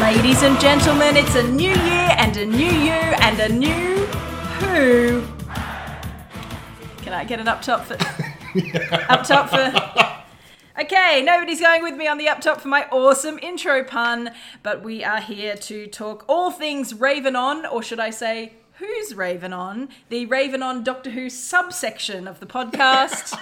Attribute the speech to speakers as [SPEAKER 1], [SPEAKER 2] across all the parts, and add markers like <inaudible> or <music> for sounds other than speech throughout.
[SPEAKER 1] Ladies and gentlemen, it's a new year and a new you and a new who. Can I get an up
[SPEAKER 2] <laughs>
[SPEAKER 1] top for up top for? Okay, nobody's going with me on the up top for my awesome intro pun, but we are here to talk all things Raven on, or should I say, who's Raven on? The Raven on Doctor Who subsection of the
[SPEAKER 2] <laughs>
[SPEAKER 1] podcast.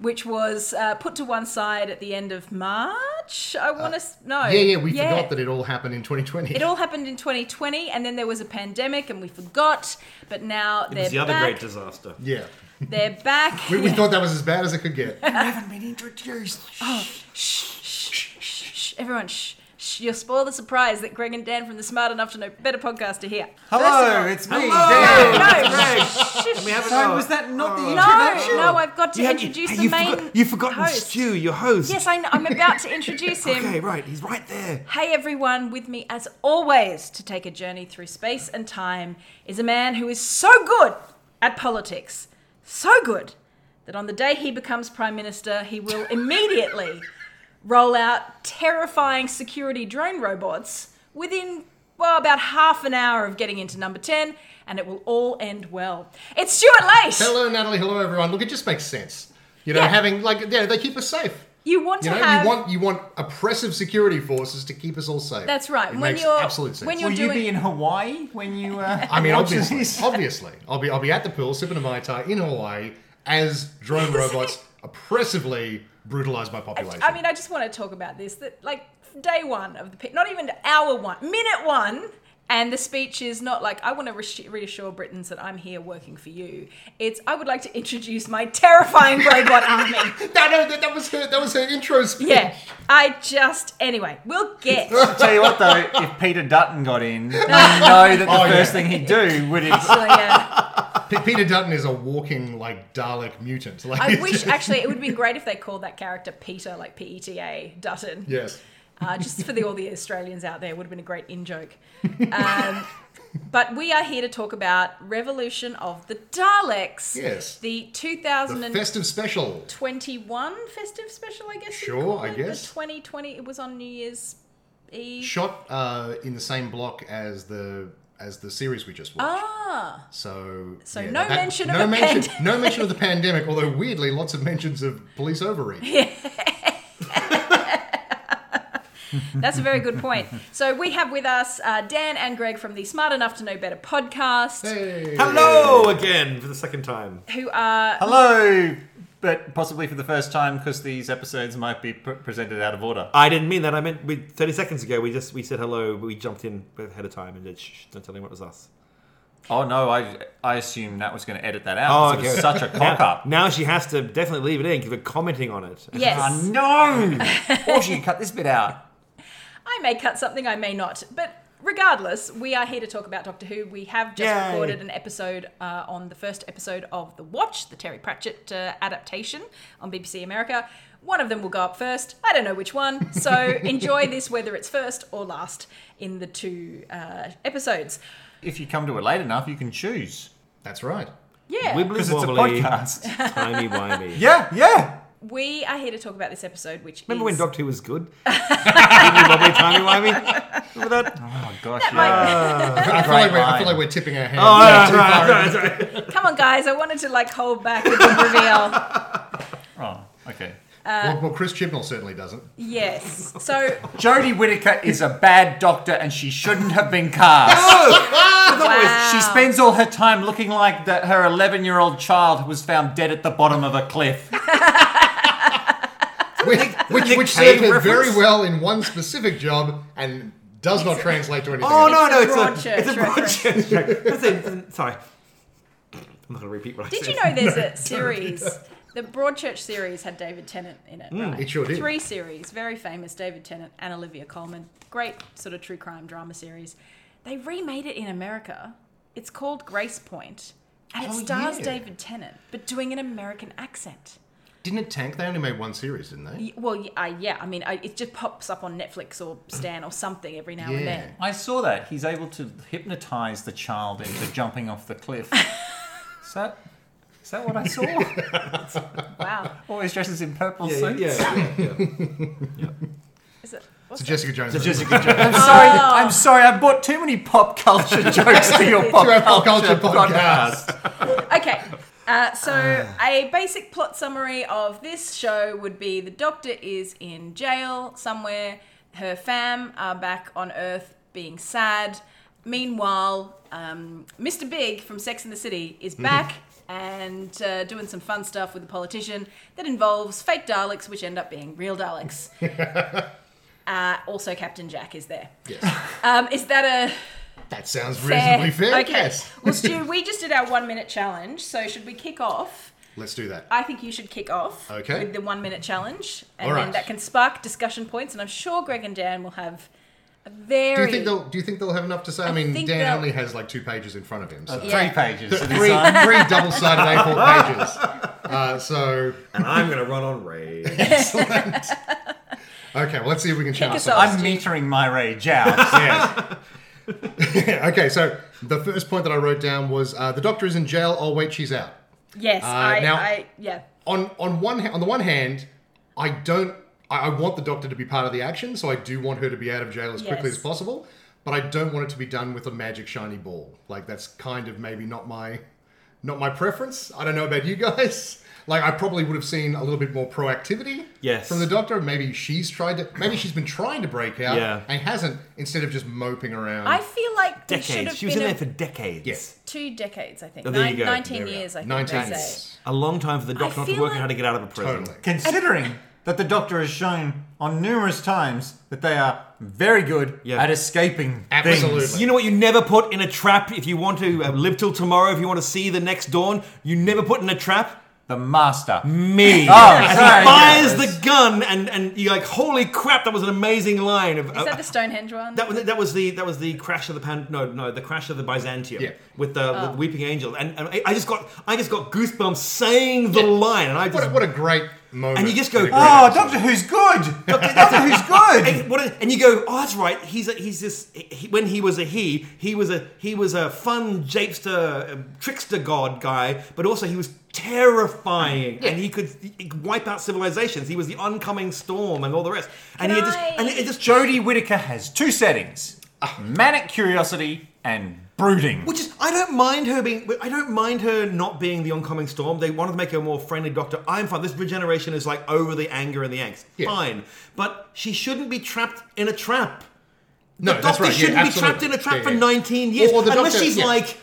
[SPEAKER 1] Which was uh, put to one side at the end of March. I want to s no.
[SPEAKER 2] Yeah, yeah, we forgot that it all happened in 2020.
[SPEAKER 1] It all happened in 2020, and then there was a pandemic, and we forgot. But now they're
[SPEAKER 3] It's the other
[SPEAKER 1] back.
[SPEAKER 3] great disaster.
[SPEAKER 2] yeah.
[SPEAKER 1] they're back.
[SPEAKER 2] We, we thought that was as bad as it
[SPEAKER 1] <laughs>
[SPEAKER 2] could get.
[SPEAKER 1] shh, shh, shh, everyone, shh, shh. You'll spoil the surprise that Greg and Dan from the Smart Enough to Know Better podcast are here.
[SPEAKER 4] Hello, it's me.
[SPEAKER 1] No,
[SPEAKER 4] Dan.
[SPEAKER 1] no,
[SPEAKER 3] We haven't.
[SPEAKER 4] So was that not the
[SPEAKER 1] no,
[SPEAKER 4] introduction?
[SPEAKER 1] no, I've got to
[SPEAKER 4] You had-
[SPEAKER 1] introduce
[SPEAKER 4] Hey,
[SPEAKER 1] the
[SPEAKER 4] you've
[SPEAKER 1] main.
[SPEAKER 4] forgot- you've forgotten
[SPEAKER 1] host.
[SPEAKER 4] Stu, your host.
[SPEAKER 1] Yes, I, I'm about to introduce
[SPEAKER 4] <laughs>
[SPEAKER 1] him.
[SPEAKER 4] Okay, right. He's right there.
[SPEAKER 1] Hey everyone, with me as always to take a journey through space and time is a man who is so good at politics, so good that on the day he becomes Prime Minister, he will immediately roll out terrifying security drone robots within, well, about half an hour of getting into number 10, and it will all end well. It's Stuart Lace!
[SPEAKER 2] hello, Natalie. Hello, everyone. Look, it just makes sense. You know,
[SPEAKER 1] Yeah.
[SPEAKER 2] having like yeah, they keep us safe.
[SPEAKER 1] You want
[SPEAKER 2] You
[SPEAKER 1] to
[SPEAKER 2] know,
[SPEAKER 1] have.
[SPEAKER 2] you want you want oppressive security forces to keep us all safe.
[SPEAKER 1] That's right.
[SPEAKER 2] It
[SPEAKER 1] When
[SPEAKER 2] makes
[SPEAKER 1] you're-
[SPEAKER 2] absolute sense.
[SPEAKER 1] when you're-
[SPEAKER 5] Will you
[SPEAKER 1] doing-
[SPEAKER 5] be in Hawaii when you?
[SPEAKER 4] <laughs>
[SPEAKER 5] Uh,
[SPEAKER 2] I mean,
[SPEAKER 5] watch
[SPEAKER 2] obviously,
[SPEAKER 3] <laughs>
[SPEAKER 5] this?
[SPEAKER 2] obviously, I'll be I'll be at the pool sipping a mai tai in Hawaii as
[SPEAKER 1] <laughs>
[SPEAKER 2] drone robots oppressively brutalize my population.
[SPEAKER 1] I mean, I just want to talk about this. That like day one of the pic, not even hour one, minute one, and the speech is not like I want to reassure- reassure Britons that I'm here working for you. It's I would like to introduce my terrifying robot
[SPEAKER 2] <laughs>
[SPEAKER 1] army.
[SPEAKER 2] no, no, that, that was her. That was her intro speech.
[SPEAKER 1] Yeah, I just anyway, we'll get.
[SPEAKER 5] I'll tell you what though, if Peter Dutton
[SPEAKER 4] <laughs>
[SPEAKER 5] got in, you know that the
[SPEAKER 2] Oh, yeah.
[SPEAKER 5] first thing he'd do would is
[SPEAKER 1] So, yeah.
[SPEAKER 2] P- Peter Dutton is a walking like Dalek mutant. <laughs> Like,
[SPEAKER 1] I wish actually it would have been great if they called that character Peter, like P E T A Dutton.
[SPEAKER 2] Yes.
[SPEAKER 1] uh, just for the, all the Australians out there, would have been a great in joke. Um, but we are here to talk about Revolution of the Daleks.
[SPEAKER 2] Yes.
[SPEAKER 1] The
[SPEAKER 2] The
[SPEAKER 1] 2021
[SPEAKER 2] festive special.
[SPEAKER 1] festive special, I guess. you'd
[SPEAKER 2] Sure,
[SPEAKER 1] call
[SPEAKER 2] I
[SPEAKER 1] it.
[SPEAKER 2] guess.
[SPEAKER 1] The 2020. It was on New Year's Eve.
[SPEAKER 2] shot uh, in the same block as the as the series we just watched.
[SPEAKER 1] Ah,
[SPEAKER 2] So,
[SPEAKER 1] So no mention of
[SPEAKER 2] no
[SPEAKER 1] a
[SPEAKER 2] mention,
[SPEAKER 1] pandemic.
[SPEAKER 2] no mention of the pandemic. Although weirdly, lots of mentions of police overreach.
[SPEAKER 1] that's a very good point. so we have with us uh, Dan and Greg from the Smart Enough to Know Better podcast,
[SPEAKER 2] Hey.
[SPEAKER 3] Hello again for the second time.
[SPEAKER 1] who are
[SPEAKER 5] hello, but possibly for the first time because these episodes might be pr- presented out of order.
[SPEAKER 3] I didn't mean that. I meant we, 30 seconds ago. We just we said hello. but We jumped in ahead of time and did shh, shh, don't tell anyone it was us.
[SPEAKER 5] Oh no, I I assumed Nat was going to edit that out.
[SPEAKER 3] Oh,
[SPEAKER 5] 'cause it was
[SPEAKER 3] okay.
[SPEAKER 5] such a cock up.
[SPEAKER 3] Now she has to definitely leave it in because we're commenting on it.
[SPEAKER 1] yes.
[SPEAKER 5] Oh
[SPEAKER 2] <laughs>
[SPEAKER 5] no! or she can cut this bit out.
[SPEAKER 1] I may cut something, I may not. But regardless, we are here to talk about Doctor Who. We have just
[SPEAKER 3] Yay.
[SPEAKER 1] recorded an episode uh, on the first episode of The Watch, the Terry Pratchett uh, adaptation on BBC America. One of them will go up first. I don't know which one.
[SPEAKER 3] <laughs>
[SPEAKER 1] So enjoy this, whether it's first or last in the two uh, episodes.
[SPEAKER 5] If you come to it late enough, you can choose
[SPEAKER 2] That's right.
[SPEAKER 1] Yeah.
[SPEAKER 3] Wibbly
[SPEAKER 5] because it's a
[SPEAKER 3] wobbly,
[SPEAKER 5] podcast.
[SPEAKER 3] <laughs> timey wimey.
[SPEAKER 5] yeah, yeah.
[SPEAKER 1] we are here to talk about this episode, which
[SPEAKER 3] Remember
[SPEAKER 1] is.
[SPEAKER 3] when Doctor Who
[SPEAKER 1] <laughs>
[SPEAKER 3] was good? Wibbly wobbly, timey wimey. Remember that?
[SPEAKER 5] Oh gosh,
[SPEAKER 1] might-
[SPEAKER 5] yeah.
[SPEAKER 2] Ah. I feel, like we're, I
[SPEAKER 5] line.
[SPEAKER 2] feel like we're tipping our hand.
[SPEAKER 3] Oh, no, right, right, right, right.
[SPEAKER 1] Come on, guys. I wanted to like hold back with the reveal.
[SPEAKER 3] <laughs>
[SPEAKER 5] Oh, okay.
[SPEAKER 1] Uh,
[SPEAKER 2] well, well, Chris Chibnall certainly doesn't.
[SPEAKER 1] Yes. So
[SPEAKER 5] Jodie Whittaker is a bad doctor and she shouldn't have been cast.
[SPEAKER 3] Oh,
[SPEAKER 1] wow.
[SPEAKER 5] She spends all her time looking like that her 11 year old child who was found dead at the bottom of a cliff.
[SPEAKER 2] Which, which,
[SPEAKER 3] Nick
[SPEAKER 2] which
[SPEAKER 3] Cave
[SPEAKER 2] served her very
[SPEAKER 3] reference?
[SPEAKER 2] well in one specific job and does not translate to anything.
[SPEAKER 3] Oh
[SPEAKER 2] else.
[SPEAKER 3] no, no,
[SPEAKER 1] It's a
[SPEAKER 3] it's a, it's a broad
[SPEAKER 1] Broadchurch
[SPEAKER 3] church. joke. That's a- Sorry, I'm not gonna repeat what I
[SPEAKER 1] Did
[SPEAKER 3] said.
[SPEAKER 1] you know there's a series? The Broadchurch series had David Tennant in it. right?
[SPEAKER 2] it sure did.
[SPEAKER 1] Three series, very famous David Tennant and Olivia Colman. Great sort of true crime drama series. They remade it in America. It's called Grace Point, and it
[SPEAKER 2] Oh,
[SPEAKER 1] stars
[SPEAKER 2] yeah.
[SPEAKER 1] David Tennant, but doing an American accent.
[SPEAKER 2] Didn't it tank? They only made one series, didn't they?
[SPEAKER 1] Y- Well, y- uh, yeah, I mean, I, it just pops up on Netflix or Stan or something every now and
[SPEAKER 2] Yeah.
[SPEAKER 1] then.
[SPEAKER 5] I saw that. He's able to hypnotize the child into jumping off the cliff. Is that, is that what I saw?
[SPEAKER 1] Wow.
[SPEAKER 5] Always dresses in purple
[SPEAKER 3] Yeah,
[SPEAKER 5] suits.
[SPEAKER 3] yeah, yeah, yeah.
[SPEAKER 1] Is it? What's
[SPEAKER 2] It's Jessica Jones. movie.
[SPEAKER 5] <laughs> Jessica Jones. I'm sorry. I'm sorry. I bought too many pop culture jokes to your pop,
[SPEAKER 2] To our pop culture
[SPEAKER 5] podcast.
[SPEAKER 2] podcast.
[SPEAKER 1] Okay. Uh, so, a basic plot summary of this show would be the doctor is in jail somewhere. Her fam are back on Earth being sad. Meanwhile, um, Mr. Big from Sex and the City is back and uh, doing some fun stuff with a politician that involves fake Daleks, which end up being real Daleks. uh, also, Captain Jack is there.
[SPEAKER 2] Yes.
[SPEAKER 1] Um, is that a
[SPEAKER 2] That sounds
[SPEAKER 1] fair.
[SPEAKER 2] reasonably fair.
[SPEAKER 1] Okay.
[SPEAKER 2] Yes.
[SPEAKER 1] Well, Stu, we just did our one minute challenge, so should we kick off?
[SPEAKER 2] Let's do that.
[SPEAKER 1] I think you should kick off
[SPEAKER 2] Okay.
[SPEAKER 1] with the one minute challenge, and
[SPEAKER 2] All
[SPEAKER 1] then
[SPEAKER 2] right.
[SPEAKER 1] that can spark discussion points. And I'm sure Greg and Dan will have a very.
[SPEAKER 2] Do you think they'll? Do you think they'll have enough to say? I, mean,
[SPEAKER 1] think
[SPEAKER 2] Dan
[SPEAKER 1] they'll-
[SPEAKER 2] only has like two pages in front of him. So.
[SPEAKER 5] Three
[SPEAKER 1] Yeah.
[SPEAKER 5] pages. to
[SPEAKER 2] three,
[SPEAKER 5] design.
[SPEAKER 2] three
[SPEAKER 1] <laughs>
[SPEAKER 2] double-sided A4 pages. Uh, so, <laughs>
[SPEAKER 3] And I'm going to run on rage.
[SPEAKER 2] okay, well, let's see if we can channel
[SPEAKER 1] us
[SPEAKER 2] some.
[SPEAKER 1] off.
[SPEAKER 5] I'm metering my rage
[SPEAKER 2] <laughs>
[SPEAKER 5] out.
[SPEAKER 2] Yes. <laughs> okay, so the first point that I wrote down was uh, the doctor is in jail. Oh wait, she's out.
[SPEAKER 1] Yes, I,
[SPEAKER 2] uh, now-
[SPEAKER 1] I. Yeah.
[SPEAKER 2] On on one ha- on the one hand, I don't. I, I want the doctor to be part of the action, so I do want her to be out of jail as quickly
[SPEAKER 1] Yes.
[SPEAKER 2] as possible. But I don't want it to be done with a magic shiny ball. Like that's kind of maybe not my not my preference. I don't know about you guys. <laughs> Like I probably would have seen a little bit more proactivity
[SPEAKER 3] Yes.
[SPEAKER 2] from the doctor. Maybe she's tried to. Maybe she's been trying to break out
[SPEAKER 3] Yeah.
[SPEAKER 2] and hasn't. Instead of just moping around.
[SPEAKER 1] I feel like there should
[SPEAKER 3] decades.
[SPEAKER 1] have
[SPEAKER 3] She was in
[SPEAKER 1] been
[SPEAKER 3] there
[SPEAKER 1] a,
[SPEAKER 3] for decades.
[SPEAKER 2] Yes.
[SPEAKER 1] two decades, I think.
[SPEAKER 3] Oh, there
[SPEAKER 1] Nine-
[SPEAKER 3] you go.
[SPEAKER 1] 19
[SPEAKER 3] There we
[SPEAKER 1] years, I think.
[SPEAKER 2] 19
[SPEAKER 1] they say.
[SPEAKER 2] years.
[SPEAKER 3] A long time for the doctor not to
[SPEAKER 1] feel
[SPEAKER 3] work out
[SPEAKER 1] like-
[SPEAKER 3] how to get out of a prison.
[SPEAKER 2] Totally.
[SPEAKER 5] Considering that the Doctor has shown on numerous times that they are very good
[SPEAKER 3] Yeah.
[SPEAKER 5] at escaping
[SPEAKER 2] Absolutely.
[SPEAKER 5] things.
[SPEAKER 3] You know what? You never put in a trap if you want to uh, live till tomorrow. If you want to see the next dawn, you never put in a trap.
[SPEAKER 5] The Master.
[SPEAKER 3] Me.
[SPEAKER 5] Oh,
[SPEAKER 3] As
[SPEAKER 5] sorry.
[SPEAKER 3] he fires the gun, and and you're like, holy crap! That was an amazing line. Of, uh,
[SPEAKER 1] Is that the Stonehenge one?
[SPEAKER 3] Oh. That was that was the that was the crash of the pan no no the crash of the Byzantium
[SPEAKER 2] Yeah.
[SPEAKER 3] with
[SPEAKER 1] Oh.
[SPEAKER 3] the with weeping angels and, and I, I just got I just got goosebumps saying the line and I just
[SPEAKER 2] What a, what a great moment.
[SPEAKER 3] And you just go,
[SPEAKER 2] What a great
[SPEAKER 5] Oh,
[SPEAKER 2] episode.
[SPEAKER 5] Doctor Who's good! Doctor
[SPEAKER 3] <laughs>
[SPEAKER 5] Who's good!
[SPEAKER 3] and, what a- and you go oh that's right he's a, he's this he, when he was a he he was a he was a fun japester um, trickster god guy but also he was terrifying and he could he could wipe out civilizations he was the oncoming storm and all the rest and he had just
[SPEAKER 1] I-
[SPEAKER 3] and it just
[SPEAKER 5] Jodie Whittaker has two settings manic curiosity and brooding.
[SPEAKER 3] Which is, I don't mind her being, I don't mind her not being the oncoming storm. They wanted to make her a more friendly doctor. I'm fine. This regeneration is like over the anger and the angst.
[SPEAKER 2] Yeah.
[SPEAKER 3] Fine. But she shouldn't be trapped in a trap.
[SPEAKER 2] No,
[SPEAKER 3] the
[SPEAKER 2] that's
[SPEAKER 3] doctor
[SPEAKER 2] right. yeah,
[SPEAKER 3] shouldn't be
[SPEAKER 2] absolutely.
[SPEAKER 3] trapped in a trap
[SPEAKER 2] Yeah,
[SPEAKER 3] for
[SPEAKER 2] yeah.
[SPEAKER 3] 19 years.
[SPEAKER 2] Or- or the
[SPEAKER 3] Unless
[SPEAKER 2] doctor-
[SPEAKER 3] she's
[SPEAKER 2] yeah.
[SPEAKER 3] like,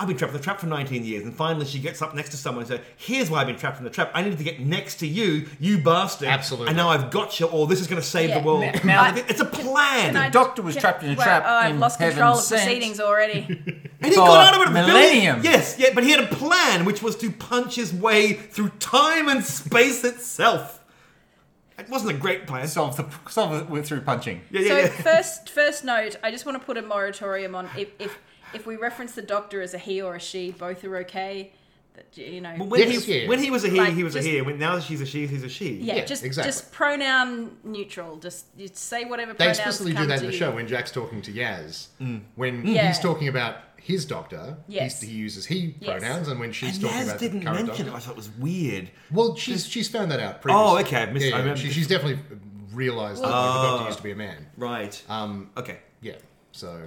[SPEAKER 3] I've been trapped in a trap for 19 years. And finally she gets up next to someone and says, Here's why I've been trapped in the trap. I needed to get next to you, you bastard.
[SPEAKER 2] Absolutely.
[SPEAKER 3] And now I've got you, or this is going to save
[SPEAKER 1] Yeah.
[SPEAKER 3] the world.
[SPEAKER 5] Now-
[SPEAKER 3] Now, it's a plan.
[SPEAKER 1] Can I-
[SPEAKER 5] doctor was
[SPEAKER 1] can-
[SPEAKER 5] trapped in a
[SPEAKER 1] well,
[SPEAKER 5] trap
[SPEAKER 1] oh, I've
[SPEAKER 5] in
[SPEAKER 1] lost control of
[SPEAKER 5] heaven sent.
[SPEAKER 1] proceedings already.
[SPEAKER 3] And he
[SPEAKER 5] for
[SPEAKER 3] got out of it a
[SPEAKER 5] millennium.
[SPEAKER 3] billion- Yes, yeah, but he had a plan, which was to punch his way through time and space itself. It wasn't a great plan.
[SPEAKER 5] Solve, the, solve it through punching.
[SPEAKER 3] yeah, yeah,
[SPEAKER 1] so
[SPEAKER 3] yeah.
[SPEAKER 1] first, first note, I just want to put a moratorium on if if if we reference the doctor as a he or a she, both are okay. That, you know,
[SPEAKER 3] But when,
[SPEAKER 2] Yes,
[SPEAKER 3] he,
[SPEAKER 2] yeah.
[SPEAKER 3] when he was a he,
[SPEAKER 1] Like,
[SPEAKER 3] he was
[SPEAKER 1] just-
[SPEAKER 3] a he. When now she's a she, he's a she.
[SPEAKER 1] Yeah,
[SPEAKER 2] Yeah,
[SPEAKER 1] just
[SPEAKER 2] exactly.
[SPEAKER 1] just pronoun neutral. Just you say whatever
[SPEAKER 2] They
[SPEAKER 1] pronouns
[SPEAKER 2] explicitly do
[SPEAKER 1] come
[SPEAKER 2] that
[SPEAKER 1] to
[SPEAKER 2] in the
[SPEAKER 1] you.
[SPEAKER 2] show when Jack's talking to Yaz.
[SPEAKER 3] Mm.
[SPEAKER 2] When
[SPEAKER 1] Yeah.
[SPEAKER 2] he's talking about his doctor,
[SPEAKER 1] Yes.
[SPEAKER 2] he's, he uses he
[SPEAKER 1] Yes.
[SPEAKER 2] pronouns, and when she's
[SPEAKER 3] And
[SPEAKER 2] talking
[SPEAKER 3] Yaz
[SPEAKER 2] about
[SPEAKER 3] didn't
[SPEAKER 2] the current
[SPEAKER 3] mention it.
[SPEAKER 2] doctor,
[SPEAKER 3] I thought it was weird.
[SPEAKER 2] well, she's she's found that out. Previously.
[SPEAKER 3] Oh, okay, I missed-
[SPEAKER 2] yeah, yeah,
[SPEAKER 3] I remember- Oh.
[SPEAKER 2] she, she's definitely realised that like, the doctor used to be a man.
[SPEAKER 3] Right.
[SPEAKER 2] Um,
[SPEAKER 3] okay.
[SPEAKER 2] yeah. So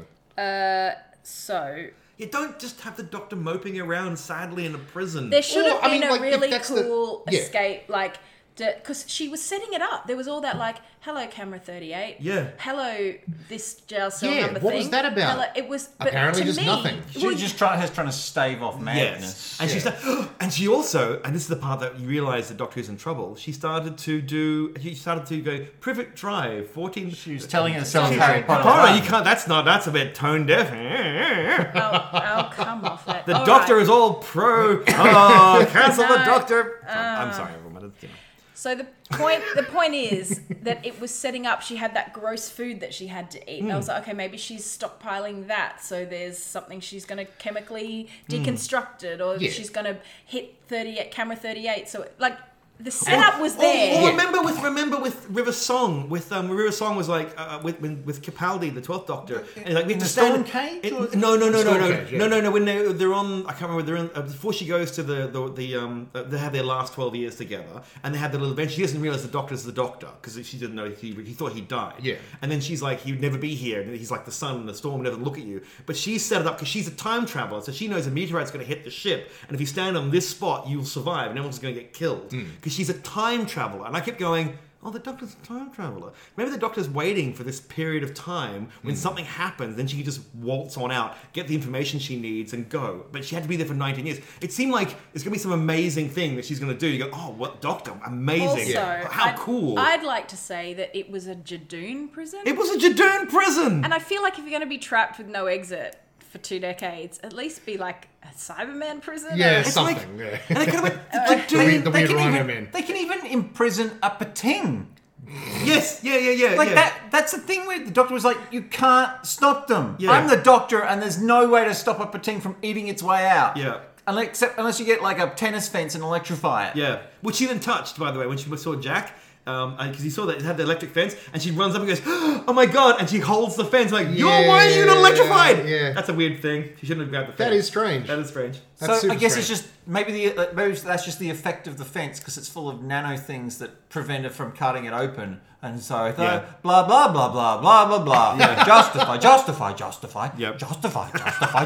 [SPEAKER 1] So
[SPEAKER 3] You don't just have the doctor moping around sadly in a prison.
[SPEAKER 1] there should
[SPEAKER 2] Or,
[SPEAKER 1] have
[SPEAKER 2] I
[SPEAKER 1] been
[SPEAKER 2] mean,
[SPEAKER 1] a
[SPEAKER 2] like, if
[SPEAKER 1] really
[SPEAKER 2] that's the-
[SPEAKER 1] cool
[SPEAKER 2] yeah.
[SPEAKER 1] escape, like because she was setting it up. There was all that like, "Hello, camera thirty-eight.
[SPEAKER 3] Yeah.
[SPEAKER 1] Hello, this jail cell
[SPEAKER 2] Yeah,
[SPEAKER 1] number
[SPEAKER 2] what
[SPEAKER 1] thing.
[SPEAKER 2] was that about?
[SPEAKER 1] Hello, it was but
[SPEAKER 2] Apparently
[SPEAKER 1] to
[SPEAKER 2] just
[SPEAKER 1] me,
[SPEAKER 2] nothing.
[SPEAKER 1] it
[SPEAKER 5] She's
[SPEAKER 1] was-
[SPEAKER 5] just trying, has trying to stave off madness.
[SPEAKER 3] And she sta- <gasps> and she also, and this is the part that you realise the doctor is in trouble. She started to do. She started to go Privet Drive, fourteen.
[SPEAKER 5] She was telling herself
[SPEAKER 1] She's
[SPEAKER 5] Harry
[SPEAKER 1] like,
[SPEAKER 5] Potter.
[SPEAKER 3] Para,
[SPEAKER 5] one.
[SPEAKER 3] you can't. That's not. That's a bit tone deaf. The
[SPEAKER 1] I'll, I'll come off that. Oh, All
[SPEAKER 3] doctor
[SPEAKER 1] right.
[SPEAKER 3] is all pro. Oh, cancel the
[SPEAKER 1] No. Uh.
[SPEAKER 3] doctor. So, I'm sorry, everyone. I didn't- you know.
[SPEAKER 1] So the point the point is that it was setting up. She had that gross food that she had to eat. And I
[SPEAKER 3] Hmm.
[SPEAKER 1] was like, okay, maybe she's stockpiling that. So there's something she's going to
[SPEAKER 3] Hmm.
[SPEAKER 1] chemically deconstruct it, or
[SPEAKER 2] Yeah.
[SPEAKER 1] she's going to hit thirty eight camera thirty eight. So like the setup was
[SPEAKER 3] Or- or
[SPEAKER 1] there.
[SPEAKER 3] remember with remember with River Song with um River Song was like uh, with when, with Capaldi the Twelfth Doctor and like we have
[SPEAKER 5] the
[SPEAKER 3] to stand
[SPEAKER 5] Storm Cage,
[SPEAKER 3] it-
[SPEAKER 5] or-
[SPEAKER 3] no no no no
[SPEAKER 2] Storm
[SPEAKER 3] no
[SPEAKER 2] Cage, yeah.
[SPEAKER 3] no no no when they they're on I can't remember they're in uh, before she goes to the the, the um uh, they have their last twelve years together and they have their little adventure she doesn't realize the Doctor's the Doctor because she didn't know he he thought he died
[SPEAKER 2] Yeah.
[SPEAKER 3] and then she's like, "You'd never be here." And he's like, "The sun and the storm never look at you." But she's set it up because she's a time traveler, so she knows a meteorite's going to hit the ship, and if you stand on this spot, you'll survive, and everyone's going to get killed because she's a time traveler. And I kept going. Oh, the doctor's a time traveler. Maybe the doctor's waiting for this period of time when something happens, then she can just waltz on out, get the information she needs, and go. But she had to be there for 19 years. It seemed like it's going to be some amazing thing that she's going to do. You go, oh, what doctor? Amazing.
[SPEAKER 1] also,
[SPEAKER 3] How
[SPEAKER 1] I'd,
[SPEAKER 3] cool.
[SPEAKER 1] I'd like to say that it was a Jadoon prison.
[SPEAKER 3] it was a Jadoon prison!
[SPEAKER 1] And I feel like if you're going to be trapped with no exit for two decades, at least be like a Cyberman prison.
[SPEAKER 2] Yeah,
[SPEAKER 1] or-
[SPEAKER 3] It's
[SPEAKER 2] something. yeah.
[SPEAKER 3] And I
[SPEAKER 5] <laughs>
[SPEAKER 3] kind of went, like,
[SPEAKER 2] The
[SPEAKER 3] dude,
[SPEAKER 2] weird- the
[SPEAKER 5] they
[SPEAKER 2] weird
[SPEAKER 5] can
[SPEAKER 2] rhino
[SPEAKER 5] even,
[SPEAKER 2] man.
[SPEAKER 5] They can even imprison a pating.
[SPEAKER 3] yes, yeah, yeah, yeah.
[SPEAKER 5] Like
[SPEAKER 3] yeah.
[SPEAKER 5] that that's the thing where the doctor was like, You can't stop them.
[SPEAKER 3] Yeah.
[SPEAKER 5] I'm the doctor and there's no way to stop a pating from eating its way out.
[SPEAKER 3] Yeah.
[SPEAKER 5] Unless, except unless you get like a tennis fence and electrify it.
[SPEAKER 3] Yeah. Which she then touched, by the way, when she saw Jack. Um, because he saw that it had the electric fence, and she runs up and goes, <gasps> "Oh my god!" And she holds the fence like, "You're
[SPEAKER 2] Yeah,
[SPEAKER 3] why are you not electrified?"
[SPEAKER 2] yeah.
[SPEAKER 3] that's a weird thing. She shouldn't have grabbed the
[SPEAKER 2] <laughs>
[SPEAKER 3] fence.
[SPEAKER 2] That is strange.
[SPEAKER 3] That is strange.
[SPEAKER 5] So
[SPEAKER 2] That's
[SPEAKER 5] I
[SPEAKER 2] super
[SPEAKER 5] guess it's
[SPEAKER 2] strange.
[SPEAKER 5] just maybe the uh, maybe that's just the effect of the fence because it's full of nano things that prevent it from cutting it open, and so I thought,
[SPEAKER 3] Yeah.
[SPEAKER 5] blah blah blah blah blah blah blah. <laughs> Justify, justify, justify,
[SPEAKER 3] Yep.
[SPEAKER 5] justify, justify,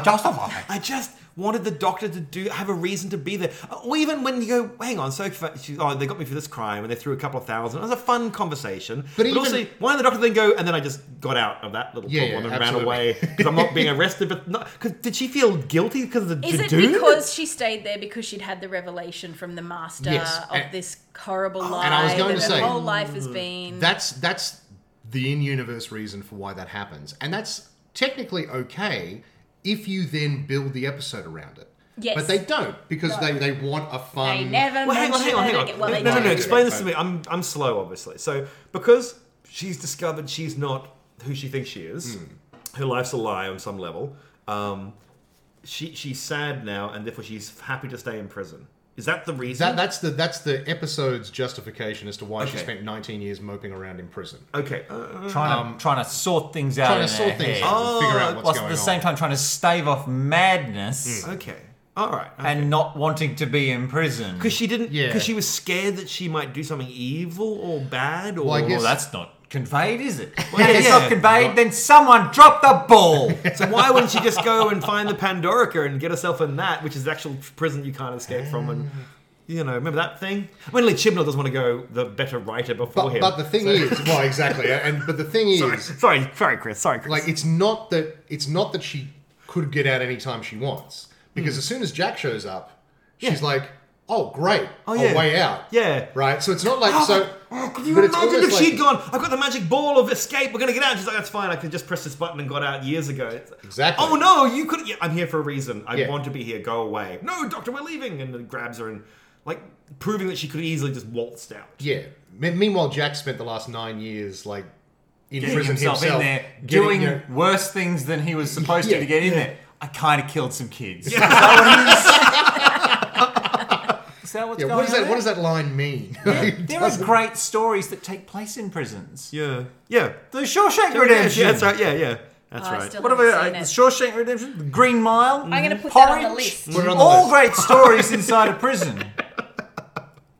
[SPEAKER 2] <laughs>
[SPEAKER 5] justify.
[SPEAKER 2] Um,
[SPEAKER 3] I just wanted the doctor to do have a reason to be there. Or even when you go, hang on, so fa- she, oh, they got me for this crime and they threw a couple of thousand. It was a fun conversation. But,
[SPEAKER 2] But even-
[SPEAKER 3] also, why did the doctor then go and then I just got out of that little
[SPEAKER 2] Yeah,
[SPEAKER 3] problem
[SPEAKER 2] yeah,
[SPEAKER 3] and
[SPEAKER 2] absolutely.
[SPEAKER 3] ran away because I'm not being arrested? But not, cause did she feel guilty because of the
[SPEAKER 1] Is it
[SPEAKER 3] dude?
[SPEAKER 1] because she stayed there because she'd had the revelation from the master
[SPEAKER 2] Yes,
[SPEAKER 1] of
[SPEAKER 2] and- Oh,
[SPEAKER 1] this horrible lie
[SPEAKER 2] and I was going
[SPEAKER 1] that
[SPEAKER 2] to
[SPEAKER 1] her
[SPEAKER 2] say-
[SPEAKER 1] whole life has been?
[SPEAKER 2] That's that's the in-universe reason for why that happens, and that's technically okay if you then build the episode around it.
[SPEAKER 1] Yes.
[SPEAKER 2] But they don't because they, they want a fun.
[SPEAKER 1] they never
[SPEAKER 3] Well, hang on,
[SPEAKER 1] mentioned
[SPEAKER 3] hang on, hang
[SPEAKER 1] it
[SPEAKER 3] on.
[SPEAKER 1] again. Well,
[SPEAKER 3] no,
[SPEAKER 1] they
[SPEAKER 3] no, no,
[SPEAKER 1] do.
[SPEAKER 3] no, Explain this to me. I'm I'm slow, obviously. So because she's discovered she's not who she thinks she is,
[SPEAKER 2] Hmm.
[SPEAKER 3] her life's a lie on some level. Um, she she's sad now, and therefore she's happy to stay in prison. Is that the
[SPEAKER 2] That,
[SPEAKER 3] reason?
[SPEAKER 2] that's the that's the episode's justification as to why she
[SPEAKER 3] Okay.
[SPEAKER 2] spent 19 years moping around in prison,
[SPEAKER 3] okay. Uh,
[SPEAKER 5] Trying to trying to sort things out.
[SPEAKER 2] trying to
[SPEAKER 5] in
[SPEAKER 2] sort
[SPEAKER 5] our
[SPEAKER 2] things
[SPEAKER 5] head.
[SPEAKER 2] out, and figure out what's
[SPEAKER 5] Whilst at
[SPEAKER 2] going
[SPEAKER 5] the same
[SPEAKER 2] on. Mm.
[SPEAKER 5] time trying to stave off madness
[SPEAKER 3] okay. All right.
[SPEAKER 5] and not wanting to be in prison.
[SPEAKER 3] because she didn't.
[SPEAKER 2] Yeah.
[SPEAKER 3] Because she was scared that she might do something evil or bad or.
[SPEAKER 2] Well, I
[SPEAKER 5] well,
[SPEAKER 2] guess-
[SPEAKER 5] that's not conveyed, is it?
[SPEAKER 3] Well,
[SPEAKER 5] if it's
[SPEAKER 3] yeah.
[SPEAKER 5] not conveyed, then someone dropped the
[SPEAKER 2] <laughs>
[SPEAKER 5] ball.
[SPEAKER 3] so why wouldn't she just go and find the Pandorica and get herself in that, which is the actual prison you can't escape from? And you know, remember that thing? I mean, Lee Chibnall doesn't want to go the better writer before
[SPEAKER 2] But,
[SPEAKER 3] him.
[SPEAKER 2] but the thing is, well, exactly, and but the thing
[SPEAKER 5] <laughs>
[SPEAKER 2] is,
[SPEAKER 3] sorry, sorry, sorry, Chris. Sorry, Chris.
[SPEAKER 2] like it's not that it's not that she could get out anytime she wants because as soon as Jack shows up, she's like, "Oh, great,
[SPEAKER 3] Oh,
[SPEAKER 2] a
[SPEAKER 3] yeah.
[SPEAKER 2] way out."
[SPEAKER 3] Yeah.
[SPEAKER 2] right. So it's not like
[SPEAKER 3] Oh,
[SPEAKER 2] so.
[SPEAKER 3] oh, could you
[SPEAKER 2] but it's
[SPEAKER 3] imagine if
[SPEAKER 2] almost
[SPEAKER 3] she'd
[SPEAKER 2] like-
[SPEAKER 3] gone? I've got the magic ball of escape. We're gonna get out. She's like, that's fine. I could just press this button and got out years ago. It's-
[SPEAKER 2] Exactly.
[SPEAKER 3] Oh no, you could. Yeah, I'm here for a reason. I
[SPEAKER 2] Yeah.
[SPEAKER 3] want to be here. Go away. No, doctor, we're leaving. And then grabs her and like proving that she could easily just waltzed out.
[SPEAKER 2] Yeah. Me- meanwhile, Jack spent the last nine years like in
[SPEAKER 5] getting
[SPEAKER 2] prison
[SPEAKER 5] himself,
[SPEAKER 2] himself,
[SPEAKER 5] in there,
[SPEAKER 2] getting,
[SPEAKER 5] doing
[SPEAKER 2] you know-
[SPEAKER 5] worse things than he was supposed
[SPEAKER 2] Yeah,
[SPEAKER 5] to to get in there. I kind of killed some kids. Is that what's
[SPEAKER 2] yeah,
[SPEAKER 5] going
[SPEAKER 2] what does
[SPEAKER 5] on
[SPEAKER 2] that? What does
[SPEAKER 5] there?
[SPEAKER 2] that line mean? <laughs> It
[SPEAKER 5] There are
[SPEAKER 2] doesn't-
[SPEAKER 5] great stories that take place in prisons.
[SPEAKER 3] Yeah. Yeah.
[SPEAKER 5] The Shawshank
[SPEAKER 3] Yeah,
[SPEAKER 5] Redemption.
[SPEAKER 3] that's right. Yeah, yeah. That's
[SPEAKER 1] Oh, I
[SPEAKER 3] right. <laughs>
[SPEAKER 1] still
[SPEAKER 5] What
[SPEAKER 1] haven't
[SPEAKER 5] about uh,
[SPEAKER 1] seen
[SPEAKER 5] the
[SPEAKER 1] it.
[SPEAKER 5] Shawshank Redemption? The Green Mile.
[SPEAKER 1] I'm gonna put that on
[SPEAKER 5] Porridge?
[SPEAKER 1] the list.
[SPEAKER 2] Put it on the
[SPEAKER 5] All
[SPEAKER 2] list.
[SPEAKER 5] great stories inside a prison.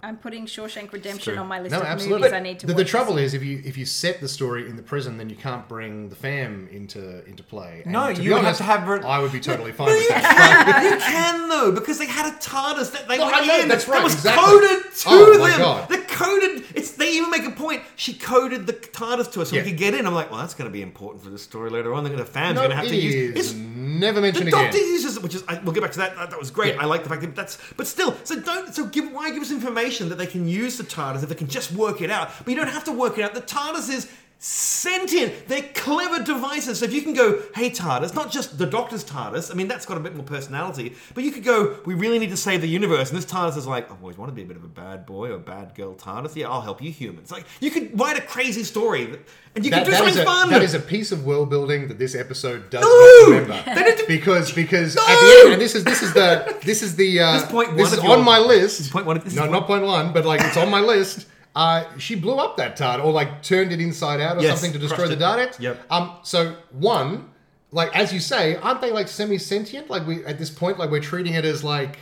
[SPEAKER 1] I'm putting Shawshank Redemption on my list
[SPEAKER 2] No,
[SPEAKER 1] of
[SPEAKER 2] absolutely.
[SPEAKER 1] movies I need to
[SPEAKER 2] the,
[SPEAKER 1] watch.
[SPEAKER 2] the trouble is, if you if you set the story in the prison, then you can't bring the fam into into play. And
[SPEAKER 5] No,
[SPEAKER 2] to be
[SPEAKER 5] you would have
[SPEAKER 2] honest,
[SPEAKER 5] to have re-
[SPEAKER 2] I would be totally fine with that. But-
[SPEAKER 3] you can though, because they had a TARDIS that they
[SPEAKER 2] No,
[SPEAKER 3] went
[SPEAKER 2] I know,
[SPEAKER 3] in.
[SPEAKER 2] that's
[SPEAKER 3] That
[SPEAKER 2] right,
[SPEAKER 3] was
[SPEAKER 2] exactly.
[SPEAKER 3] coded to
[SPEAKER 2] Oh, my
[SPEAKER 3] them.
[SPEAKER 2] God.
[SPEAKER 3] The coded. It's. They even make a point. She coded the TARDIS to us so
[SPEAKER 2] Yeah.
[SPEAKER 3] we could get in. I'm like, well, that's going to be important for this story later on. They're going to fans
[SPEAKER 2] no,
[SPEAKER 3] are going to have
[SPEAKER 2] it
[SPEAKER 3] to use.
[SPEAKER 2] is
[SPEAKER 3] It's-
[SPEAKER 2] never
[SPEAKER 3] the
[SPEAKER 2] mentioned again.
[SPEAKER 3] doctor uses it, which is I, we'll get back to that. That, that was great.
[SPEAKER 2] Yeah.
[SPEAKER 3] I like the fact that that's, but still, so don't. So give why give us information that they can use the TARDIS if they can just work it out. But you don't have to work it out. The TARDIS is sentient. They're clever devices. So if you can go, hey TARDIS, not just the Doctor's TARDIS. I mean, that's got a bit more personality. But you could go, we really need to save the universe. And this TARDIS is like, I've always wanted to be a bit of a bad boy or a bad girl TARDIS. Yeah, I'll help you humans. Like you could write a crazy story, that- and you
[SPEAKER 2] That-
[SPEAKER 3] could do
[SPEAKER 2] that
[SPEAKER 3] something
[SPEAKER 2] is a,
[SPEAKER 3] fun.
[SPEAKER 2] That is a piece of world building that this episode does
[SPEAKER 3] No!
[SPEAKER 2] not remember.
[SPEAKER 3] They didn't-
[SPEAKER 2] because because
[SPEAKER 3] No!
[SPEAKER 2] at the end, and this is this is the this is the uh,
[SPEAKER 3] This is point one
[SPEAKER 2] this is
[SPEAKER 3] of your-
[SPEAKER 2] on my list.
[SPEAKER 3] is point one of- this is
[SPEAKER 2] no,
[SPEAKER 3] point-
[SPEAKER 2] not point one, but like it's on my list. Uh, she blew up that tart or like turned it inside out or
[SPEAKER 3] Yes,
[SPEAKER 2] something to destroy
[SPEAKER 3] crushed
[SPEAKER 2] the
[SPEAKER 3] it.
[SPEAKER 2] Darnet.
[SPEAKER 3] Yep.
[SPEAKER 2] Um. So one. Like as you say, aren't they like semi-sentient? Like we at this point, like we're treating it as like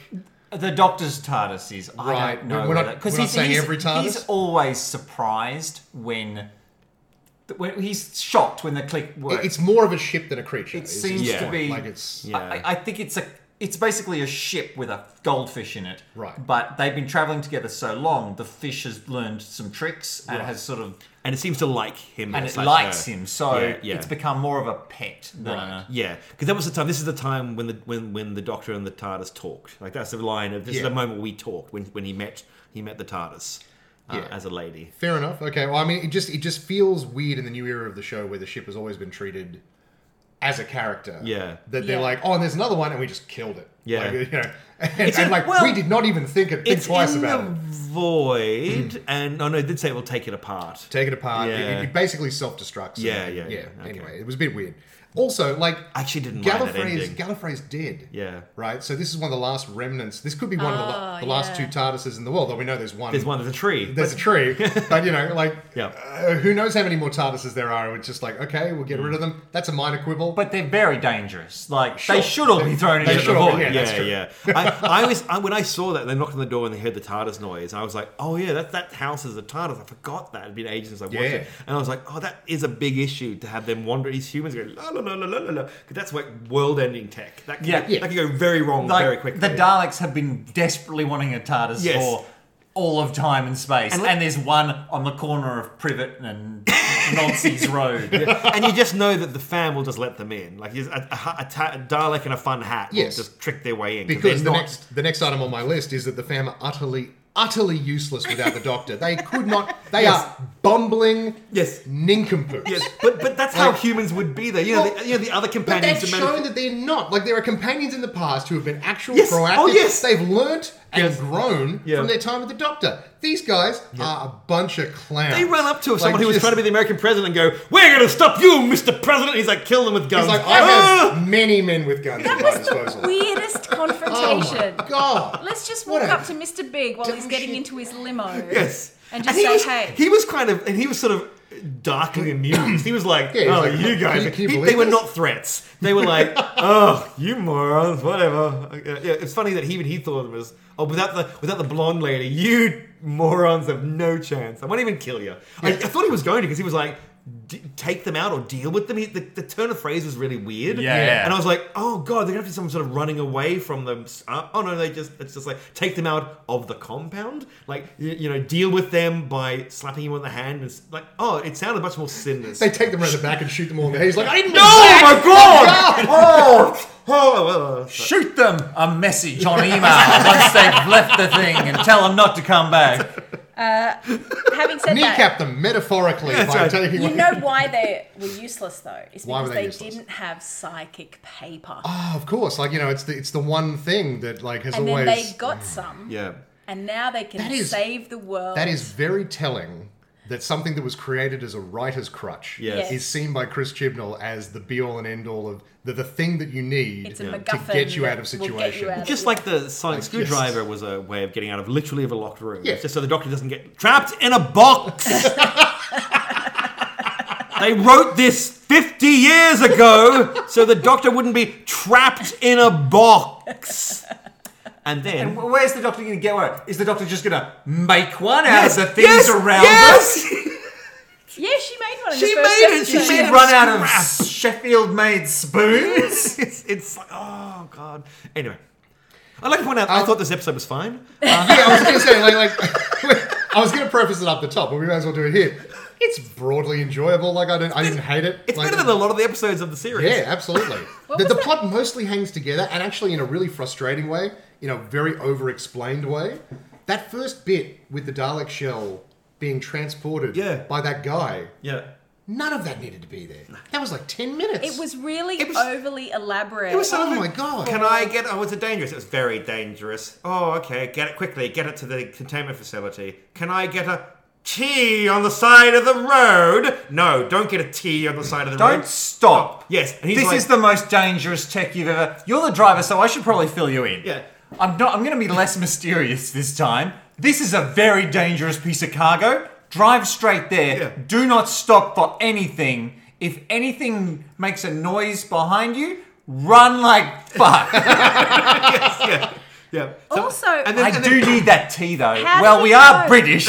[SPEAKER 5] The Doctor's TARDIS is I
[SPEAKER 2] Right.
[SPEAKER 5] don't know
[SPEAKER 2] We're not-
[SPEAKER 5] because
[SPEAKER 2] we're not
[SPEAKER 5] he's,
[SPEAKER 2] saying
[SPEAKER 5] he's,
[SPEAKER 2] every
[SPEAKER 5] he's
[SPEAKER 2] TARDIS.
[SPEAKER 5] always surprised when, when he's shocked when the click works.
[SPEAKER 2] it's more of a ship than a creature.
[SPEAKER 5] it
[SPEAKER 2] is- is
[SPEAKER 5] seems
[SPEAKER 2] the
[SPEAKER 5] to
[SPEAKER 2] point.
[SPEAKER 5] be
[SPEAKER 2] like it's
[SPEAKER 5] I- I, I think it's a it's basically a ship with a goldfish in it.
[SPEAKER 2] Right.
[SPEAKER 5] But they've been traveling together so long, the fish has learned some tricks and has sort of
[SPEAKER 3] and it seems to like him.
[SPEAKER 5] and it
[SPEAKER 3] slash
[SPEAKER 5] likes
[SPEAKER 3] her.
[SPEAKER 5] him. So
[SPEAKER 3] Yeah, yeah.
[SPEAKER 5] it's become more of a pet than a
[SPEAKER 3] Yeah, because that was the time. This is the time when the when, when the Doctor and the TARDIS talked. Like that's the line of this is
[SPEAKER 2] Yeah.
[SPEAKER 3] the moment we talked when when he met he met the TARDIS uh,
[SPEAKER 2] Yeah.
[SPEAKER 3] as a lady.
[SPEAKER 2] Fair enough. Okay. Well, I mean, it just it just feels weird in the new era of the show where the ship has always been treated as a character.
[SPEAKER 3] Yeah.
[SPEAKER 2] That they're
[SPEAKER 1] Yeah.
[SPEAKER 2] like, oh, and there's another one, and we just killed it.
[SPEAKER 3] Yeah.
[SPEAKER 2] Like, you know, <laughs> and,
[SPEAKER 3] in-
[SPEAKER 2] and, like
[SPEAKER 3] well,
[SPEAKER 2] we did not even think it think
[SPEAKER 3] It's
[SPEAKER 2] twice
[SPEAKER 3] in
[SPEAKER 2] about
[SPEAKER 3] the
[SPEAKER 2] it.
[SPEAKER 3] void, and oh no, it did say it will take it apart.
[SPEAKER 2] Take it apart. It-
[SPEAKER 3] Yeah.
[SPEAKER 2] It, it basically self destructs.
[SPEAKER 3] Yeah,
[SPEAKER 2] yeah.
[SPEAKER 3] yeah, yeah. Okay.
[SPEAKER 2] Anyway, it was a bit weird. Also, like
[SPEAKER 3] I actually didn't mind that
[SPEAKER 2] Gallifrey's
[SPEAKER 3] ending.
[SPEAKER 2] Gallifrey's dead.
[SPEAKER 3] Yeah.
[SPEAKER 2] Right. So this is one of the last remnants. This could be one of the, la-
[SPEAKER 1] Oh,
[SPEAKER 2] the last
[SPEAKER 1] yeah.
[SPEAKER 2] two TARDISes in the world. Though we know there's one.
[SPEAKER 3] There's one. There's a tree.
[SPEAKER 2] there's a
[SPEAKER 3] <laughs>
[SPEAKER 2] tree, but you know, like,
[SPEAKER 3] Yeah.
[SPEAKER 2] uh, who knows how many more TARDISes there are? And it's just like, okay, we'll get rid
[SPEAKER 3] Mm.
[SPEAKER 2] of them. That's a minor quibble.
[SPEAKER 5] But they're very dangerous. Like
[SPEAKER 2] Sure.
[SPEAKER 5] they should all be thrown
[SPEAKER 2] They
[SPEAKER 5] into the
[SPEAKER 2] should all be,
[SPEAKER 5] void.
[SPEAKER 2] yeah. that's
[SPEAKER 3] yeah,
[SPEAKER 2] true.
[SPEAKER 3] yeah. I, I was I, when I saw that they knocked on the door and they heard the TARDIS noise. I was like, oh yeah, that that house is a TARDIS. I forgot that. It'd been ages since I watched
[SPEAKER 2] Yeah.
[SPEAKER 3] it, and I was like, oh, that is a big issue to have them wander. These humans go la la la la la la la. 'Cause that's like world-ending tech. That can,
[SPEAKER 5] Yeah.
[SPEAKER 3] that can go very wrong
[SPEAKER 5] Like,
[SPEAKER 3] very quickly.
[SPEAKER 5] The Daleks have been desperately wanting a TARDIS
[SPEAKER 3] Yes.
[SPEAKER 5] for all of time and space,
[SPEAKER 3] And
[SPEAKER 5] and,
[SPEAKER 3] let-
[SPEAKER 5] there's one on the corner of Privet <laughs> and Nancy's Road.
[SPEAKER 3] and you just know that the fan will just let them in. Like just a, a, ha- a, ta- a Dalek in a fun hat will
[SPEAKER 2] Yes.
[SPEAKER 3] just trick their way in
[SPEAKER 2] because the
[SPEAKER 3] they're not-
[SPEAKER 2] next the next item on my list is that the fam are utterly utterly useless without the Doctor. They could
[SPEAKER 3] <laughs>
[SPEAKER 2] not. They
[SPEAKER 3] Yes.
[SPEAKER 2] are bumbling
[SPEAKER 3] Yes.
[SPEAKER 2] nincompoops.
[SPEAKER 3] Yes, but but that's how
[SPEAKER 2] Like-
[SPEAKER 3] humans would be. though. you know,
[SPEAKER 2] Well,
[SPEAKER 3] the, you know the other
[SPEAKER 2] But
[SPEAKER 3] companions.
[SPEAKER 2] they've
[SPEAKER 3] the manif-
[SPEAKER 2] shown that they're not. Like, there are companions in the past who have been actual
[SPEAKER 3] Yes.
[SPEAKER 2] proactive.
[SPEAKER 3] Oh, yes.
[SPEAKER 2] They've learnt and
[SPEAKER 3] Yes.
[SPEAKER 2] grown
[SPEAKER 3] Yeah.
[SPEAKER 2] from their time with the Doctor. These guys are a bunch of clowns.
[SPEAKER 3] They run up to someone who was
[SPEAKER 2] just-
[SPEAKER 3] trying to be the American president and go, "We're going to stop you, Mr. President." He's like, "Kill them with guns."
[SPEAKER 2] He's
[SPEAKER 3] <laughs>
[SPEAKER 2] like, I
[SPEAKER 3] Ah!
[SPEAKER 2] have many men with guns at my disposal.
[SPEAKER 1] Weirdest confrontation.
[SPEAKER 2] Oh my god!
[SPEAKER 1] Let's just
[SPEAKER 2] What
[SPEAKER 1] walk
[SPEAKER 2] a-
[SPEAKER 1] up to Mr. Big while he's
[SPEAKER 2] dumb
[SPEAKER 1] getting
[SPEAKER 2] shit.
[SPEAKER 1] into his limo.
[SPEAKER 3] yes.
[SPEAKER 1] And just
[SPEAKER 3] he
[SPEAKER 1] say,
[SPEAKER 3] was,
[SPEAKER 1] hey.
[SPEAKER 3] He was kind of, and he was sort of darkly amused. He was like,
[SPEAKER 2] Yeah, he
[SPEAKER 3] "Oh,
[SPEAKER 2] was like,
[SPEAKER 3] you
[SPEAKER 2] "Can
[SPEAKER 3] guys,
[SPEAKER 2] you- can you
[SPEAKER 3] He-
[SPEAKER 2] believe
[SPEAKER 3] they were
[SPEAKER 2] this?"
[SPEAKER 3] not threats. They
[SPEAKER 2] <laughs>
[SPEAKER 3] were like, oh, you morons, whatever." Uh, yeah, it's funny that he even he thought of them as, "Oh, without the without the blonde lady, you morons have no chance. I won't even kill you." I, I thought he was going to because he was like. D- take them out or deal with them. He, the, the turn of phrase was really weird.
[SPEAKER 5] Yeah.
[SPEAKER 3] and I was like, "Oh god, they're gonna have to do some sort of running away from them." Uh, oh no, they just—it's just like take them out of the compound, like you, you know, deal with them by slapping you on the hand. And, s- like, oh, it sounded much more sinister.
[SPEAKER 2] They take them around the back and shoot them all in the head. He's like, I didn't
[SPEAKER 3] <laughs> oh my god! <laughs> oh, oh, well, uh,
[SPEAKER 5] Shoot them a message on email once they've left the thing and tell them not to come back.
[SPEAKER 1] Having said that,
[SPEAKER 2] kneecap them metaphorically
[SPEAKER 3] That's
[SPEAKER 2] by
[SPEAKER 3] right.
[SPEAKER 2] taking.
[SPEAKER 1] you know why they were useless though? It's
[SPEAKER 2] Why were
[SPEAKER 1] because
[SPEAKER 2] they
[SPEAKER 1] they,
[SPEAKER 2] useless?
[SPEAKER 1] didn't have psychic paper.
[SPEAKER 2] Oh, of course, like you know, it's the it's the one thing that like has
[SPEAKER 1] and then
[SPEAKER 2] always.
[SPEAKER 1] they got some.
[SPEAKER 3] yeah.
[SPEAKER 1] And now they can
[SPEAKER 2] That is-
[SPEAKER 1] save the world.
[SPEAKER 2] that is very telling. That something that was created as a writer's crutch
[SPEAKER 3] Yes.
[SPEAKER 2] is seen by Chris Chibnall as the be all and end all of the, the thing that you need
[SPEAKER 1] It's a
[SPEAKER 2] to
[SPEAKER 1] MacGuffin
[SPEAKER 2] get you out of
[SPEAKER 1] that will get you
[SPEAKER 2] situation.
[SPEAKER 1] out of-
[SPEAKER 3] Just like the
[SPEAKER 2] Like,
[SPEAKER 3] sonic
[SPEAKER 2] yes.
[SPEAKER 3] screwdriver was a way of getting out of literally of a locked room,
[SPEAKER 2] Yeah.
[SPEAKER 3] just so the doctor doesn't get trapped in a box. they wrote this 50 years ago so the doctor wouldn't be trapped in a box. And then
[SPEAKER 5] And wh- where's the doctor going to get one? Is the doctor just going to make one out of the things
[SPEAKER 3] yes,
[SPEAKER 5] around us?
[SPEAKER 3] yes!
[SPEAKER 1] yeah, she made one. In
[SPEAKER 3] She
[SPEAKER 1] the first
[SPEAKER 3] made it, she
[SPEAKER 1] episode.
[SPEAKER 3] made
[SPEAKER 5] She'd
[SPEAKER 3] it.
[SPEAKER 5] run out of
[SPEAKER 3] Scrap.
[SPEAKER 5] Sheffield-made spoons. <laughs>
[SPEAKER 3] it's, it's like, oh god. Anyway, I'd like to point out I thought this episode was fine.
[SPEAKER 2] yeah, I was going to say, like, like <laughs> I was going to preface it up the top, but we might as well do it here. It's broadly enjoyable. Like, I don't, I didn't hate it.
[SPEAKER 3] It's
[SPEAKER 2] like,
[SPEAKER 3] better than a lot of the episodes of the series.
[SPEAKER 2] Yeah,
[SPEAKER 3] <laughs>
[SPEAKER 2] absolutely. the the plot mostly hangs together, and actually in a really frustrating way, in a very over-explained way. That first bit with the Dalek shell being transported
[SPEAKER 3] Yeah.
[SPEAKER 2] by that guy
[SPEAKER 3] Yeah.
[SPEAKER 2] None of that needed to be there. That was like 10 minutes.
[SPEAKER 1] It was really
[SPEAKER 3] It was-
[SPEAKER 1] overly elaborate.
[SPEAKER 3] It was
[SPEAKER 2] Oh
[SPEAKER 3] sort of
[SPEAKER 2] my
[SPEAKER 3] a-
[SPEAKER 2] God.
[SPEAKER 3] Can I get? Oh, was it dangerous? It was very dangerous. Oh, okay. Get it quickly. Get it to the containment facility. Can I get a T on the side of the road? No, don't get a T on the side of the road.
[SPEAKER 5] Don't stop.
[SPEAKER 3] Yes, and he's
[SPEAKER 5] This
[SPEAKER 3] like-
[SPEAKER 5] is the most dangerous tech you've ever. You're the driver, so I should probably fill you in.
[SPEAKER 3] Yeah.
[SPEAKER 5] I'm not. I'm going to be less mysterious this time. This is a very dangerous piece of cargo. Drive straight there.
[SPEAKER 3] Yeah.
[SPEAKER 5] Do not stop for anything. If anything makes a noise behind you, run
[SPEAKER 3] <laughs>
[SPEAKER 5] like fuck.
[SPEAKER 3] <laughs> yeah, yeah. So-
[SPEAKER 1] also,
[SPEAKER 3] and then-
[SPEAKER 5] I do
[SPEAKER 3] <laughs>
[SPEAKER 5] need that tea though.
[SPEAKER 1] How
[SPEAKER 5] Well,
[SPEAKER 1] did
[SPEAKER 5] we
[SPEAKER 1] he
[SPEAKER 5] are
[SPEAKER 1] know?
[SPEAKER 5] British.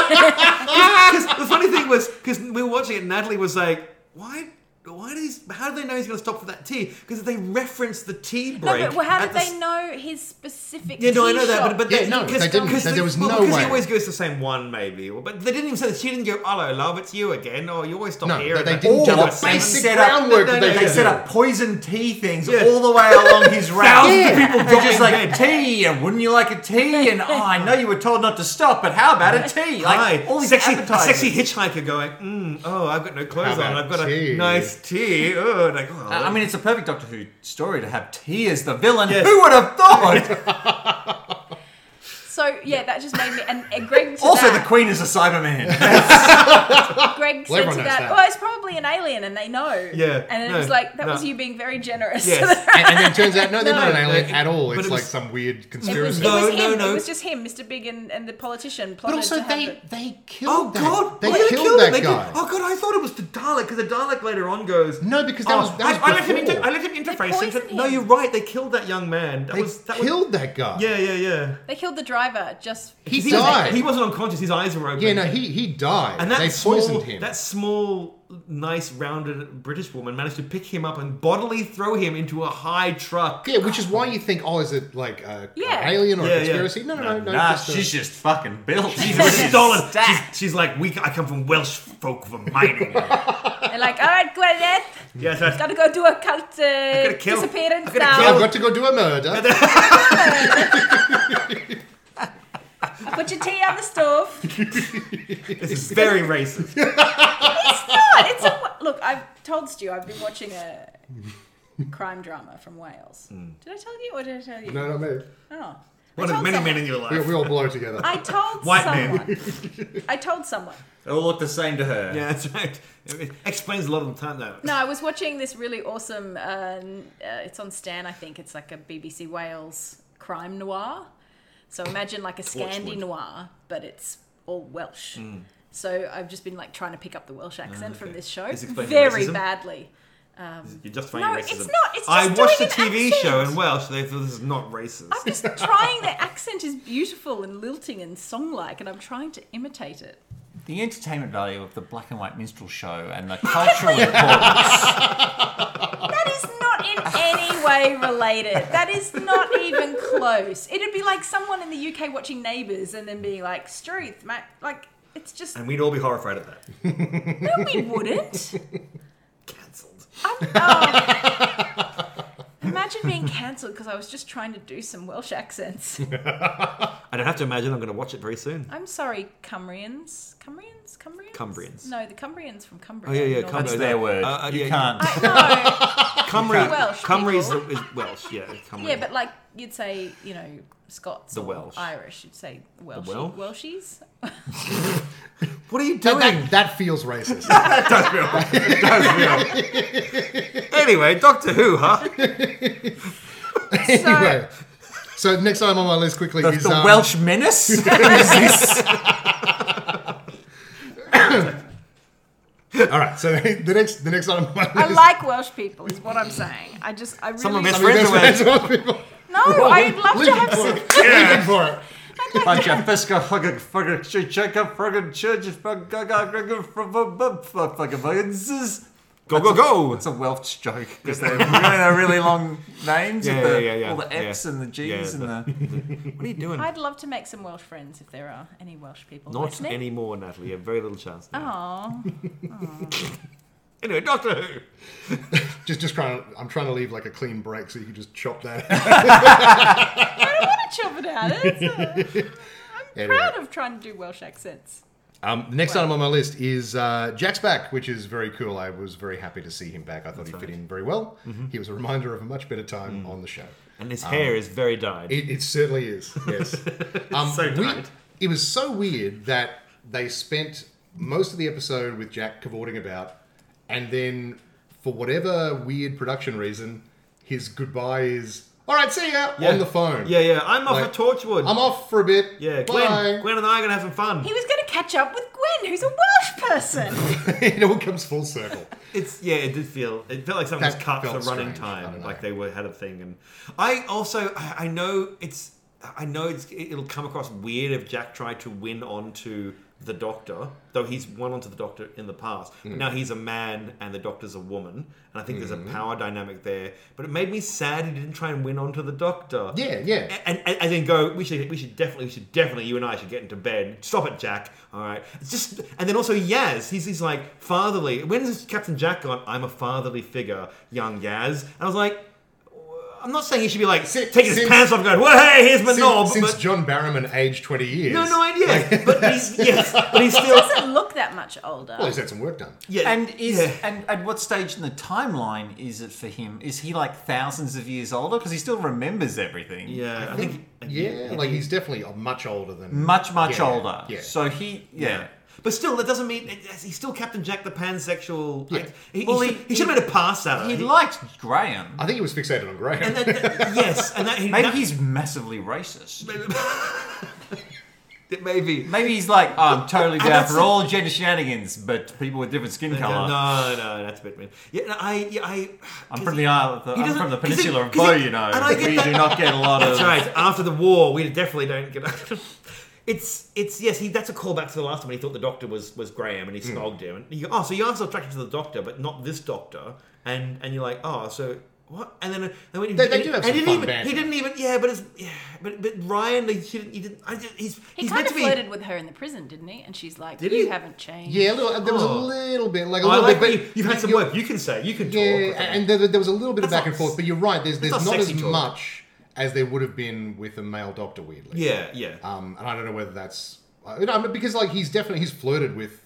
[SPEAKER 3] Because the funny thing was, because we were watching it, and Natalie was like, "Why? Why do these? How do they know he's going to stop for that tea? Because they reference the tea
[SPEAKER 1] no,
[SPEAKER 3] break.
[SPEAKER 1] but well, how
[SPEAKER 3] at
[SPEAKER 1] did
[SPEAKER 3] the
[SPEAKER 1] they
[SPEAKER 3] s-
[SPEAKER 1] know his specific?
[SPEAKER 3] Yeah, no, I
[SPEAKER 1] tea
[SPEAKER 3] know that,
[SPEAKER 1] shop?
[SPEAKER 3] but, but
[SPEAKER 2] Yeah,
[SPEAKER 3] they,
[SPEAKER 2] no,
[SPEAKER 3] because,
[SPEAKER 2] they didn't.
[SPEAKER 3] Because
[SPEAKER 2] There- there was
[SPEAKER 3] well,
[SPEAKER 2] no
[SPEAKER 3] because
[SPEAKER 2] way.
[SPEAKER 3] he always goes to the same one, maybe. Well, But they didn't even say that. She didn't go, "Hello, love, it's you again." Or you always stop
[SPEAKER 2] No,
[SPEAKER 3] here.
[SPEAKER 2] they-
[SPEAKER 3] and
[SPEAKER 2] they
[SPEAKER 3] that-
[SPEAKER 2] didn't
[SPEAKER 3] Oh,
[SPEAKER 2] do
[SPEAKER 3] the
[SPEAKER 2] that. They
[SPEAKER 3] basic-
[SPEAKER 5] set up-
[SPEAKER 2] groundwork
[SPEAKER 3] no, no,
[SPEAKER 2] that they
[SPEAKER 3] no,
[SPEAKER 5] They
[SPEAKER 2] could
[SPEAKER 5] set
[SPEAKER 2] do.
[SPEAKER 5] up poison tea things
[SPEAKER 3] Yeah.
[SPEAKER 5] all the way
[SPEAKER 3] <laughs>
[SPEAKER 5] along his route.
[SPEAKER 3] Thousands
[SPEAKER 2] of Yeah. people
[SPEAKER 5] They're just like tea, and wouldn't you like a tea? And oh, I know you were told not to stop, but how about a tea? Like
[SPEAKER 3] Hi,
[SPEAKER 5] all these
[SPEAKER 3] sexy, a
[SPEAKER 5] appetizers.
[SPEAKER 3] sexy hitchhiker going. Mm, oh, I've got no clothes
[SPEAKER 2] about
[SPEAKER 3] on. I've got
[SPEAKER 2] tea?"
[SPEAKER 3] a nice tea. Oh, like, oh,
[SPEAKER 5] Uh, I I mean, it's a perfect Doctor Who story to have tea as the villain.
[SPEAKER 3] Yes.
[SPEAKER 5] Who would have thought?
[SPEAKER 3] <laughs>
[SPEAKER 1] so yeah, that just made me. And, and Greg to
[SPEAKER 5] also, the
[SPEAKER 1] that,
[SPEAKER 5] Queen is
[SPEAKER 3] <laughs>
[SPEAKER 5] a Cyberman.
[SPEAKER 1] Greg said
[SPEAKER 2] Well,
[SPEAKER 1] to
[SPEAKER 2] everyone knows
[SPEAKER 1] that,
[SPEAKER 2] that.
[SPEAKER 1] Well, it's probably an alien, and they know.
[SPEAKER 3] Yeah,
[SPEAKER 1] and it
[SPEAKER 3] no,
[SPEAKER 1] was like that
[SPEAKER 3] no.
[SPEAKER 1] was you being very generous.
[SPEAKER 3] <laughs>
[SPEAKER 2] <laughs>
[SPEAKER 3] Yes.
[SPEAKER 2] and, and then it turns out, no, they're
[SPEAKER 3] <laughs> No,
[SPEAKER 2] not an alien
[SPEAKER 3] they-
[SPEAKER 2] at all.
[SPEAKER 3] but
[SPEAKER 2] It's
[SPEAKER 3] it
[SPEAKER 2] like
[SPEAKER 3] was-
[SPEAKER 2] some
[SPEAKER 1] <laughs>
[SPEAKER 2] weird
[SPEAKER 1] It was,
[SPEAKER 2] conspiracy.
[SPEAKER 1] it was
[SPEAKER 3] No, no,
[SPEAKER 1] him.
[SPEAKER 3] no.
[SPEAKER 1] It was just him, Mr. Big, and, and the politician
[SPEAKER 2] but
[SPEAKER 1] plotted
[SPEAKER 2] also,
[SPEAKER 1] to have
[SPEAKER 2] they,
[SPEAKER 1] it.
[SPEAKER 2] they
[SPEAKER 3] Oh
[SPEAKER 2] killed that.
[SPEAKER 3] god!
[SPEAKER 2] They
[SPEAKER 3] why did
[SPEAKER 2] killed
[SPEAKER 3] kill him?
[SPEAKER 2] that
[SPEAKER 3] They did-
[SPEAKER 2] guy.
[SPEAKER 3] Oh god! I thought it was the Dalek because the Dalek later on goes.
[SPEAKER 2] No, because that
[SPEAKER 3] "Oh,
[SPEAKER 2] was- that was
[SPEAKER 3] I, I left him.
[SPEAKER 2] before.
[SPEAKER 3] Inter- I left him interfacing.
[SPEAKER 1] poisoned
[SPEAKER 3] No,
[SPEAKER 1] him.
[SPEAKER 3] you're right. They killed that young man. That
[SPEAKER 2] They
[SPEAKER 3] was that Was,
[SPEAKER 2] killed that guy.
[SPEAKER 3] yeah, yeah, yeah.
[SPEAKER 1] They killed the driver just.
[SPEAKER 2] He
[SPEAKER 3] He,
[SPEAKER 2] died.
[SPEAKER 3] Was, he wasn't unconscious. His eyes were open.
[SPEAKER 2] Yeah, no, he, he died.
[SPEAKER 3] And that
[SPEAKER 2] they
[SPEAKER 3] small,
[SPEAKER 2] poisoned him.
[SPEAKER 3] That small, nice, rounded British woman managed to pick him up and bodily throw him into a high truck.
[SPEAKER 2] Yeah, which is why you think, oh, is it like a,
[SPEAKER 1] Yeah.
[SPEAKER 2] an alien or a
[SPEAKER 3] Yeah, yeah.
[SPEAKER 2] conspiracy? No, no, no, no.
[SPEAKER 5] nah,
[SPEAKER 2] just uh, a-
[SPEAKER 5] she's just fucking built.
[SPEAKER 3] She's
[SPEAKER 5] She's
[SPEAKER 3] stolen. She's,
[SPEAKER 5] stacked.
[SPEAKER 3] she's like, we. I come from Welsh folk for
[SPEAKER 2] <laughs>
[SPEAKER 3] mining.
[SPEAKER 1] They're like, all right, Gwyneth,
[SPEAKER 3] yes, that's
[SPEAKER 1] gotta go do a cult uh,
[SPEAKER 3] gotta kill-
[SPEAKER 1] disappearance
[SPEAKER 3] I gotta
[SPEAKER 1] now.
[SPEAKER 2] I've got to go do a murder.
[SPEAKER 1] Put your tea on the
[SPEAKER 3] <laughs>
[SPEAKER 1] stove.
[SPEAKER 3] this is very racist.
[SPEAKER 2] <laughs>
[SPEAKER 1] It's not. It's a look. I've told Stu I've been watching a crime drama from Wales.
[SPEAKER 3] Hmm.
[SPEAKER 1] Did I tell you or did I tell you?
[SPEAKER 2] No, not me.
[SPEAKER 1] Oh.
[SPEAKER 3] One
[SPEAKER 1] I
[SPEAKER 3] of
[SPEAKER 1] told
[SPEAKER 3] many
[SPEAKER 1] someone-
[SPEAKER 3] men in your
[SPEAKER 2] We,
[SPEAKER 3] life.
[SPEAKER 2] we all blow together.
[SPEAKER 1] I told
[SPEAKER 3] White man.
[SPEAKER 1] someone.
[SPEAKER 3] <laughs>
[SPEAKER 1] I told someone.
[SPEAKER 5] It all looked the same to her.
[SPEAKER 3] Yeah, that's right. It explains a lot of the time though.
[SPEAKER 1] No, I was watching this really awesome. Uh, n- uh, it's on Stan, I think. It's like a BBC Wales crime noir. So imagine like a Scandi noir, but it's all Welsh. So I've just been like trying to pick up the Welsh accent from
[SPEAKER 3] Hmm. Ah, okay.
[SPEAKER 1] this show
[SPEAKER 3] This explains
[SPEAKER 1] very
[SPEAKER 3] racism?
[SPEAKER 1] badly.
[SPEAKER 3] You're justifying
[SPEAKER 1] No,
[SPEAKER 3] your racism.
[SPEAKER 1] it's not. It's
[SPEAKER 3] I
[SPEAKER 1] just
[SPEAKER 3] watched a
[SPEAKER 1] doing an
[SPEAKER 3] TV
[SPEAKER 1] accent.
[SPEAKER 3] show in Welsh. They thought this is not racist.
[SPEAKER 1] I'm just trying. Their accent is beautiful and lilting and song-like, and I'm trying to imitate it.
[SPEAKER 5] The entertainment value of the black and white minstrel show and the cultural <laughs> importance.
[SPEAKER 1] That is not in any way related. That is not even close. It'd be like someone in the UK watching Neighbours and then being like, "Struth, mate," like it's just
[SPEAKER 3] and we'd all be horrified at that.
[SPEAKER 1] no, we wouldn't.
[SPEAKER 3] Cancelled.
[SPEAKER 1] I'm, oh. Imagine being cancelled because I was just trying to do some Welsh accents.
[SPEAKER 3] I don't have to imagine. I'm going to watch it very soon.
[SPEAKER 1] I'm sorry, Cumbrians, Cumbrians, Cumbrians,
[SPEAKER 3] Cumbrians.
[SPEAKER 1] No, the Cumbrians from Cumbria.
[SPEAKER 3] Oh, yeah, yeah,
[SPEAKER 1] Northern-
[SPEAKER 3] Cumbria.
[SPEAKER 5] That's their word.
[SPEAKER 3] Uh, uh,
[SPEAKER 5] you
[SPEAKER 3] yeah,
[SPEAKER 5] can't.
[SPEAKER 1] I, no.
[SPEAKER 3] Cymru,
[SPEAKER 1] Welsh
[SPEAKER 3] Cymru is,
[SPEAKER 1] people.
[SPEAKER 3] is Welsh. Yeah, Cymru.
[SPEAKER 1] Yeah, but like you'd say, you know, Scots,
[SPEAKER 3] The
[SPEAKER 1] or
[SPEAKER 3] Welsh.
[SPEAKER 1] Irish, you'd say Welsh,
[SPEAKER 3] Welsh?
[SPEAKER 1] Welshies.
[SPEAKER 3] <laughs> what are you
[SPEAKER 2] that,
[SPEAKER 3] doing?
[SPEAKER 2] that, that
[SPEAKER 1] <laughs>
[SPEAKER 2] feels racist.
[SPEAKER 3] anyway, Doctor Who, huh?
[SPEAKER 2] anyway, so next item on my list quickly
[SPEAKER 5] The,
[SPEAKER 2] is
[SPEAKER 5] the
[SPEAKER 2] um,
[SPEAKER 5] Welsh
[SPEAKER 3] <laughs>
[SPEAKER 5] menace? Who is this?
[SPEAKER 2] All right, so <laughs> the next the next item on my list.
[SPEAKER 1] I like Welsh people, is what I'm saying. I just, I really.
[SPEAKER 3] Someone missed
[SPEAKER 2] I mean,
[SPEAKER 3] Friends
[SPEAKER 2] that's
[SPEAKER 3] are
[SPEAKER 2] what- that's what people.
[SPEAKER 1] no, I'd love to
[SPEAKER 2] Lincoln
[SPEAKER 1] have
[SPEAKER 2] for <laughs>
[SPEAKER 1] some.
[SPEAKER 2] it. Lincoln for it.
[SPEAKER 5] Bunch of fiscal fucking fucking shit, check up fucking church fucking fucking fucking fucking zzzz.
[SPEAKER 3] Go go go!
[SPEAKER 5] It's a Welsh
[SPEAKER 3] <laughs>
[SPEAKER 5] joke because <laughs> they're really, they're really long names
[SPEAKER 3] Yeah,
[SPEAKER 5] with the,
[SPEAKER 3] yeah, yeah,
[SPEAKER 5] all the
[SPEAKER 3] yeah.
[SPEAKER 5] F's and the G's
[SPEAKER 3] Yeah,
[SPEAKER 5] and the.
[SPEAKER 3] <laughs> What are you doing?
[SPEAKER 1] I'd love to make some Welsh friends if there are any Welsh people.
[SPEAKER 3] Not
[SPEAKER 1] listening.
[SPEAKER 3] anymore, Natalie. You have very little chance. now.
[SPEAKER 1] Aw.
[SPEAKER 3] Oh. Anyway, Doctor Who.
[SPEAKER 2] Just just trying. To, I'm trying to leave like a clean break so you can just chop that. out.
[SPEAKER 1] I don't want to chop it out. It's, uh, I'm
[SPEAKER 3] <laughs>
[SPEAKER 2] Anyway.
[SPEAKER 1] proud of trying to do Welsh accents.
[SPEAKER 2] Um, the next item on my list is uh, Jack's back, which is very cool. I was very happy to see him back. I thought he fit in very well.
[SPEAKER 3] Mm-hmm.
[SPEAKER 2] He was a reminder of a much better
[SPEAKER 3] Mm.
[SPEAKER 2] time on the show.
[SPEAKER 6] And his hair is very dyed.
[SPEAKER 2] It, it certainly
[SPEAKER 3] <laughs>
[SPEAKER 2] is. Yes. Um,
[SPEAKER 3] so
[SPEAKER 2] we-
[SPEAKER 3] tight.
[SPEAKER 2] It was so weird that they spent most of the episode with Jack cavorting about, and then for whatever weird production reason, his goodbye is "All right, see ya" on the phone.
[SPEAKER 3] Yeah, yeah. I'm off
[SPEAKER 2] Like,
[SPEAKER 3] at Torchwood.
[SPEAKER 2] I'm off for a bit.
[SPEAKER 3] yeah, Gwen,
[SPEAKER 2] Bye.
[SPEAKER 3] Gwen and I are gonna have some fun.
[SPEAKER 1] He was going to catch up with Gwen, who's a Welsh person.
[SPEAKER 2] <laughs> it all comes full circle.
[SPEAKER 3] It's yeah, it did feel it felt like something
[SPEAKER 2] That
[SPEAKER 3] was cut for
[SPEAKER 2] felt
[SPEAKER 3] running
[SPEAKER 2] strange. I
[SPEAKER 3] time,
[SPEAKER 2] don't
[SPEAKER 3] like
[SPEAKER 2] know.
[SPEAKER 3] they were had a thing. And I also I, I know it's I know it's it'll come across weird if Jack tried to win onto the Doctor, though he's won onto the Doctor in the past.
[SPEAKER 2] Hmm.
[SPEAKER 3] But now he's a man and the Doctor's a woman, and I think there's a power dynamic there. But it made me sad he didn't try and win onto the Doctor.
[SPEAKER 2] Yeah, yeah.
[SPEAKER 3] And, and, and then go. We should. We should definitely. We should definitely. You and I should get into bed. Stop it, Jack. All right. It's just. And then also Yaz. He's, he's like fatherly. When is Captain Jack gone? I'm a fatherly figure, young Yaz. And I was like, I'm not saying he should be like
[SPEAKER 2] Si-
[SPEAKER 3] taking his
[SPEAKER 2] since-
[SPEAKER 3] pants off, and going, "Well, hey, here's my
[SPEAKER 2] Since,
[SPEAKER 3] knob."
[SPEAKER 2] since
[SPEAKER 3] but,
[SPEAKER 2] John Barrowman aged 20 years,
[SPEAKER 3] no, no idea. <laughs> but he's yes, but he's still.
[SPEAKER 1] doesn't look that much older.
[SPEAKER 2] well, he's had some work done.
[SPEAKER 3] Yeah,
[SPEAKER 5] And is
[SPEAKER 3] yeah.
[SPEAKER 5] and at what stage in the timeline is it for him? Is he like thousands of years older because he still remembers everything?
[SPEAKER 3] yeah, I, think.
[SPEAKER 2] Yeah, like he's definitely much older than
[SPEAKER 5] much much
[SPEAKER 2] Yeah,
[SPEAKER 5] older.
[SPEAKER 2] Yeah.
[SPEAKER 5] So he yeah.
[SPEAKER 3] But still, that doesn't mean he's still Captain Jack the pansexual.
[SPEAKER 2] Yeah.
[SPEAKER 3] like, he,
[SPEAKER 5] Well,
[SPEAKER 3] he,
[SPEAKER 5] he-
[SPEAKER 3] should, he should have made a pass at
[SPEAKER 5] He
[SPEAKER 3] it.
[SPEAKER 5] liked Graham.
[SPEAKER 2] I think he was fixated on Graham.
[SPEAKER 3] and that, that- <laughs> yes, and that he,
[SPEAKER 5] Maybe
[SPEAKER 3] that-
[SPEAKER 5] he's massively racist.
[SPEAKER 3] maybe
[SPEAKER 5] Maybe he's like, oh, I'm totally down
[SPEAKER 3] that's-
[SPEAKER 5] for all gender shenanigans, but people with different skin
[SPEAKER 3] No,
[SPEAKER 5] color.
[SPEAKER 3] no, no, that's a bit mean. Yeah, no, I, yeah, I.
[SPEAKER 5] I'm from the Isle of the,
[SPEAKER 3] he
[SPEAKER 5] I'm
[SPEAKER 3] doesn't-
[SPEAKER 5] from the
[SPEAKER 3] 'cause he-
[SPEAKER 5] peninsula of
[SPEAKER 3] 'cause
[SPEAKER 5] Bow,
[SPEAKER 3] he-
[SPEAKER 5] you know.
[SPEAKER 3] and I get
[SPEAKER 5] we
[SPEAKER 3] that-
[SPEAKER 5] do not get a lot of
[SPEAKER 3] That's right. After the war, we definitely don't get. <laughs> It's it's yes. He that's a callback to the last time when he thought the doctor was was Graham and he snogged him. And you go, oh, so you are still attracted to the doctor, but not this doctor. And and you're like, oh, so. What? And then, and when he,
[SPEAKER 2] They- they do have
[SPEAKER 3] and
[SPEAKER 2] some
[SPEAKER 3] he didn't
[SPEAKER 2] fun
[SPEAKER 3] even,
[SPEAKER 2] banter.
[SPEAKER 3] He didn't even. Yeah, but it's. Yeah, but but Ryan, he didn't. He didn't I just, he's
[SPEAKER 1] He
[SPEAKER 3] he's
[SPEAKER 1] kind
[SPEAKER 3] meant
[SPEAKER 1] of
[SPEAKER 3] to be.
[SPEAKER 1] flirted with her in the prison, didn't he? And she's like,
[SPEAKER 3] Did
[SPEAKER 1] "You
[SPEAKER 3] he?
[SPEAKER 1] haven't changed."
[SPEAKER 2] yeah, a little, there was
[SPEAKER 3] Oh.
[SPEAKER 2] a little bit like a
[SPEAKER 3] Oh, I
[SPEAKER 2] little
[SPEAKER 3] like
[SPEAKER 2] bit.
[SPEAKER 3] you, you've had some
[SPEAKER 2] you're-
[SPEAKER 3] work. You can say. You can talk.
[SPEAKER 2] Yeah,
[SPEAKER 3] or something.
[SPEAKER 2] and there, there was a little bit of
[SPEAKER 3] That's
[SPEAKER 2] back and
[SPEAKER 3] not-
[SPEAKER 2] forth, but you're right. There's there's
[SPEAKER 3] that's not
[SPEAKER 2] not as
[SPEAKER 3] sexy talk.
[SPEAKER 2] much as there would have been with a male doctor, weirdly.
[SPEAKER 3] yeah, yeah.
[SPEAKER 2] Um, and I don't know whether that's I mean, I mean, because like he's definitely he's flirted with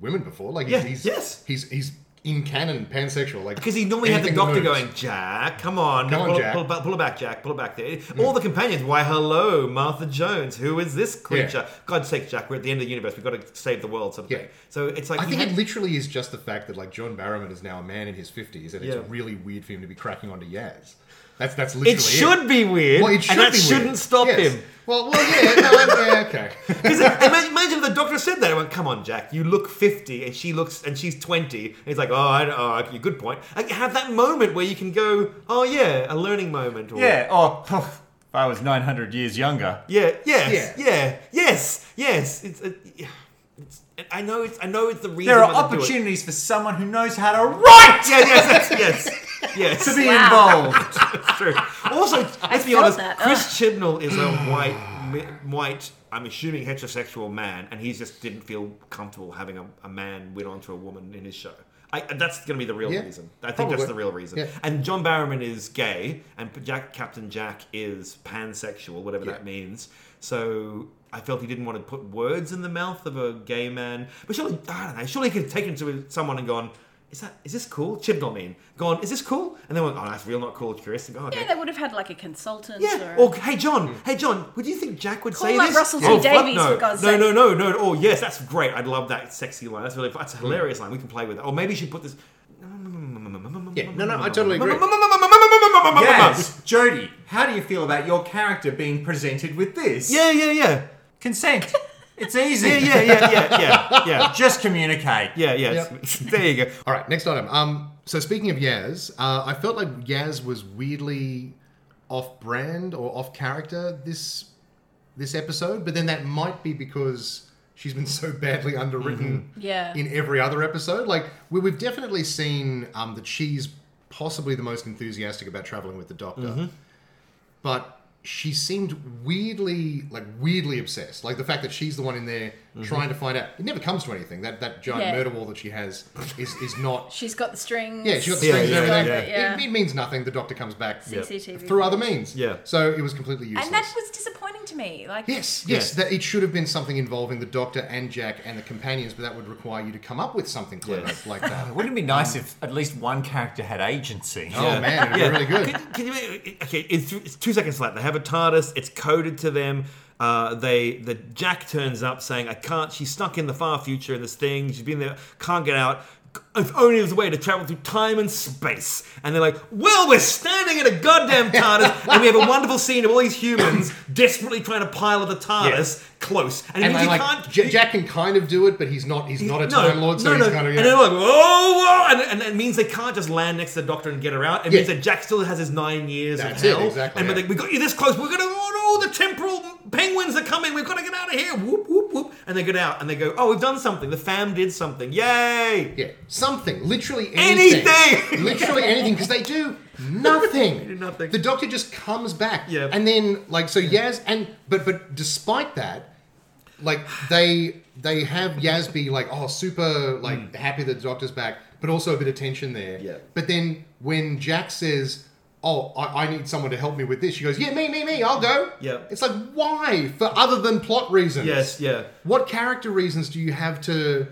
[SPEAKER 2] women before. Like
[SPEAKER 3] Yeah,
[SPEAKER 2] he's, he's
[SPEAKER 3] yes.
[SPEAKER 2] he's he's in canon pansexual. Like
[SPEAKER 3] Because he normally had the
[SPEAKER 2] anything
[SPEAKER 3] doctor
[SPEAKER 2] moves.
[SPEAKER 3] going, Jack, come on,
[SPEAKER 2] Come on,
[SPEAKER 3] pull,
[SPEAKER 2] Jack." Mm.
[SPEAKER 3] Pull, ba- pull it back, Jack, pull it back there. All the companions, why, hello, Martha Jones, who is this creature? God's sake, Jack, we're at the end of the universe, we've got to save the world, sort of
[SPEAKER 2] Yeah.
[SPEAKER 3] thing. So it's like,
[SPEAKER 2] I
[SPEAKER 3] he
[SPEAKER 2] think
[SPEAKER 3] had-
[SPEAKER 2] it literally is just the fact that like John Barrowman is now a man in his fifties, and
[SPEAKER 3] Yeah.
[SPEAKER 2] it's really weird for him to be cracking onto Yaz. That's that's literally
[SPEAKER 3] it should be weird,
[SPEAKER 2] Well, it should
[SPEAKER 3] and that
[SPEAKER 2] be weird.
[SPEAKER 3] shouldn't stop
[SPEAKER 2] Yes.
[SPEAKER 3] him.
[SPEAKER 2] Well, well, yeah, no, yeah, okay. <laughs>
[SPEAKER 3] Because imagine, imagine if the doctor said that. I went, "Come on, Jack. You look 50, and she looks, and she's 20." And he's like, "Oh, I, oh, okay, good point." Like, have that moment where you can go, "Oh yeah, a learning moment." Or,
[SPEAKER 5] Yeah, oh, <laughs> phew, if I was 900 years younger.
[SPEAKER 3] Yeah, yes, yeah,
[SPEAKER 2] Yeah.
[SPEAKER 3] yes, yes. It's, uh, yeah, it's and I know it's I know it's the reason.
[SPEAKER 5] There are
[SPEAKER 3] why they do it.
[SPEAKER 5] opportunities for someone who knows how to write
[SPEAKER 3] Yeah, yes, yes, yes, yes.
[SPEAKER 5] to be
[SPEAKER 1] Wow.
[SPEAKER 5] involved.
[SPEAKER 3] <laughs> That's true. Also, let's be
[SPEAKER 1] felt
[SPEAKER 3] honest.
[SPEAKER 1] that.
[SPEAKER 3] Chris Chibnall is a white, mi- white. I'm assuming heterosexual man, and he just didn't feel comfortable having a, a man win onto a woman in his show. I, and that's going to be the real
[SPEAKER 2] Yeah,
[SPEAKER 3] reason. I think
[SPEAKER 2] probably.
[SPEAKER 3] that's the real reason.
[SPEAKER 2] Yeah.
[SPEAKER 3] And John Barrowman is gay, and Jack Captain Jack is pansexual, whatever
[SPEAKER 2] Yeah.
[SPEAKER 3] that means. So I felt he didn't want to put words in the mouth of a gay man. But surely, I don't know. Surely he could have taken to someone and gone. Is that is this cool? Chibnall mean gone. Is this cool? And they went, oh, that's real not cool. Curious. And go, okay.
[SPEAKER 1] Yeah, they would have had like a consultant.
[SPEAKER 3] Yeah.
[SPEAKER 1] Or,
[SPEAKER 3] Or hey John, hey John, would you think Jack would
[SPEAKER 1] Call
[SPEAKER 3] say
[SPEAKER 1] my
[SPEAKER 3] this?
[SPEAKER 1] Russell T.
[SPEAKER 3] oh, fuck
[SPEAKER 1] Davies,
[SPEAKER 3] no.
[SPEAKER 1] for God's
[SPEAKER 3] no,
[SPEAKER 1] sake.
[SPEAKER 3] no, no, no, no. Oh yes, that's great. I'd love that sexy line. That's really that's a hilarious line. We can play with it. Or maybe you should put this.
[SPEAKER 2] Yeah, no, no, I totally agree.
[SPEAKER 5] Yes, Jody, how do you feel about your character being presented with this?
[SPEAKER 3] <laughs> Yeah, yeah, yeah,
[SPEAKER 5] Consent. It's
[SPEAKER 3] <laughs>
[SPEAKER 5] easy.
[SPEAKER 3] yeah, yeah, yeah, yeah, yeah, yeah.
[SPEAKER 5] Just communicate.
[SPEAKER 3] Yeah, yeah. it's- <laughs> There you go.
[SPEAKER 2] All right, next item. Um, so speaking of Yaz, uh, I felt like Yaz was weirdly off-brand or off-character this this episode, but then that might be because she's been so badly
[SPEAKER 3] Mm-hmm.
[SPEAKER 2] underwritten
[SPEAKER 1] Yeah.
[SPEAKER 2] in every other episode. Like we, we've definitely seen
[SPEAKER 3] Mm-hmm.
[SPEAKER 2] um, that she's possibly the most enthusiastic about traveling with the Doctor, but she seemed weirdly like weirdly obsessed. Like the fact that she's the one in there
[SPEAKER 3] Mm-hmm.
[SPEAKER 2] trying to find out. It never comes to anything. That that giant
[SPEAKER 1] Yeah.
[SPEAKER 2] murder wall that she has is is
[SPEAKER 1] <laughs>
[SPEAKER 2] not.
[SPEAKER 1] She's got the strings.
[SPEAKER 2] Yeah, she got the
[SPEAKER 3] Yeah,
[SPEAKER 2] strings
[SPEAKER 3] yeah,
[SPEAKER 2] and everything.
[SPEAKER 1] yeah, yeah.
[SPEAKER 2] It, it means nothing. The doctor comes back
[SPEAKER 1] CCTV.
[SPEAKER 2] through other means.
[SPEAKER 3] Yeah.
[SPEAKER 2] So it was completely useless.
[SPEAKER 1] And that was disappointing to me. Like,
[SPEAKER 2] Yes, yes. That it should have been something involving the Doctor and Jack and the companions, but that would require you to come up with something clever like that.
[SPEAKER 5] Wouldn't it be nice if at least one character had agency?
[SPEAKER 2] Oh man, it'd be really good.
[SPEAKER 3] Can, can you? Okay, it's, th- it's two seconds left. They have a TARDIS. It's coded to them. Uh, they the Jack turns up saying, "I can't." She's stuck in the far future in this thing. She's been there, can't get out. If only there was a way to travel through time and space. And they're like, "Well, we're standing in a
[SPEAKER 2] <laughs>
[SPEAKER 3] goddamn TARDIS, and we have a wonderful scene of all these humans desperately trying to pilot the TARDIS close." <laughs> And,
[SPEAKER 2] And
[SPEAKER 3] you
[SPEAKER 2] then, like
[SPEAKER 3] can't.
[SPEAKER 2] J- Jack can kind of do it, but he's not. He's not a time lord, so he's kind of.
[SPEAKER 3] And they're
[SPEAKER 2] Yeah.
[SPEAKER 3] like, oh, and, and it means they can't just land next to the doctor and get her out. It
[SPEAKER 2] Yeah.
[SPEAKER 3] means that Jack still has his nine years
[SPEAKER 2] That's
[SPEAKER 3] of
[SPEAKER 2] it,
[SPEAKER 3] hell.
[SPEAKER 2] exactly,
[SPEAKER 3] And
[SPEAKER 2] yeah.
[SPEAKER 3] but they, we got you this close. We're gonna. Oh no, the temporal penguins are coming. We've got to get out of here. Whoop whoop whoop. And they get out and they go, oh, we've done something. The fam did something. Yay!
[SPEAKER 2] yeah, something. Literally anything. <laughs>
[SPEAKER 3] Anything!
[SPEAKER 2] literally anything, because they do nothing.
[SPEAKER 3] <laughs> They do nothing.
[SPEAKER 2] The Doctor just comes back.
[SPEAKER 3] Yeah.
[SPEAKER 2] And then, like, so Yaz and but but despite that, like they they have Yaz be like, oh, super like happy that the doctor's back, but also a bit of tension there.
[SPEAKER 3] Hmm. Yeah.
[SPEAKER 2] But then when Jack says, "Oh, I, I need someone to help me with this," she goes, "Yeah, me, me, me, I'll go."
[SPEAKER 3] Yeah.
[SPEAKER 2] It's like why for other than plot reasons?
[SPEAKER 3] Yes, yeah.
[SPEAKER 2] What character reasons do you have to?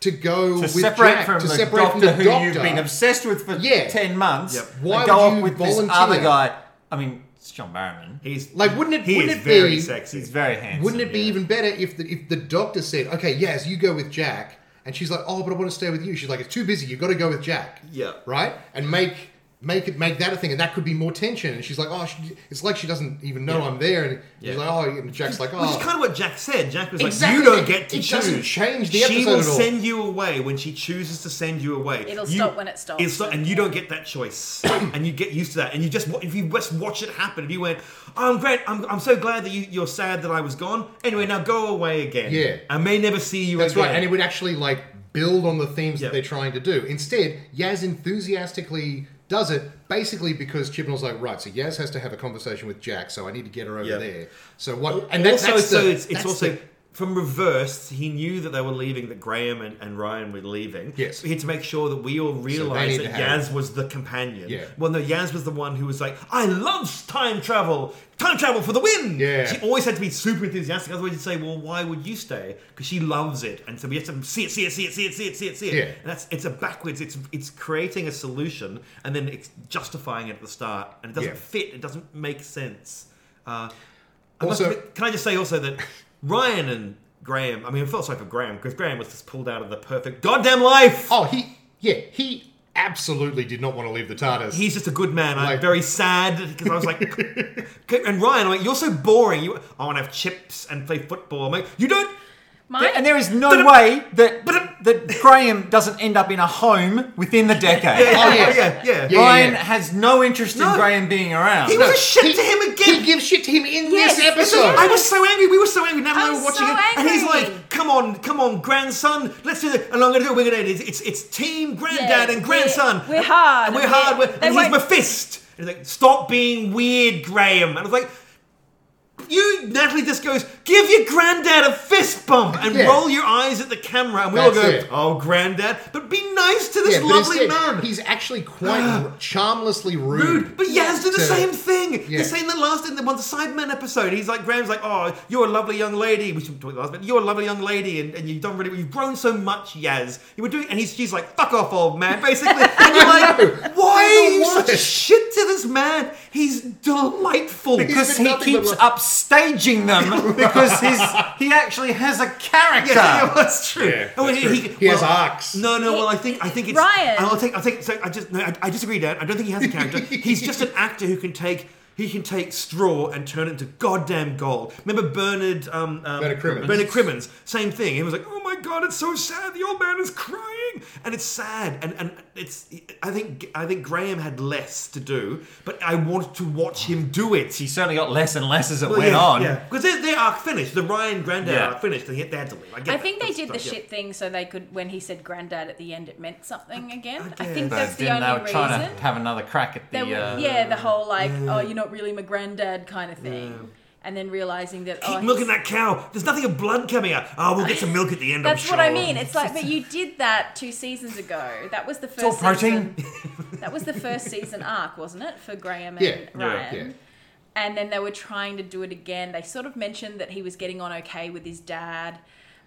[SPEAKER 2] To go
[SPEAKER 5] To
[SPEAKER 2] with
[SPEAKER 5] separate
[SPEAKER 2] Jack,
[SPEAKER 5] from
[SPEAKER 2] to
[SPEAKER 5] the
[SPEAKER 2] separate
[SPEAKER 5] doctor
[SPEAKER 2] from the
[SPEAKER 5] who
[SPEAKER 2] doctor.
[SPEAKER 5] you've been obsessed with for
[SPEAKER 2] Yeah.
[SPEAKER 5] ten months,
[SPEAKER 3] Yep.
[SPEAKER 2] Why
[SPEAKER 5] and go
[SPEAKER 2] would
[SPEAKER 5] off
[SPEAKER 2] you
[SPEAKER 5] with
[SPEAKER 2] volunteer?
[SPEAKER 5] this other guy. I mean, it's John Barrowman.
[SPEAKER 3] He's
[SPEAKER 2] Like, wouldn't it-
[SPEAKER 3] He
[SPEAKER 2] wouldn't
[SPEAKER 3] is
[SPEAKER 2] it
[SPEAKER 3] very
[SPEAKER 2] be-
[SPEAKER 3] sexy.
[SPEAKER 5] He's very handsome.
[SPEAKER 2] Wouldn't it be
[SPEAKER 5] yeah.
[SPEAKER 2] even better if the if the doctor said, "Okay, yes, you go with Jack," and she's like, "Oh, but I want to stay with you." She's like, "It's too busy. You've got to go with Jack."
[SPEAKER 3] Yeah.
[SPEAKER 2] Right. And make make it make that a thing, and that could be more tension. And she's like, "Oh, she, it's like she doesn't even know I'm there." And she's
[SPEAKER 3] Yeah.
[SPEAKER 2] like, "Oh," and Jack's like, "Oh."
[SPEAKER 3] Which is kind of what Jack said. Jack was
[SPEAKER 2] Exactly.
[SPEAKER 3] like, "You don't get to
[SPEAKER 2] It
[SPEAKER 3] choose.
[SPEAKER 2] doesn't change the
[SPEAKER 3] she
[SPEAKER 2] episode
[SPEAKER 3] will
[SPEAKER 2] at all.
[SPEAKER 3] send you away when she chooses to send you away.
[SPEAKER 1] It'll
[SPEAKER 3] You-
[SPEAKER 1] stop when it stops.
[SPEAKER 3] it'll stop- and you don't get that
[SPEAKER 2] <coughs>
[SPEAKER 3] choice. and you get used to that. And you just wa- if you just watch it happen. If you went, oh, "I'm great. I'm, I'm so glad that you, you're sad that I was gone. Anyway, now go away again.
[SPEAKER 2] Yeah.
[SPEAKER 3] I may never see you
[SPEAKER 2] That's
[SPEAKER 3] again."
[SPEAKER 2] right, and it would actually like build on the themes
[SPEAKER 3] Yeah.
[SPEAKER 2] that they're trying to do. Instead, Yaz enthusiastically does it basically because Chibnall's like, right, so Yaz has to have a conversation with Jack, so I need to get her over
[SPEAKER 3] Yeah.
[SPEAKER 2] there. So what?
[SPEAKER 3] and
[SPEAKER 2] And that,
[SPEAKER 3] also,
[SPEAKER 2] that's
[SPEAKER 3] so
[SPEAKER 2] the,
[SPEAKER 3] it's, it's
[SPEAKER 2] that's
[SPEAKER 3] also
[SPEAKER 2] the-
[SPEAKER 3] from reverse. He knew that they were leaving, that Graham and, and Ryan were leaving.
[SPEAKER 2] Yes.
[SPEAKER 3] So he had to make sure that we all
[SPEAKER 2] need
[SPEAKER 3] realized
[SPEAKER 2] to
[SPEAKER 3] that
[SPEAKER 2] have-
[SPEAKER 3] Yaz was the companion.
[SPEAKER 2] Yeah.
[SPEAKER 3] Well, no, Yaz was the one who was like, "I love time travel. Time travel for the win."
[SPEAKER 2] Yeah.
[SPEAKER 3] She always had to be super enthusiastic. Otherwise, you'd say, "Well, why would you stay?" Because she loves it, and so we have to see it, see it, see it, see it, see it, see it, see it.
[SPEAKER 2] Yeah.
[SPEAKER 3] And that's it's a backwards. It's it's creating a solution and then it's justifying it at the start, and it doesn't
[SPEAKER 2] Yeah.
[SPEAKER 3] fit. It doesn't make sense. Uh, I must
[SPEAKER 2] also.
[SPEAKER 3] admit- can I just say also that Ryan and Graham, I mean, I felt sorry for Graham because Graham was just pulled out of the perfect goddamn life.
[SPEAKER 2] Oh, he yeah, he absolutely did not want to leave the TARDIS.
[SPEAKER 3] He's just a good man. I'm
[SPEAKER 2] Like-
[SPEAKER 3] very sad because I was like, and Ryan, I'm like, you're so boring. You, I want to have chips and play football. I'm like, you don't.
[SPEAKER 1] Mine?
[SPEAKER 5] And there is no way that that Graham doesn't end up in a home within the decade.
[SPEAKER 2] Oh, <laughs> yeah.
[SPEAKER 3] <laughs> yeah, yeah.
[SPEAKER 2] Yeah.
[SPEAKER 5] Ryan has no interest
[SPEAKER 3] No.
[SPEAKER 5] in Graham being around.
[SPEAKER 3] He was a shit to him again.
[SPEAKER 2] He gives shit to him in
[SPEAKER 1] Yes,
[SPEAKER 2] this
[SPEAKER 1] this is-
[SPEAKER 2] episode.
[SPEAKER 3] I was so angry. We were so angry. Now
[SPEAKER 1] I
[SPEAKER 3] I were
[SPEAKER 1] was
[SPEAKER 3] watching
[SPEAKER 1] so
[SPEAKER 3] it, and he's
[SPEAKER 1] angry.
[SPEAKER 3] like, "Come on, come on, grandson, let's do it." And I'm going to do it. We're going to. It's, it's it's team granddad
[SPEAKER 1] Yeah,
[SPEAKER 3] and grandson.
[SPEAKER 1] we're- we're hard,
[SPEAKER 3] And we're
[SPEAKER 1] and
[SPEAKER 3] hard.
[SPEAKER 1] we-
[SPEAKER 3] We're,
[SPEAKER 1] they
[SPEAKER 3] and he's
[SPEAKER 1] won't-
[SPEAKER 3] my fist. And he's like, "Stop being weird, Graham." And I was like. You, Natalie, just goes, give your granddad a fist bump and
[SPEAKER 2] Yeah.
[SPEAKER 3] roll your eyes at the camera, and we all go,
[SPEAKER 2] That's it.
[SPEAKER 3] oh, granddad, but be nice to this
[SPEAKER 2] Yeah, but
[SPEAKER 3] lovely
[SPEAKER 2] instead,
[SPEAKER 3] man.
[SPEAKER 2] He's actually
[SPEAKER 3] <gasps>
[SPEAKER 2] quite charmlessly rude.
[SPEAKER 3] Rude. But Yaz did the
[SPEAKER 2] So-
[SPEAKER 3] same thing.
[SPEAKER 2] Yeah.
[SPEAKER 3] The same that last in the one the Sidemen episode. He's like Graham's like, oh, you're a lovely young lady. We should talk about last bit. You're a lovely young lady, and, and you've done really. You've grown so much, Yaz. You were doing, and he's she's like, fuck off, old man.
[SPEAKER 2] <laughs>
[SPEAKER 3] Basically, and you're
[SPEAKER 2] know.
[SPEAKER 3] like, why
[SPEAKER 2] He's
[SPEAKER 3] are
[SPEAKER 2] the
[SPEAKER 3] you such
[SPEAKER 2] worst.
[SPEAKER 3] shit to this man? He's delightful.
[SPEAKER 5] because
[SPEAKER 2] been
[SPEAKER 5] he
[SPEAKER 2] nothing but
[SPEAKER 5] keeps
[SPEAKER 2] like-
[SPEAKER 5] upstaging them
[SPEAKER 2] <laughs>
[SPEAKER 5] because he's he actually has a
[SPEAKER 3] <laughs>
[SPEAKER 5] character.
[SPEAKER 3] Yeah, yeah, that's true.
[SPEAKER 2] Yeah,
[SPEAKER 3] Oh,
[SPEAKER 2] that's
[SPEAKER 3] he,
[SPEAKER 2] true.
[SPEAKER 3] he-
[SPEAKER 2] He has
[SPEAKER 3] well,
[SPEAKER 2] arcs.
[SPEAKER 3] No, no. Well, I think I think it's
[SPEAKER 1] Ryan.
[SPEAKER 3] I'll take. I'll take. So I just. No, I, I disagree, Dan. I don't think he has a character. He's just an actor who can take. He can take straw and turn it into goddamn gold. Remember Bernard. Um, um,
[SPEAKER 2] Bernard Crimmins.
[SPEAKER 3] Bernard Crimmins. Same thing. He was like, "Oh my my god, it's so sad. The old man is crying, and it's sad. And and it's. I think I think Graham had less to do, but I wanted to watch him do it.
[SPEAKER 5] He certainly got less and less as it went on.
[SPEAKER 3] Because their, their arc finished. The Ryan Grandad
[SPEAKER 5] Yeah.
[SPEAKER 3] arc finished, and yet they had to leave. I, get
[SPEAKER 1] I
[SPEAKER 3] that.
[SPEAKER 1] think they
[SPEAKER 3] That's
[SPEAKER 1] did the
[SPEAKER 3] right, yeah.
[SPEAKER 1] shit thing so they could, when he said granddad at the end, it meant something again. I,
[SPEAKER 3] guess.
[SPEAKER 1] think
[SPEAKER 5] But
[SPEAKER 1] that's the
[SPEAKER 5] then
[SPEAKER 1] only
[SPEAKER 5] they were
[SPEAKER 1] reason.
[SPEAKER 5] trying to have another crack at the.
[SPEAKER 1] They were-
[SPEAKER 5] uh,
[SPEAKER 1] yeah, the whole like, oh, you're not really my granddad kind of thing. And then realizing that, oh,
[SPEAKER 3] Keep
[SPEAKER 1] he's-
[SPEAKER 3] milking that cow. There's nothing of blood coming out. Oh, we'll get some milk at the end.
[SPEAKER 1] That's what
[SPEAKER 3] I'm
[SPEAKER 1] I
[SPEAKER 3] sure.
[SPEAKER 1] mean. It's like, but you did that two seasons ago. That was the first
[SPEAKER 5] all protein.
[SPEAKER 1] season- That was the first season arc, wasn't it, for Graham and
[SPEAKER 2] Yeah, yeah,
[SPEAKER 1] Ryan?
[SPEAKER 2] yeah.
[SPEAKER 1] And then they were trying to do it again. They sort of mentioned that he was getting on okay with his dad.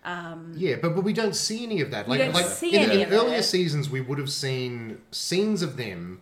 [SPEAKER 2] Yeah, but, but we don't see any of that. Like,
[SPEAKER 1] Um, don't
[SPEAKER 2] like
[SPEAKER 1] see
[SPEAKER 2] in
[SPEAKER 1] any
[SPEAKER 2] the
[SPEAKER 1] of
[SPEAKER 2] earlier
[SPEAKER 1] it.
[SPEAKER 2] seasons, we would have seen scenes of them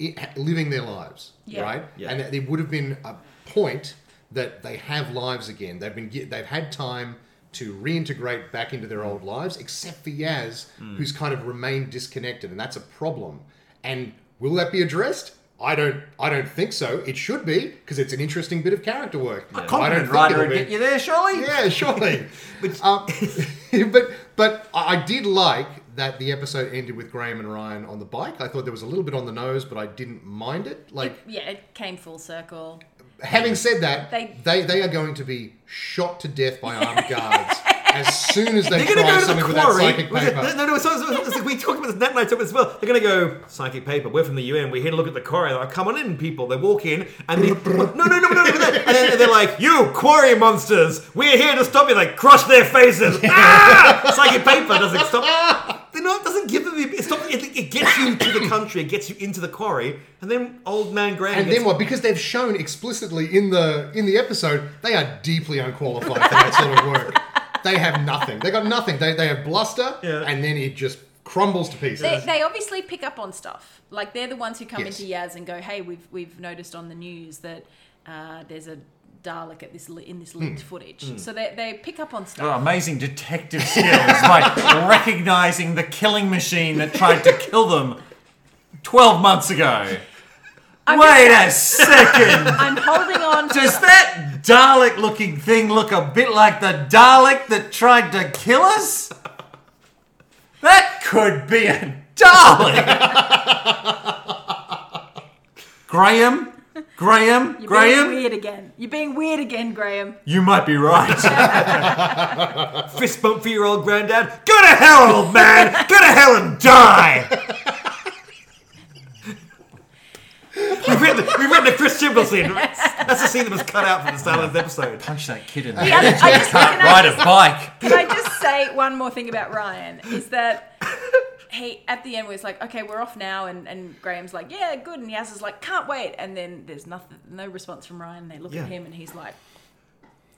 [SPEAKER 2] i- ha- living their lives,
[SPEAKER 1] Yeah.
[SPEAKER 2] right?
[SPEAKER 3] Yeah.
[SPEAKER 2] And there would have been a point that they have lives again. They've been ge- they've had time to reintegrate back into their old lives, except for Yaz, who's kind of remained disconnected, and that's a problem. And will that be addressed? I don't. I don't think so. It should be because it's an interesting bit of character work. I
[SPEAKER 5] A
[SPEAKER 2] don't
[SPEAKER 5] competent
[SPEAKER 2] think
[SPEAKER 5] writer
[SPEAKER 2] it'll
[SPEAKER 5] would
[SPEAKER 2] be.
[SPEAKER 5] get you there, surely.
[SPEAKER 2] Yeah,
[SPEAKER 3] <laughs>
[SPEAKER 2] surely. but, um, <laughs> but but I I did like that the episode ended with Graham and Ryan on the bike. I thought there was a little bit on the nose, but I didn't mind it. Like
[SPEAKER 1] Yeah, it came full circle.
[SPEAKER 2] having said that,
[SPEAKER 1] They-
[SPEAKER 2] they they, are going to be shot to death by armed guards as soon as they
[SPEAKER 3] They're gonna
[SPEAKER 2] try
[SPEAKER 3] go to the
[SPEAKER 2] something with that
[SPEAKER 3] quarry.
[SPEAKER 2] psychic
[SPEAKER 3] Was it-
[SPEAKER 2] paper.
[SPEAKER 3] No, no, so, so, so, so we talked about this that night time as well. They're gonna go psychic paper. We're from the UN. We're here to look at the quarry. They're like, come on in, people. They walk in
[SPEAKER 2] <laughs>
[SPEAKER 3] and they, no, no, no, no, no, no, no. And then they're like, you quarry monsters. We're here to stop you. They crush
[SPEAKER 2] <laughs>
[SPEAKER 3] their faces. ah! Psychic paper doesn't stop. They know it doesn't give them. the- It's not, it, it gets you to the country. It gets you into the quarry, and then old man Graham.
[SPEAKER 2] And
[SPEAKER 3] gets
[SPEAKER 2] then what? Because they've shown explicitly in the in the episode, they are deeply unqualified for that sort of work. They have nothing. They got nothing. They, they have bluster,
[SPEAKER 3] Yeah.
[SPEAKER 2] and then it just crumbles to pieces.
[SPEAKER 1] They, they obviously pick up on stuff. Like they're the ones who come
[SPEAKER 2] Yes.
[SPEAKER 1] into Yaz and go, "Hey, we've we've noticed on the news that uh, there's a Dalek at this li- in this leaked footage." So they, they pick up on
[SPEAKER 5] Oh,
[SPEAKER 1] stuff.
[SPEAKER 5] amazing detective skills, like <laughs> recognizing the killing machine that tried to kill them 12 months ago. Wait a second!
[SPEAKER 1] I'm holding on. To,
[SPEAKER 5] Does that Dalek looking thing look a bit like the Dalek that tried to kill us? That could be a <laughs> Dalek! Graham? Graham?
[SPEAKER 1] You're being
[SPEAKER 5] Graham?
[SPEAKER 1] weird again. You're being weird again, Graham.
[SPEAKER 5] You might be right.
[SPEAKER 3] fist bump for your old granddad. Go to hell, old man. Go to hell and die. we've, written the, we've written the Chris Chibnall scene. That's the scene that was cut out from the start of this episode.
[SPEAKER 5] Punch that kid in the
[SPEAKER 1] The other,
[SPEAKER 5] head.
[SPEAKER 1] I just, can, I
[SPEAKER 5] Ride a
[SPEAKER 1] just,
[SPEAKER 5] bike. <laughs>
[SPEAKER 1] can I just say one more thing about Ryan? Is that he at the end was like, "Okay, we're off now," and, and Graham's like, "Yeah, good," and Yaz is like, "Can't wait," and then there's nothing, no response from Ryan. They look
[SPEAKER 3] Yeah.
[SPEAKER 1] at him and he's like,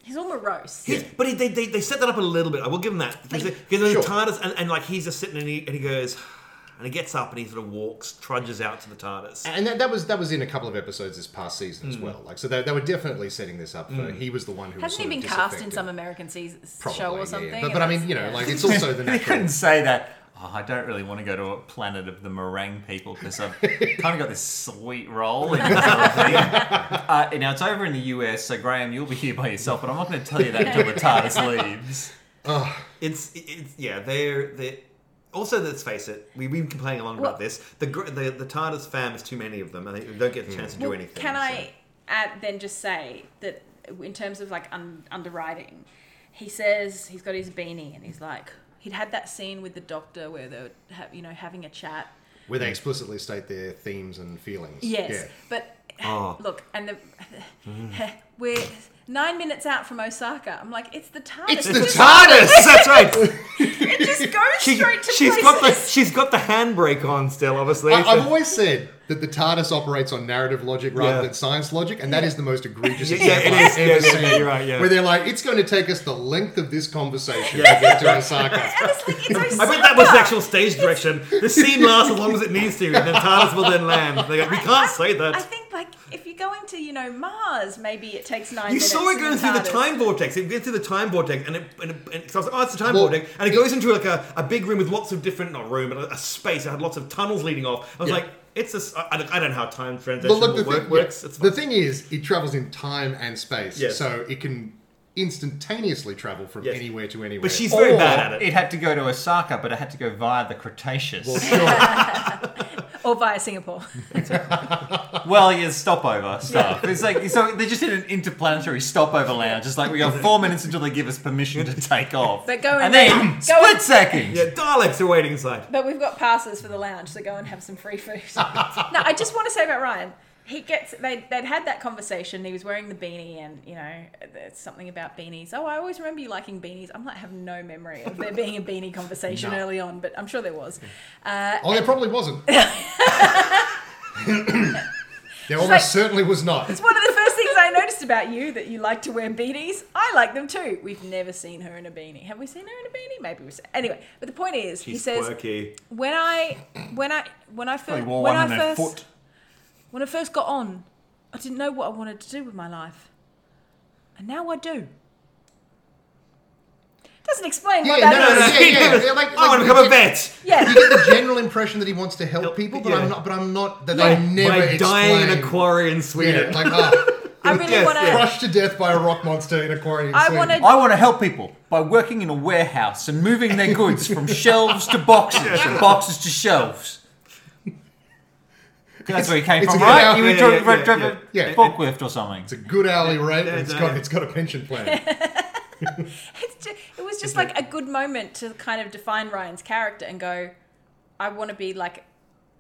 [SPEAKER 1] he's all morose.
[SPEAKER 3] He's- But he, they, they, they set that up a little bit. I will give him that. Because they- because
[SPEAKER 2] Sure.
[SPEAKER 3] they're TARDIS, and, and like he's just sitting and he, and he goes, <sighs> and he gets up and he sort of walks, trudges out to the TARDIS.
[SPEAKER 1] Uh,
[SPEAKER 2] And that, that was that was in a couple of episodes this past season
[SPEAKER 3] Hmm.
[SPEAKER 2] as well. Like so, they, they were definitely setting this up for he was the one who was
[SPEAKER 1] Hasn't he
[SPEAKER 2] sort
[SPEAKER 1] been
[SPEAKER 2] of
[SPEAKER 1] cast in
[SPEAKER 2] disaffected.
[SPEAKER 1] some American seasons
[SPEAKER 2] Probably,
[SPEAKER 1] show
[SPEAKER 2] yeah.
[SPEAKER 1] or something?
[SPEAKER 2] But,
[SPEAKER 1] and
[SPEAKER 2] but I mean,
[SPEAKER 1] that's-
[SPEAKER 2] you know,
[SPEAKER 1] yeah.
[SPEAKER 2] like it's
[SPEAKER 1] <laughs>
[SPEAKER 2] also the
[SPEAKER 5] They couldn't
[SPEAKER 2] natural.
[SPEAKER 5] say that. Oh, I don't really want to go to a planet of the meringue people because I've kind of got this sweet role. In this sort of thing. Uh, now it's over in the US, so Graham, you'll be here by yourself, but I'm not going to tell you that until the TARDIS leaves.
[SPEAKER 3] It's, it's yeah, they're they also let's face it, we've been complaining along
[SPEAKER 1] Well-
[SPEAKER 3] about this. The gr- the the TARDIS fam is too many of them, and they don't get the chance to do
[SPEAKER 1] Well,
[SPEAKER 3] anything.
[SPEAKER 1] Can
[SPEAKER 3] so.
[SPEAKER 1] I add, then just say that in terms of like un- underwriting, he says he's got his beanie and he's like he'd had that scene with the doctor where they were ha- you know having a chat.
[SPEAKER 2] where they explicitly state their themes and feelings.
[SPEAKER 1] Yes,
[SPEAKER 2] Yeah.
[SPEAKER 1] but
[SPEAKER 3] Oh.
[SPEAKER 1] <sighs> look, and the
[SPEAKER 3] Mm.
[SPEAKER 1] <laughs> we're nine minutes out from Osaka. I'm like, it's the TARDIS.
[SPEAKER 2] It's
[SPEAKER 1] It
[SPEAKER 2] the
[SPEAKER 1] just-
[SPEAKER 3] TARDIS. That's right.
[SPEAKER 1] It just goes <laughs> straight to
[SPEAKER 3] she's
[SPEAKER 1] places.
[SPEAKER 3] got the she's got the handbrake on still, obviously.
[SPEAKER 2] I, I've
[SPEAKER 3] so-
[SPEAKER 2] always said that the TARDIS operates on narrative logic rather
[SPEAKER 3] Yeah.
[SPEAKER 2] than science logic, and that is the most egregious
[SPEAKER 3] <laughs> Yeah, yeah,
[SPEAKER 2] example
[SPEAKER 3] it is.
[SPEAKER 2] I've ever
[SPEAKER 3] Yeah, yeah,
[SPEAKER 2] seen.
[SPEAKER 3] yeah, you're right, yeah.
[SPEAKER 2] Where they're like, it's going to take us the length of this conversation to get to Osaka.
[SPEAKER 3] <laughs>
[SPEAKER 1] And it's like, it's
[SPEAKER 3] I bet that was
[SPEAKER 1] Osaka.
[SPEAKER 3] actual stage direction. The scene lasts as long as it needs to, and then TARDIS will then land. They go, we can't say
[SPEAKER 1] I
[SPEAKER 3] that.
[SPEAKER 1] think like if you're going to you know Mars, maybe it takes nine.
[SPEAKER 3] You
[SPEAKER 1] minutes
[SPEAKER 3] saw it
[SPEAKER 1] in
[SPEAKER 3] going through the
[SPEAKER 1] TARDIS.
[SPEAKER 3] time vortex. It went through the time vortex, and it, and it, and so I was like, oh, it's the time
[SPEAKER 2] Well,
[SPEAKER 3] vortex, and it goes into like a, a big room with lots of different not room, but a, a space. It had lots of tunnels leading off. I was
[SPEAKER 2] Yeah.
[SPEAKER 3] like, it's this. I, I don't- I don't know how time translation
[SPEAKER 2] But look, the
[SPEAKER 3] work,
[SPEAKER 2] thing,
[SPEAKER 3] works.
[SPEAKER 2] yeah,
[SPEAKER 3] It's
[SPEAKER 2] the
[SPEAKER 3] fine.
[SPEAKER 2] thing is, it travels in time and space,
[SPEAKER 3] Yes.
[SPEAKER 2] so it can instantaneously travel from
[SPEAKER 3] Yes.
[SPEAKER 2] anywhere to anywhere.
[SPEAKER 3] But she's very
[SPEAKER 2] Oh.
[SPEAKER 5] Or
[SPEAKER 3] bad at it.
[SPEAKER 5] It had to go to Osaka, but it had to go via the Cretaceous.
[SPEAKER 2] Well,
[SPEAKER 5] Well,
[SPEAKER 2] sure.
[SPEAKER 1] Or via Singapore.
[SPEAKER 5] yeah, stopover stuff. It's like so they just did an interplanetary stopover lounge. It's like we got four minutes until they give us permission to take off.
[SPEAKER 1] But go
[SPEAKER 5] and
[SPEAKER 1] and
[SPEAKER 5] then
[SPEAKER 1] go
[SPEAKER 5] split
[SPEAKER 1] and-
[SPEAKER 5] seconds.
[SPEAKER 3] Yeah, Daleks are waiting inside.
[SPEAKER 1] But we've got passes for the lounge, so go and have some free
[SPEAKER 5] <laughs>
[SPEAKER 1] food. no, I just want to say about Ryan. He gets they they'd had that conversation. He was wearing the beanie, and you know, there's something about beanies. Oh, I always remember you liking beanies. I'm like, have no memory of there being a beanie
[SPEAKER 5] <laughs>
[SPEAKER 1] conversation
[SPEAKER 2] No.
[SPEAKER 1] early on, but I'm sure there was. Uh,
[SPEAKER 2] Oh, there probably
[SPEAKER 1] <laughs>
[SPEAKER 2] wasn't. there almost
[SPEAKER 1] like-
[SPEAKER 2] certainly was not.
[SPEAKER 1] it's one of the first things I noticed about you that you like to wear beanies. I like them too. We've never seen her in a beanie. Have we seen her in a beanie? Maybe we. have Anyway, but the point is, he
[SPEAKER 3] He's
[SPEAKER 1] says
[SPEAKER 3] quirky.
[SPEAKER 1] when I when I when I
[SPEAKER 5] They
[SPEAKER 1] first
[SPEAKER 5] wore
[SPEAKER 1] when
[SPEAKER 5] one
[SPEAKER 1] I
[SPEAKER 5] on
[SPEAKER 1] first
[SPEAKER 5] their foot.
[SPEAKER 1] When I first got on, I didn't know what I wanted to do with my life. And now I do. Doesn't explain
[SPEAKER 2] Yeah,
[SPEAKER 1] what
[SPEAKER 2] no,
[SPEAKER 1] that
[SPEAKER 2] no,
[SPEAKER 1] is.
[SPEAKER 2] no, yeah, yeah, yeah, like-
[SPEAKER 3] I
[SPEAKER 2] like-
[SPEAKER 3] want to become a vet.
[SPEAKER 1] Yeah.
[SPEAKER 2] <laughs> You get the general impression that he wants to help,
[SPEAKER 3] Help,
[SPEAKER 2] people, but
[SPEAKER 3] yeah.
[SPEAKER 2] I'm not. But I'm not. That
[SPEAKER 3] By-
[SPEAKER 2] they never
[SPEAKER 3] by dying in a
[SPEAKER 2] explain-
[SPEAKER 3] quarry in Sweden.
[SPEAKER 2] Yeah, like
[SPEAKER 3] <laughs>
[SPEAKER 2] oh,
[SPEAKER 1] I really
[SPEAKER 3] Yes,
[SPEAKER 1] want to.
[SPEAKER 2] crushed to death by a rock monster in a quarry. in
[SPEAKER 1] I
[SPEAKER 2] Sweden.
[SPEAKER 1] wanna-
[SPEAKER 5] I want to help people by working in a warehouse and moving their goods
[SPEAKER 1] <laughs>
[SPEAKER 5] from shelves to boxes and boxes to shelves. 'Cause That's where he came
[SPEAKER 2] it's
[SPEAKER 5] from,
[SPEAKER 2] a good
[SPEAKER 5] right?
[SPEAKER 2] al-
[SPEAKER 5] You were
[SPEAKER 3] yeah,
[SPEAKER 5] driving,
[SPEAKER 3] yeah, yeah,
[SPEAKER 5] driving
[SPEAKER 2] yeah.
[SPEAKER 5] a
[SPEAKER 2] Yeah.
[SPEAKER 5] forklift or something.
[SPEAKER 2] It's a good hourly rate.
[SPEAKER 3] Yeah,
[SPEAKER 2] and it's
[SPEAKER 3] yeah,
[SPEAKER 2] got
[SPEAKER 3] yeah.
[SPEAKER 2] it's got a
[SPEAKER 1] <laughs>
[SPEAKER 2] pension plan.
[SPEAKER 1] <laughs> It's ju- it was just like a good moment to kind of define Ryan's character and go, I want to be like.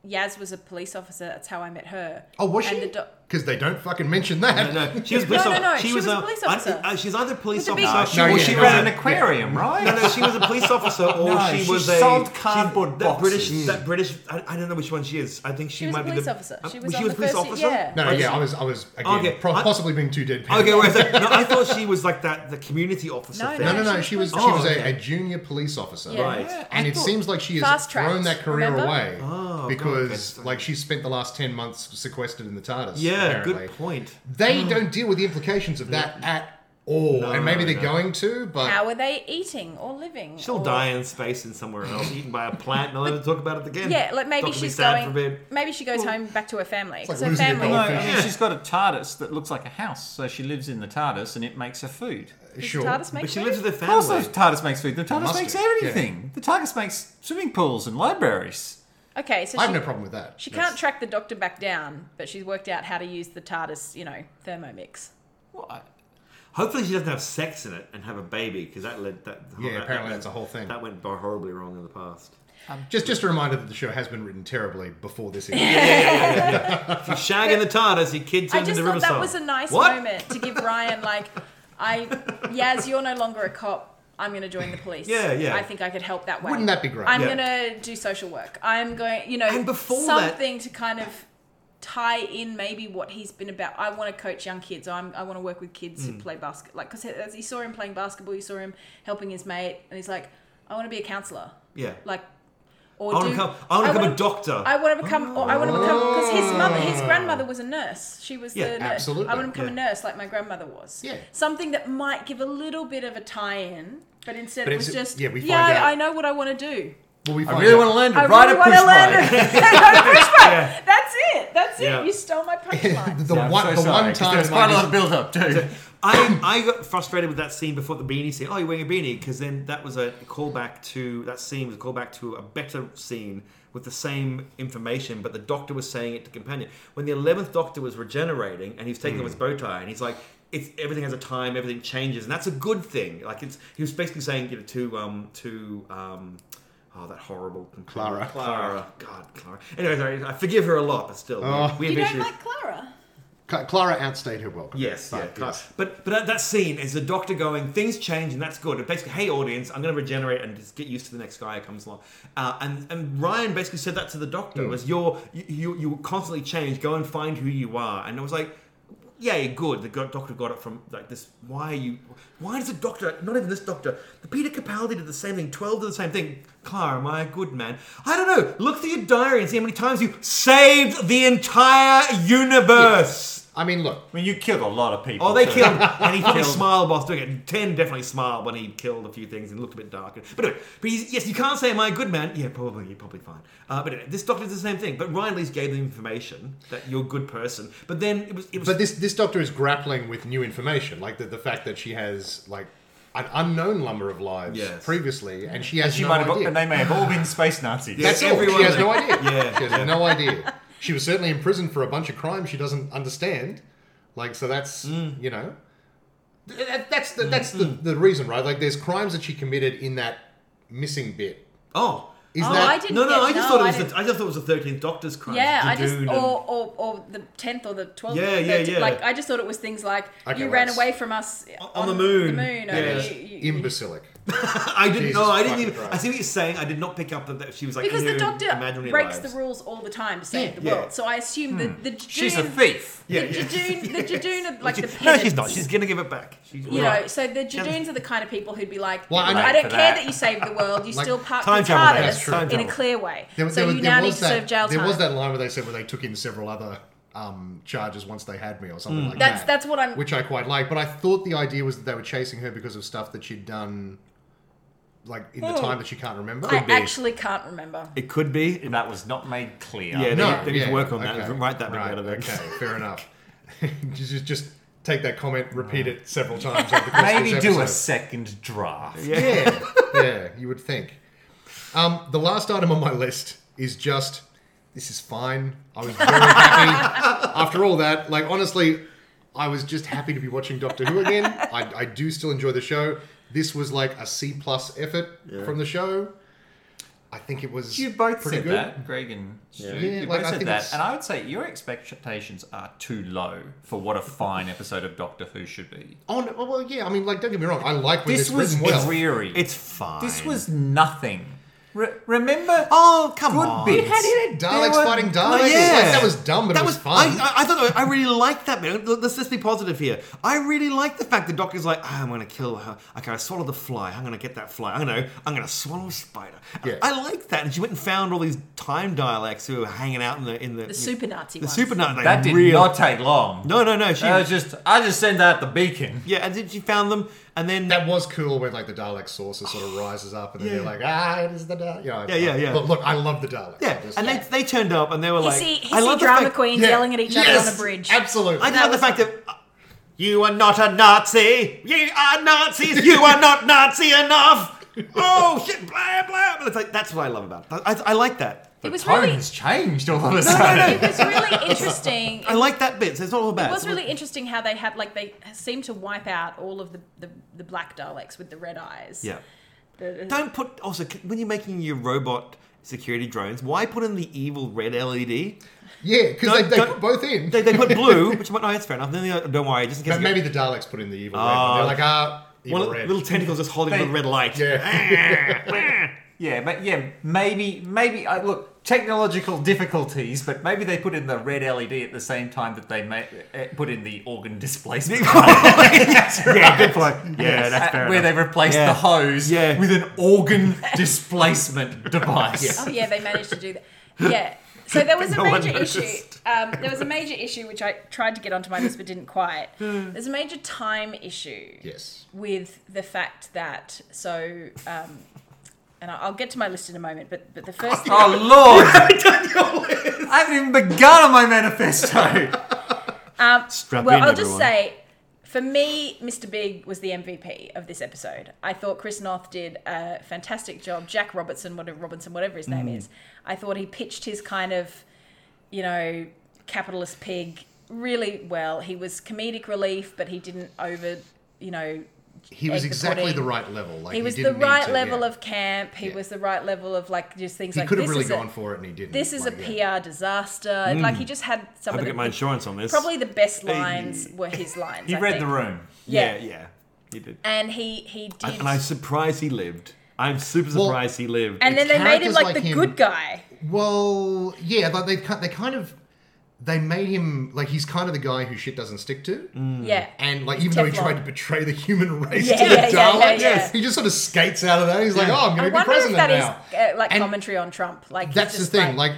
[SPEAKER 1] Yaz was a police officer. That's how I met her.
[SPEAKER 2] Oh, was
[SPEAKER 1] And
[SPEAKER 2] she?
[SPEAKER 1] the do-
[SPEAKER 2] Because they don't fucking mention that.
[SPEAKER 3] No, no, she was a police
[SPEAKER 1] No, no,
[SPEAKER 3] officer.
[SPEAKER 1] no, she was a police officer.
[SPEAKER 3] I, uh, she's either a police
[SPEAKER 1] With a big-
[SPEAKER 3] officer.
[SPEAKER 2] No,
[SPEAKER 3] or
[SPEAKER 2] yeah,
[SPEAKER 3] she
[SPEAKER 2] no,
[SPEAKER 3] was
[SPEAKER 2] no.
[SPEAKER 3] an
[SPEAKER 5] an aquarium, right?
[SPEAKER 3] No, no, she was a police
[SPEAKER 2] <laughs>
[SPEAKER 3] officer, or
[SPEAKER 5] No,
[SPEAKER 3] she
[SPEAKER 5] she
[SPEAKER 3] was a
[SPEAKER 5] sold
[SPEAKER 3] she-
[SPEAKER 5] cardboard
[SPEAKER 3] that British,
[SPEAKER 5] boxes.
[SPEAKER 3] that British. I, I don't know which one she is. I think she,
[SPEAKER 1] She was
[SPEAKER 3] might
[SPEAKER 1] a police
[SPEAKER 3] be the
[SPEAKER 1] officer.
[SPEAKER 3] uh,
[SPEAKER 1] She was on the
[SPEAKER 3] a police
[SPEAKER 1] first-
[SPEAKER 3] officer.
[SPEAKER 1] yeah.
[SPEAKER 2] No, no, yeah, I was, I was again,
[SPEAKER 3] Okay,
[SPEAKER 2] pro-
[SPEAKER 3] I-
[SPEAKER 2] possibly being too deadpan.
[SPEAKER 3] Okay, wait a second. No, I thought she was like that, the community officer
[SPEAKER 1] No,
[SPEAKER 3] thing.
[SPEAKER 2] No, no, no. She was she
[SPEAKER 3] Oh,
[SPEAKER 2] was a,
[SPEAKER 3] okay.
[SPEAKER 2] a junior police officer,
[SPEAKER 1] Yeah.
[SPEAKER 3] Right.
[SPEAKER 2] and it seems like she has
[SPEAKER 1] Fast-tracked,
[SPEAKER 2] thrown that career
[SPEAKER 1] remember?
[SPEAKER 5] Oh,
[SPEAKER 2] away
[SPEAKER 3] God,
[SPEAKER 2] because,
[SPEAKER 3] okay.
[SPEAKER 2] like, she spent the last ten months sequestered in the TARDIS.
[SPEAKER 3] Yeah,
[SPEAKER 2] apparently.
[SPEAKER 3] good point.
[SPEAKER 2] They don't deal with the implications of that at all, and maybe they're going to, but
[SPEAKER 1] How are they eating or living?
[SPEAKER 3] She'll
[SPEAKER 1] or-
[SPEAKER 3] die in space and somewhere else, eaten by a plant. and I'll never talk about it again.
[SPEAKER 1] Yeah,
[SPEAKER 3] <laughs>
[SPEAKER 1] like maybe
[SPEAKER 3] Doctor be
[SPEAKER 1] she's
[SPEAKER 3] sad
[SPEAKER 1] going.
[SPEAKER 3] For a bit.
[SPEAKER 1] Maybe she goes home back to her family.
[SPEAKER 2] like
[SPEAKER 1] 'cause her
[SPEAKER 2] losing a
[SPEAKER 1] family.
[SPEAKER 5] No,
[SPEAKER 2] dog.
[SPEAKER 5] I mean,
[SPEAKER 2] Yeah.
[SPEAKER 5] she's got a TARDIS that looks like a house, so she lives in the TARDIS and it makes her food.
[SPEAKER 2] sure.
[SPEAKER 1] TARDIS
[SPEAKER 3] But
[SPEAKER 1] makes
[SPEAKER 3] she
[SPEAKER 1] food?
[SPEAKER 3] lives with her
[SPEAKER 5] Of course,
[SPEAKER 3] family.
[SPEAKER 5] the TARDIS makes food. The TARDIS
[SPEAKER 2] must
[SPEAKER 5] makes
[SPEAKER 2] do,
[SPEAKER 5] everything. The TARDIS makes swimming pools and libraries.
[SPEAKER 1] Okay, so
[SPEAKER 2] I
[SPEAKER 1] she,
[SPEAKER 2] have no problem with that.
[SPEAKER 1] she
[SPEAKER 2] That's-
[SPEAKER 1] can't track the doctor back down, but she's worked out how to use the TARDIS, you know, thermomix.
[SPEAKER 5] What?
[SPEAKER 3] Hopefully, she doesn't have sex in it and have a baby because that led that.
[SPEAKER 2] Yeah,
[SPEAKER 3] that-
[SPEAKER 2] apparently
[SPEAKER 3] that-
[SPEAKER 2] that's a whole thing.
[SPEAKER 3] That went horribly wrong in the past.
[SPEAKER 2] Just, just a reminder that the show has been written terribly before
[SPEAKER 1] <laughs>
[SPEAKER 2] this. Evening.
[SPEAKER 3] If you shag in the TARDIS, your kid
[SPEAKER 1] I
[SPEAKER 3] turns
[SPEAKER 1] just
[SPEAKER 3] into
[SPEAKER 1] thought
[SPEAKER 3] Riverside.
[SPEAKER 1] that was a nice
[SPEAKER 3] What?
[SPEAKER 1] moment to give Ryan, like, I, Yaz, you're no longer a cop. I'm going to join the police.
[SPEAKER 3] Yeah, yeah.
[SPEAKER 1] I think I could help that way.
[SPEAKER 2] Wouldn't that be great?
[SPEAKER 1] I'm
[SPEAKER 3] Yeah.
[SPEAKER 1] going to do social work. I'm going, you know,
[SPEAKER 3] And before that-
[SPEAKER 1] something to kind of tie in maybe what he's been about. I want to coach young kids. I'm, I want to work with kids
[SPEAKER 3] Mm.
[SPEAKER 1] who play basket. Like, because as you saw him playing basketball, you saw him helping his mate, and he's like, I want to be a counselor.
[SPEAKER 3] Yeah.
[SPEAKER 1] Like, or
[SPEAKER 3] I want
[SPEAKER 1] do,
[SPEAKER 3] to become. I want to become
[SPEAKER 1] wanna-
[SPEAKER 3] a doctor. Oh.
[SPEAKER 1] I want to become. Or I want to become because his mother, his grandmother was a nurse. She was
[SPEAKER 3] Yeah,
[SPEAKER 1] the nurse.
[SPEAKER 2] absolutely.
[SPEAKER 1] I want to become
[SPEAKER 3] Yeah.
[SPEAKER 1] a nurse like my grandmother was.
[SPEAKER 2] Yeah.
[SPEAKER 1] Something that might give a little bit of a tie-in, but instead
[SPEAKER 2] But
[SPEAKER 1] it was
[SPEAKER 2] it's-
[SPEAKER 1] just
[SPEAKER 2] yeah, we
[SPEAKER 1] yeah
[SPEAKER 2] find
[SPEAKER 1] I,
[SPEAKER 2] out-
[SPEAKER 1] I know what I want to do.
[SPEAKER 2] Well, we
[SPEAKER 5] I really want to learn to ride a push
[SPEAKER 1] learn. <laughs>
[SPEAKER 5] bike.
[SPEAKER 3] <laughs> yeah.
[SPEAKER 1] That's it. That's it.
[SPEAKER 3] Yeah.
[SPEAKER 1] You stole my
[SPEAKER 3] <laughs>
[SPEAKER 1] punchline.
[SPEAKER 2] <laughs> the
[SPEAKER 5] Yeah, I'm
[SPEAKER 2] one,
[SPEAKER 5] so
[SPEAKER 2] the
[SPEAKER 5] sorry,
[SPEAKER 2] one
[SPEAKER 5] 'cause
[SPEAKER 2] time
[SPEAKER 5] there's
[SPEAKER 2] in
[SPEAKER 5] quite a
[SPEAKER 2] my
[SPEAKER 5] lot of build-up too.
[SPEAKER 3] I, I got frustrated with that scene before the beanie scene. Oh, you're wearing a beanie because then that was a callback to that scene was a callback to a better scene with the same information, but the Doctor was saying it to companion when the eleventh Doctor was regenerating and he was taking off his bow tie and he's like, "It's everything has a time, everything changes, and that's a good thing." Like it's he was basically saying you know, to um to um. Oh, that horrible
[SPEAKER 2] Clara.
[SPEAKER 3] Clara, God, Clara. Anyway, sorry, I forgive her a lot, but still, we- we
[SPEAKER 1] You
[SPEAKER 3] have
[SPEAKER 1] don't
[SPEAKER 3] issues.
[SPEAKER 1] like Clara.
[SPEAKER 2] Cla- Clara outstayed her welcome.
[SPEAKER 3] Yes,
[SPEAKER 2] But, uh,
[SPEAKER 3] yeah, class.
[SPEAKER 2] yes.
[SPEAKER 3] But but that, that scene is the doctor going, things change and that's good. And basically, hey audience, I'm going to regenerate and just get used to the next guy who comes along. Uh, and and Ryan basically said that to the doctor was you're you, you you constantly change. Go and find who you are. And I was like. Yeah, you're good. The go- doctor got it from like this. Why are you? Why does the doctor? Not even this doctor. The Peter Capaldi did the same thing. Twelve did the same thing. Clara, am I a good man? I don't know. Look through your diary and see how many times you saved the entire universe.
[SPEAKER 2] I mean, look,
[SPEAKER 5] <laughs> I mean, you killed a lot of people.
[SPEAKER 3] Oh, they
[SPEAKER 5] so-
[SPEAKER 3] killed, and he probably
[SPEAKER 5] Killed.
[SPEAKER 3] smiled whilst doing it. Ten definitely smiled when he killed a few things and looked a bit darker. But anyway, but he's, yes, you can't say, "Am I a good man?" Yeah, probably, you're probably fine. Uh, but anyway, this doctor did the same thing. But Ryan Lee's gave them information that you're a good person. But then it was, it was.
[SPEAKER 2] But this this doctor is grappling with new information, like the, the fact that she has like an unknown number of lives
[SPEAKER 3] Yes.
[SPEAKER 2] previously, and she has
[SPEAKER 5] She
[SPEAKER 2] no
[SPEAKER 5] might have,
[SPEAKER 2] idea.
[SPEAKER 5] and they may have all been space Nazis.
[SPEAKER 2] That's all.
[SPEAKER 3] everyone-
[SPEAKER 2] She has no idea.
[SPEAKER 3] Yeah,
[SPEAKER 2] she has no idea. She was certainly in prison for a bunch of crimes she doesn't understand. Like, so that's
[SPEAKER 3] Mm.
[SPEAKER 2] you know, th- that, that's the, that's the,
[SPEAKER 3] Mm-hmm.
[SPEAKER 2] the reason, right? Like, there's crimes that she committed in that missing bit.
[SPEAKER 3] oh.
[SPEAKER 2] Is
[SPEAKER 1] Oh,
[SPEAKER 2] that
[SPEAKER 1] I didn't
[SPEAKER 3] No, no,
[SPEAKER 1] get-
[SPEAKER 3] I just
[SPEAKER 1] no,
[SPEAKER 3] thought it
[SPEAKER 1] I
[SPEAKER 3] was.
[SPEAKER 1] didn't-
[SPEAKER 3] the, I just thought it was the thirteenth Doctor's crime.
[SPEAKER 1] Yeah, I just or, or or the tenth or the twelfth.
[SPEAKER 3] Yeah, yeah, yeah.
[SPEAKER 1] Like I just thought it was things like
[SPEAKER 2] Okay,
[SPEAKER 1] you
[SPEAKER 2] well,
[SPEAKER 1] ran
[SPEAKER 2] that's-
[SPEAKER 1] away from us
[SPEAKER 3] On- on the moon.
[SPEAKER 1] The moon. or
[SPEAKER 3] Yeah.
[SPEAKER 1] you- you- you-
[SPEAKER 2] imbecilic?
[SPEAKER 3] I didn't
[SPEAKER 2] Jesus
[SPEAKER 3] know. I didn't
[SPEAKER 2] fucking
[SPEAKER 3] even. I
[SPEAKER 2] Christ.
[SPEAKER 3] see what you're saying. I did not pick up that, that she was like
[SPEAKER 1] because the
[SPEAKER 3] "Here,
[SPEAKER 1] doctor
[SPEAKER 3] imaginary
[SPEAKER 1] breaks
[SPEAKER 3] lives." Hmm.
[SPEAKER 1] the rules all the time to save the
[SPEAKER 3] yeah.
[SPEAKER 1] world. So I assume that the Jadoon,
[SPEAKER 5] She's a thief.
[SPEAKER 1] the
[SPEAKER 3] Yeah, yeah.
[SPEAKER 1] Jadoon, the Jadoon, are like the
[SPEAKER 3] No, she's not.
[SPEAKER 1] pedants.
[SPEAKER 3] She's gonna give it back. She's,
[SPEAKER 1] You
[SPEAKER 3] right.
[SPEAKER 1] know, so the Jadoons are the kind of people who'd be like,
[SPEAKER 2] Well, I
[SPEAKER 1] I,
[SPEAKER 2] know-
[SPEAKER 1] don't
[SPEAKER 5] for
[SPEAKER 1] care
[SPEAKER 5] that.
[SPEAKER 1] that you saved the world, you
[SPEAKER 2] Like,
[SPEAKER 1] still parked
[SPEAKER 3] time
[SPEAKER 1] the
[SPEAKER 3] travel,
[SPEAKER 2] that's
[SPEAKER 1] TARDIS in
[SPEAKER 2] true.
[SPEAKER 1] a clear way.
[SPEAKER 2] There,
[SPEAKER 1] so
[SPEAKER 2] there was-
[SPEAKER 1] you
[SPEAKER 2] there
[SPEAKER 1] now
[SPEAKER 2] was
[SPEAKER 1] need to
[SPEAKER 2] that-
[SPEAKER 1] serve jail
[SPEAKER 2] There
[SPEAKER 1] time.
[SPEAKER 2] was that line where they said where they took in several other um, charges once they had me or
[SPEAKER 3] Hmm.
[SPEAKER 2] something like
[SPEAKER 1] That's-
[SPEAKER 2] that.
[SPEAKER 1] that's what I'm-
[SPEAKER 2] Which I quite like, but I thought the idea was that they were chasing her because of stuff that she'd done, like in the
[SPEAKER 1] Hmm.
[SPEAKER 2] time that she can't remember.
[SPEAKER 1] I actually can't remember.
[SPEAKER 3] It could be.
[SPEAKER 5] And that was not made clear.
[SPEAKER 3] Yeah,
[SPEAKER 2] no,
[SPEAKER 3] they need to
[SPEAKER 2] yeah,
[SPEAKER 3] work on that
[SPEAKER 2] okay,
[SPEAKER 3] and write that bit
[SPEAKER 2] right,
[SPEAKER 3] out of it.
[SPEAKER 2] Okay,
[SPEAKER 3] <laughs>
[SPEAKER 2] fair enough. <laughs> just, just take that comment, repeat it several times. Over the course of
[SPEAKER 5] Maybe
[SPEAKER 2] this
[SPEAKER 5] do a
[SPEAKER 2] episode.
[SPEAKER 5] second draft. <laughs>
[SPEAKER 2] Yeah, yeah, you would think. Um, the last item on my list is just this is fine. I was very
[SPEAKER 5] <laughs>
[SPEAKER 2] happy after all that. Like honestly, I was just happy to be watching Doctor Who again. I, I do still enjoy the show. This was like a C plus effort from the show. I think it was
[SPEAKER 5] You both
[SPEAKER 2] pretty
[SPEAKER 5] said
[SPEAKER 2] good.
[SPEAKER 5] that, Greg and Stu.
[SPEAKER 2] Yeah,
[SPEAKER 5] you
[SPEAKER 2] like, I
[SPEAKER 5] both said
[SPEAKER 2] think
[SPEAKER 5] that,
[SPEAKER 2] it's-
[SPEAKER 5] and I would say your expectations are too low for what a fine episode of Doctor Who should be.
[SPEAKER 2] Oh no, well, yeah. I mean, like don't get me wrong. I like when
[SPEAKER 5] This
[SPEAKER 2] it's
[SPEAKER 5] was
[SPEAKER 2] written well.
[SPEAKER 5] dreary.
[SPEAKER 3] It's fine.
[SPEAKER 5] this was nothing. Re- remember?
[SPEAKER 3] Oh come
[SPEAKER 5] good
[SPEAKER 3] on!
[SPEAKER 5] bits.
[SPEAKER 2] Daleks fighting Daleks.
[SPEAKER 3] Like,
[SPEAKER 2] Like, that was dumb, but
[SPEAKER 3] that
[SPEAKER 2] it was, fun.
[SPEAKER 3] I, I, I thought I really liked that bit. Look, Let's, let's be positive here. I really like the fact the doctor's like, "Ah, I'm going to kill her. Okay, I swallowed the fly. I'm going to get that fly. I know. I'm going to swallow a spider.
[SPEAKER 2] Yeah.
[SPEAKER 3] I, I liked that. And she went and found all these time dialects who were hanging out in the in the,
[SPEAKER 1] The super Nazi
[SPEAKER 3] the
[SPEAKER 1] ones.
[SPEAKER 3] super Nazi.
[SPEAKER 5] That did
[SPEAKER 3] real,
[SPEAKER 5] not take long.
[SPEAKER 3] No, no, no. She
[SPEAKER 5] I was just, I just sent out the beacon.
[SPEAKER 3] yeah, and then she found them, and then
[SPEAKER 2] That was cool when like the Dalek saucer sort of rises up and then they're
[SPEAKER 3] Yeah.
[SPEAKER 2] like, ah, it is the Dalek. Yeah,
[SPEAKER 3] Yeah, yeah, yeah.
[SPEAKER 2] But look, I love the Dalek.
[SPEAKER 3] yeah,
[SPEAKER 2] Just-
[SPEAKER 3] and they, they turned up and they were
[SPEAKER 1] You
[SPEAKER 3] like,
[SPEAKER 1] see, you
[SPEAKER 3] I
[SPEAKER 1] see
[SPEAKER 3] love the
[SPEAKER 1] drama
[SPEAKER 3] fact-
[SPEAKER 1] queens
[SPEAKER 2] Yeah.
[SPEAKER 1] yelling at each
[SPEAKER 2] Yes!
[SPEAKER 1] other on a bridge.
[SPEAKER 2] Absolutely.
[SPEAKER 3] I do love the fact that uh, you are not a Nazi. You are Nazis. You are not
[SPEAKER 1] <laughs>
[SPEAKER 3] Nazi enough. Oh shit! Blah blah. But it's like that's what I love about. It. I, I, I like that.
[SPEAKER 1] It was
[SPEAKER 5] Tone
[SPEAKER 1] really,
[SPEAKER 5] has changed all of a
[SPEAKER 3] no,
[SPEAKER 5] sudden.
[SPEAKER 3] no.
[SPEAKER 1] it was really
[SPEAKER 2] <laughs>
[SPEAKER 1] interesting.
[SPEAKER 3] I like that bit. So it's not all bad.
[SPEAKER 1] It was
[SPEAKER 3] So
[SPEAKER 1] really interesting how they had like they seemed to wipe out all of the, the, the black Daleks with the red eyes.
[SPEAKER 3] Yeah.
[SPEAKER 1] The-
[SPEAKER 3] Don't put also c- when you're making your robot security drones. Why put in the evil red LED?
[SPEAKER 2] yeah, because they,
[SPEAKER 3] Don't-
[SPEAKER 2] they
[SPEAKER 3] don't-
[SPEAKER 2] put both in.
[SPEAKER 3] They, they put
[SPEAKER 1] <laughs>
[SPEAKER 3] blue, which might no, that's fair enough. Then they go, don't worry, just in case.
[SPEAKER 2] but
[SPEAKER 3] you-
[SPEAKER 2] maybe the Daleks put in the evil red. one. They're like, ah, evil
[SPEAKER 3] one of the
[SPEAKER 2] red.
[SPEAKER 3] Oh. little tentacles just holding the
[SPEAKER 5] They-
[SPEAKER 3] red light.
[SPEAKER 2] yeah.
[SPEAKER 5] Yeah, but yeah, maybe, maybe. I look, technological difficulties, but maybe they put in the red LED at the same time that they ma- uh, put in the
[SPEAKER 2] <laughs>
[SPEAKER 5] organ displacement. <laughs>
[SPEAKER 3] yeah, good point. Yeah, that's fair.
[SPEAKER 5] Uh, where
[SPEAKER 3] enough.
[SPEAKER 5] they replaced
[SPEAKER 3] Yeah.
[SPEAKER 5] the hose
[SPEAKER 3] Yeah.
[SPEAKER 5] with an organ <laughs> displacement device.
[SPEAKER 1] Oh yeah, they managed to do that. Yeah. So there was a
[SPEAKER 3] <laughs> No one
[SPEAKER 1] major issue.
[SPEAKER 3] noticed.
[SPEAKER 1] Um, there was a major issue which I tried to get onto my list but didn't quite.
[SPEAKER 3] Hmm.
[SPEAKER 1] There's a major time issue
[SPEAKER 2] yes.
[SPEAKER 1] with the fact that so, um, and I- I'll get to my list in a moment. But but the
[SPEAKER 3] <laughs>
[SPEAKER 1] first thing,
[SPEAKER 5] <laughs> Oh <laughs> lord! I haven't even begun on my <laughs> manifesto.
[SPEAKER 3] Strap
[SPEAKER 1] well,
[SPEAKER 3] in,
[SPEAKER 1] I'll just
[SPEAKER 3] everyone.
[SPEAKER 1] say, for me, Mr. Big was the MVP of this episode. I thought Chris Noth did a fantastic job. Jack Robertson, whatever Robinson, whatever his
[SPEAKER 2] Mm.
[SPEAKER 1] name is, I thought he pitched his kind of, you know, capitalist pig really well. He was comedic relief, but he didn't over, you know.
[SPEAKER 2] He was
[SPEAKER 1] egg the
[SPEAKER 2] exactly
[SPEAKER 1] pudding.
[SPEAKER 2] the right level. Like,
[SPEAKER 1] He was the
[SPEAKER 2] didn't need
[SPEAKER 1] right
[SPEAKER 2] to-
[SPEAKER 1] level
[SPEAKER 2] yeah.
[SPEAKER 1] of camp. He
[SPEAKER 2] Yeah.
[SPEAKER 1] was the right level of like just things
[SPEAKER 2] He
[SPEAKER 1] like
[SPEAKER 2] could have
[SPEAKER 1] this
[SPEAKER 2] really
[SPEAKER 1] is
[SPEAKER 2] gone
[SPEAKER 1] a,
[SPEAKER 2] for it and he didn't.
[SPEAKER 1] this is a
[SPEAKER 2] Like,
[SPEAKER 1] PR
[SPEAKER 2] yeah. Mm.
[SPEAKER 1] disaster. Like he just had some
[SPEAKER 3] I
[SPEAKER 1] of
[SPEAKER 3] hope I
[SPEAKER 1] the
[SPEAKER 3] get my insurance on this.
[SPEAKER 1] Probably the best lines were his lines.
[SPEAKER 5] He
[SPEAKER 1] I
[SPEAKER 5] read
[SPEAKER 1] think.
[SPEAKER 5] the room.
[SPEAKER 3] Yeah,
[SPEAKER 1] Yeah.
[SPEAKER 3] yeah. He did.
[SPEAKER 1] And he he did.
[SPEAKER 3] And I'm surprised he lived. I'm super
[SPEAKER 2] Well-
[SPEAKER 3] surprised he lived.
[SPEAKER 1] and then they made him
[SPEAKER 2] characters
[SPEAKER 1] like,
[SPEAKER 2] like
[SPEAKER 1] the
[SPEAKER 2] him-
[SPEAKER 1] good guy.
[SPEAKER 2] Well, yeah, like they ki- they kind of they made him like he's kind of the guy who shit doesn't stick to.
[SPEAKER 1] Yeah.
[SPEAKER 2] Hmm. And like, even though he
[SPEAKER 1] Teflon.
[SPEAKER 2] tried to betray the human race
[SPEAKER 1] Yeah,
[SPEAKER 2] to the
[SPEAKER 1] yeah, yeah,
[SPEAKER 2] Daleks,
[SPEAKER 1] yeah, yeah.
[SPEAKER 2] he just sort of skates out of that. He's like, "Oh, I'm
[SPEAKER 1] I
[SPEAKER 2] going to be
[SPEAKER 1] wonder if
[SPEAKER 2] president
[SPEAKER 1] that is
[SPEAKER 2] now."
[SPEAKER 1] uh, like
[SPEAKER 2] And
[SPEAKER 1] commentary on Trump. Like he's
[SPEAKER 2] That's the
[SPEAKER 1] just
[SPEAKER 2] thing. Like,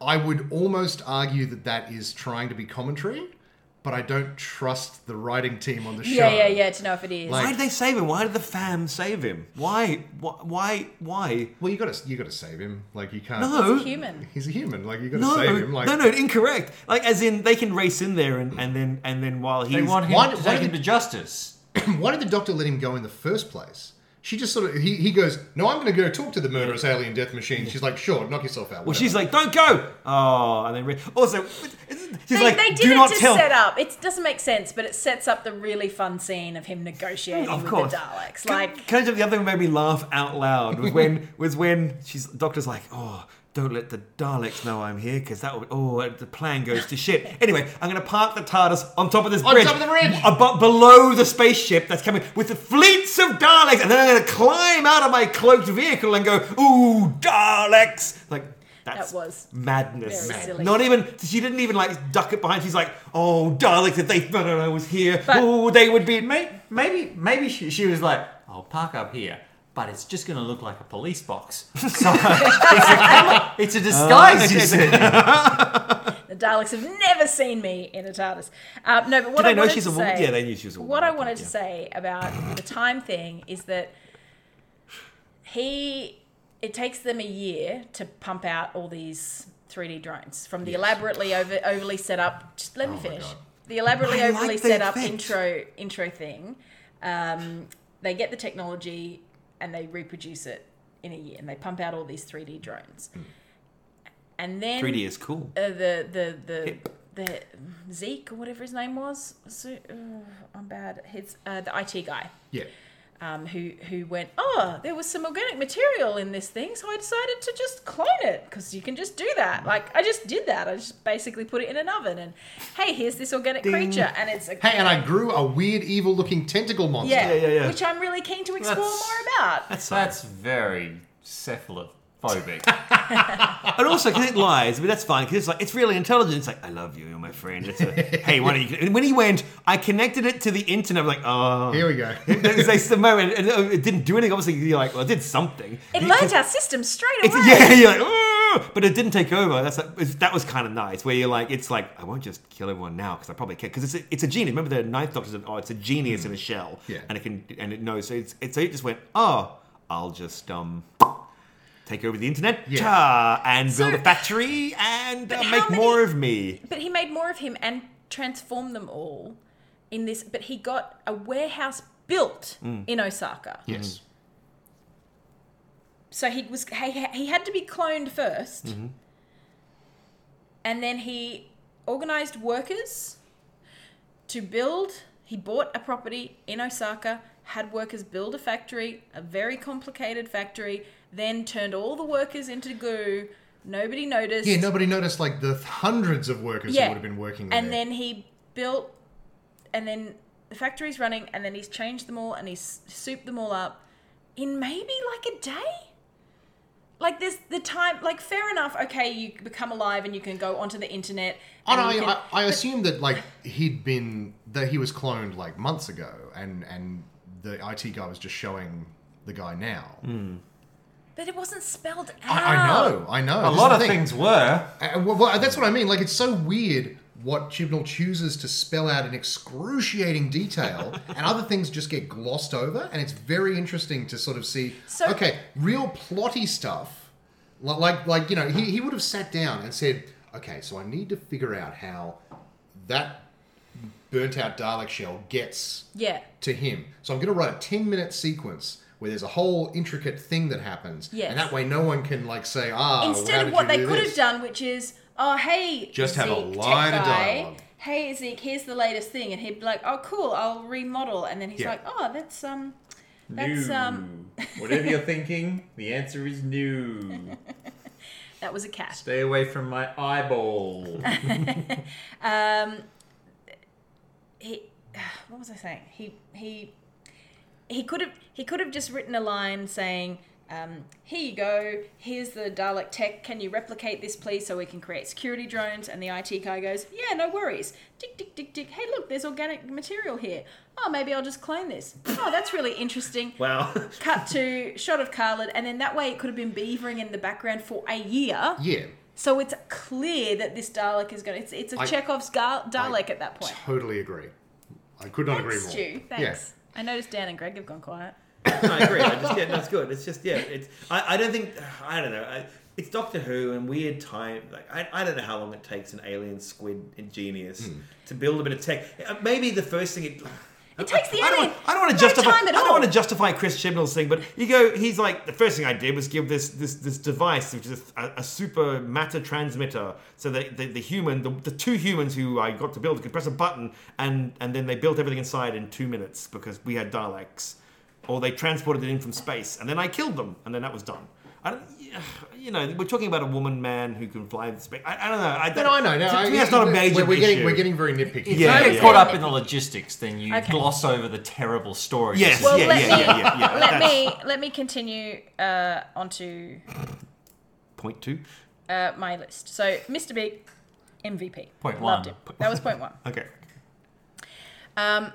[SPEAKER 2] I would almost argue that that is trying to be commentary, but I don't trust the writing team on the show.
[SPEAKER 1] Yeah, yeah, yeah. To know if it is.
[SPEAKER 2] Like-
[SPEAKER 3] Why did they save him? Why did the fam save him? Why? Why? Why? why?
[SPEAKER 2] Well, you got to you got to save him. Like you can't.
[SPEAKER 3] No.
[SPEAKER 1] Human.
[SPEAKER 2] He's a human. Like you got to
[SPEAKER 3] No,
[SPEAKER 2] save him. Like
[SPEAKER 3] no, no, incorrect. Like, as in, they can race in there and, and then and then while he's
[SPEAKER 5] They want him
[SPEAKER 2] Why-
[SPEAKER 5] to
[SPEAKER 2] why
[SPEAKER 5] take
[SPEAKER 2] did-
[SPEAKER 5] him to justice.
[SPEAKER 2] <clears throat> why did the doctor let him go in the first place? She just sort of he, he goes, no, I'm going to go talk to the murderous alien death machine. She's like, sure, knock yourself out.
[SPEAKER 3] well,
[SPEAKER 2] whatever."
[SPEAKER 3] she's like, "Don't go!" Oh, and then re- also, she's
[SPEAKER 1] They,
[SPEAKER 3] like,
[SPEAKER 1] they did
[SPEAKER 3] "Do
[SPEAKER 1] it
[SPEAKER 3] not
[SPEAKER 1] to
[SPEAKER 3] tell."
[SPEAKER 1] set up. It doesn't make sense, but it sets up the really fun scene of him negotiating
[SPEAKER 3] Of
[SPEAKER 1] with
[SPEAKER 3] course.
[SPEAKER 1] the Daleks.
[SPEAKER 3] Can-
[SPEAKER 1] Like,
[SPEAKER 3] can I tell you the other thing that made me laugh out loud was
[SPEAKER 1] <laughs>
[SPEAKER 3] when was when she's doctor's like, oh, don't let the Daleks know I'm here because that would oh the plan goes to shit. Anyway, I'm gonna park the TARDIS on top of this
[SPEAKER 2] On
[SPEAKER 3] bridge,
[SPEAKER 2] top of the bridge!
[SPEAKER 3] above below the spaceship that's coming with the fleets of Daleks, and then I'm gonna climb out of my cloaked vehicle and go, ooh, Daleks, like. That's
[SPEAKER 1] That was
[SPEAKER 3] madness.
[SPEAKER 1] very silly.
[SPEAKER 3] Not even she didn't even like duck it behind. She's like, "Oh, Daleks! If they found out I was here,
[SPEAKER 1] But-
[SPEAKER 3] oh, they would be."
[SPEAKER 5] Maybe, maybe, maybe she, she was like, "I'll park up here." But it's just going to look like a police <laughs> box. So it's, a, cover- it's
[SPEAKER 3] Oh,
[SPEAKER 5] a disguise, you see.
[SPEAKER 1] the Daleks have never seen me in a TARDIS. Uh, no, but what
[SPEAKER 3] Did
[SPEAKER 1] I
[SPEAKER 3] they know
[SPEAKER 1] wanted
[SPEAKER 3] she's
[SPEAKER 1] to
[SPEAKER 3] a woman?
[SPEAKER 1] say,
[SPEAKER 3] Yeah, they knew she was a woman,
[SPEAKER 1] What
[SPEAKER 3] I
[SPEAKER 1] I
[SPEAKER 3] think,
[SPEAKER 1] wanted to
[SPEAKER 3] yeah.
[SPEAKER 1] say about the time thing is that he, it takes them a year to pump out all these 3D drones from the elaborately over, overly set up. Just let me finish.
[SPEAKER 2] God.
[SPEAKER 1] The elaborately
[SPEAKER 3] Oh I like
[SPEAKER 1] overly
[SPEAKER 3] the
[SPEAKER 1] set up
[SPEAKER 3] effect.
[SPEAKER 1] intro intro thing. Um, they get the technology and they reproduce it in a year, and they pump out all these 3D drones.
[SPEAKER 3] Hmm.
[SPEAKER 1] And then
[SPEAKER 3] 3D is cool.
[SPEAKER 1] uh, the the the
[SPEAKER 3] Hip.
[SPEAKER 1] the Zeke or whatever his name was. So, uh, I'm bad. His uh, the IT guy
[SPEAKER 2] yeah.
[SPEAKER 1] um, who who went. Oh, there was some organic material in this thing, so I decided to just clone it because you can just do
[SPEAKER 3] Mm.
[SPEAKER 1] that. Like I just did that. I just basically put it in an oven and hey, here's this organic creature, and it's a
[SPEAKER 2] Hey, and I grew a weird, evil-looking tentacle monster.
[SPEAKER 1] yeah,
[SPEAKER 3] yeah, yeah.
[SPEAKER 1] which I'm really keen to explore
[SPEAKER 5] That's-
[SPEAKER 1] more about.
[SPEAKER 5] That's very cephalophobic.
[SPEAKER 3] And also, because it lies, but that's fine. Because it's like it's really intelligent. It's like I love you, you're my friend. It's a, hey, why don't you? And when he went, I connected it to the internet. I'm like, oh. <laughs>
[SPEAKER 2] Here we go.
[SPEAKER 5] <laughs>
[SPEAKER 3] It's like the moment, and uh, it didn't do anything. Obviously, you're like, well, it did something. <laughs>
[SPEAKER 1] It learned our system straight away.
[SPEAKER 3] It's, yeah, <laughs> you're like, oh, but it didn't take over. That's like, it's- that was kind of nice. Where you're like, it's like I won't just kill everyone now because I probably can. Because it's a, it's a genius. Remember the Ninth Doctor's an, oh, it's a genius
[SPEAKER 1] Mm.
[SPEAKER 3] in a shell,
[SPEAKER 2] Yeah.
[SPEAKER 3] and it can and it knows. So it's, it so it just went, oh, I'll just um. Take over the internet
[SPEAKER 2] Yeah.
[SPEAKER 3] ta, and
[SPEAKER 1] So-
[SPEAKER 3] build a factory and uh,
[SPEAKER 1] But how
[SPEAKER 3] make
[SPEAKER 1] many-
[SPEAKER 3] more of me.
[SPEAKER 1] But he made more of him and transformed them all in this. But he got a warehouse built in Osaka.
[SPEAKER 2] Yes.
[SPEAKER 1] So he was he, he had to be cloned 1st and then he organized workers to build. He bought a property in Osaka, had workers build a factory, a very complicated factory. Then turned all the workers into goo. Nobody noticed.
[SPEAKER 2] Yeah. Nobody noticed like the hundreds of workers
[SPEAKER 1] Yeah.
[SPEAKER 2] who would have been working
[SPEAKER 1] and
[SPEAKER 2] there.
[SPEAKER 1] then he built and then the factory's running and then he's changed them all and he's souped them all up in maybe like a day like there's the time like fair enough okay you become alive and you can go onto the internet
[SPEAKER 2] And
[SPEAKER 1] and
[SPEAKER 2] Oh, I,
[SPEAKER 1] you can-
[SPEAKER 2] I, I assume that like he'd been that he was cloned like months ago, and and the IT guy was just showing the guy now.
[SPEAKER 5] Mm.
[SPEAKER 1] but it wasn't spelled out
[SPEAKER 2] I, I know, I know.
[SPEAKER 5] <laughs> A lot of things were.
[SPEAKER 2] Uh, well, well, that's what I mean. Like, it's so weird what Chibnall chooses to spell out in excruciating
[SPEAKER 1] <laughs>
[SPEAKER 2] detail, and other things just get glossed over. And it's very interesting to sort of see.
[SPEAKER 1] So-
[SPEAKER 2] okay, real plotty stuff. li- Like, like you know, he, he would have sat down and said, "Okay, so I need to figure out how that burnt out Dalek shell gets
[SPEAKER 1] yeah
[SPEAKER 2] to him. So I'm going to write a 10 minute sequence where there's a whole intricate thing that happens.
[SPEAKER 1] Yes.
[SPEAKER 2] And that way no one can like say, ah, how
[SPEAKER 1] instead
[SPEAKER 2] did
[SPEAKER 1] of what
[SPEAKER 2] you
[SPEAKER 1] they
[SPEAKER 2] do
[SPEAKER 1] could have
[SPEAKER 2] this?
[SPEAKER 1] done, which is, oh hey,
[SPEAKER 2] Just
[SPEAKER 1] Zeke,
[SPEAKER 2] have a
[SPEAKER 1] tech
[SPEAKER 2] line of
[SPEAKER 1] guy.
[SPEAKER 2] dialogue.
[SPEAKER 1] Hey Zeke, here's the latest thing, and he'd be like, oh cool, I'll remodel, and then he's
[SPEAKER 2] Yeah.
[SPEAKER 1] like, oh that's um, that's um,
[SPEAKER 5] Whatever you're thinking, the answer is no.
[SPEAKER 1] that was a cat.
[SPEAKER 5] Stay away from my eyeball.
[SPEAKER 1] Um, he, <sighs> what was I saying? He he he could have he could have just written a line saying. Um, here you go. Here's the Dalek tech. Can you replicate this, please, so we can create security drones? And the IT guy goes, Yeah, no worries. Tick, tick, tick, tick. Hey, look, there's organic material here. Oh, maybe I'll just clone this. Oh, that's really interesting.
[SPEAKER 3] Wow.
[SPEAKER 1] Cut to shot of Khalid, and then that way it could have been beavering in the background for a year
[SPEAKER 2] Yeah.
[SPEAKER 1] So it's clear that this Dalek is going. to... It's it's a
[SPEAKER 2] I-
[SPEAKER 1] Chekhov's Gal- Dalek at that point.
[SPEAKER 2] Totally agree. I could not agree
[SPEAKER 1] Thanks,
[SPEAKER 2] more.
[SPEAKER 1] Stu. Thanks. I noticed Dan and Greg have gone quiet.
[SPEAKER 3] No, I agree. I just yeah, that's good. It's just yeah, it's I, I don't think I don't know. I, it's Doctor Who and weird time. Like I, I don't know how long it takes an alien squid ingenious to build a bit of tech. Uh, Maybe the first thing it.
[SPEAKER 1] It takes the
[SPEAKER 3] I don't,
[SPEAKER 1] alien.
[SPEAKER 3] want, I don't want to
[SPEAKER 1] no
[SPEAKER 3] justify.
[SPEAKER 1] Time
[SPEAKER 3] I
[SPEAKER 1] at
[SPEAKER 3] don't
[SPEAKER 1] all.
[SPEAKER 3] want to justify Chris Chibnall's thing, but you go. He's like the first thing I did was give this this this device, which is a, a super matter transmitter, so that the, the human, the, the two humans who I got to build, could press a button, and and then they built everything inside in two minutes because we had Daleks, or they transported it in from space, and then I killed them, and then that was done. I don't, you know, we're talking about a woman man who can fly in space. I, I don't know. I,
[SPEAKER 2] No, no, I know. No,
[SPEAKER 3] To,
[SPEAKER 2] I,
[SPEAKER 3] to me, that's not a major
[SPEAKER 2] we're, we're getting
[SPEAKER 3] issue.
[SPEAKER 2] we're getting very nitpicky.
[SPEAKER 5] <laughs> If
[SPEAKER 3] Yeah,
[SPEAKER 5] you
[SPEAKER 3] yeah.
[SPEAKER 5] get caught up in the logistics, then you
[SPEAKER 1] Okay.
[SPEAKER 5] gloss over the terrible story.
[SPEAKER 3] Yes.
[SPEAKER 1] Well,
[SPEAKER 3] yeah,
[SPEAKER 1] let
[SPEAKER 3] yeah,
[SPEAKER 1] me-
[SPEAKER 3] yeah, yeah, yeah.
[SPEAKER 1] Let
[SPEAKER 3] That's
[SPEAKER 1] me let me continue uh, onto
[SPEAKER 3] point two.
[SPEAKER 1] uh, my list. So Mr. Big, MVP.
[SPEAKER 5] Point
[SPEAKER 1] Loved
[SPEAKER 5] one.
[SPEAKER 1] him. That was point one.
[SPEAKER 3] Okay.
[SPEAKER 1] Um,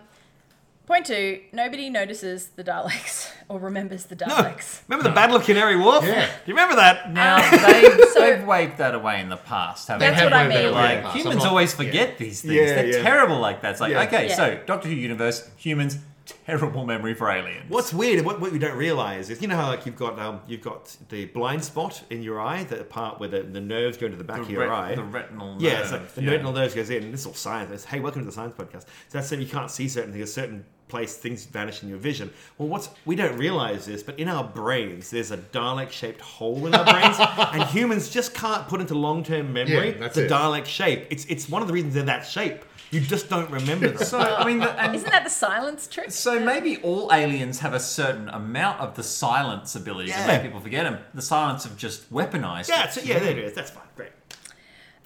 [SPEAKER 1] point two. Nobody notices the Daleks <laughs> or remembers the
[SPEAKER 3] No.
[SPEAKER 1] Daleks.
[SPEAKER 3] Remember the Battle of Canary Wharf?
[SPEAKER 2] Yeah.
[SPEAKER 3] Do you remember that?
[SPEAKER 5] Now <laughs> they've,
[SPEAKER 1] Um, So-
[SPEAKER 5] they've waved that away in the past. Haven't
[SPEAKER 1] That's
[SPEAKER 5] they?
[SPEAKER 1] what I mean.
[SPEAKER 5] They're like
[SPEAKER 2] Yeah.
[SPEAKER 5] humans
[SPEAKER 2] I'm not-
[SPEAKER 5] always forget these things.
[SPEAKER 3] Yeah,
[SPEAKER 5] They're
[SPEAKER 3] yeah.
[SPEAKER 5] terrible like that. It's like
[SPEAKER 3] Yeah.
[SPEAKER 5] okay,
[SPEAKER 1] Yeah.
[SPEAKER 5] so Doctor Who universe humans terrible memory for aliens.
[SPEAKER 3] What's weird, what, what we don't realize is, you know how like you've got um, you've got the blind spot in your eye, the part where the, the nerves go into the back
[SPEAKER 5] the,
[SPEAKER 3] of your
[SPEAKER 5] ret-
[SPEAKER 3] eye.
[SPEAKER 5] the retinal?
[SPEAKER 3] yeah, it's
[SPEAKER 5] nerve,
[SPEAKER 3] like the
[SPEAKER 5] yeah.
[SPEAKER 3] retinal nerves goes in. This is all science. It's, hey, welcome to the science podcast. So that's saying you can't see certain things, certain place things vanish in your vision. Well, what's we don't realize this, but in our brains, there's a Dalek-shaped hole in our brains, and humans just can't put into long-term memory
[SPEAKER 2] Yeah, that's
[SPEAKER 3] the
[SPEAKER 2] it.
[SPEAKER 3] Dalek shape. It's it's one of the reasons they're that shape. You just don't remember them.
[SPEAKER 5] So I
[SPEAKER 1] <laughs>
[SPEAKER 5] mean, the, and
[SPEAKER 1] Isn't that the silence trick?
[SPEAKER 5] So maybe all aliens have a certain amount of the silence ability
[SPEAKER 3] Yeah.
[SPEAKER 5] to make people forget them. The silence have just weaponized.
[SPEAKER 3] Yeah,
[SPEAKER 5] it.
[SPEAKER 3] so yeah, there it is. That's fine. Great.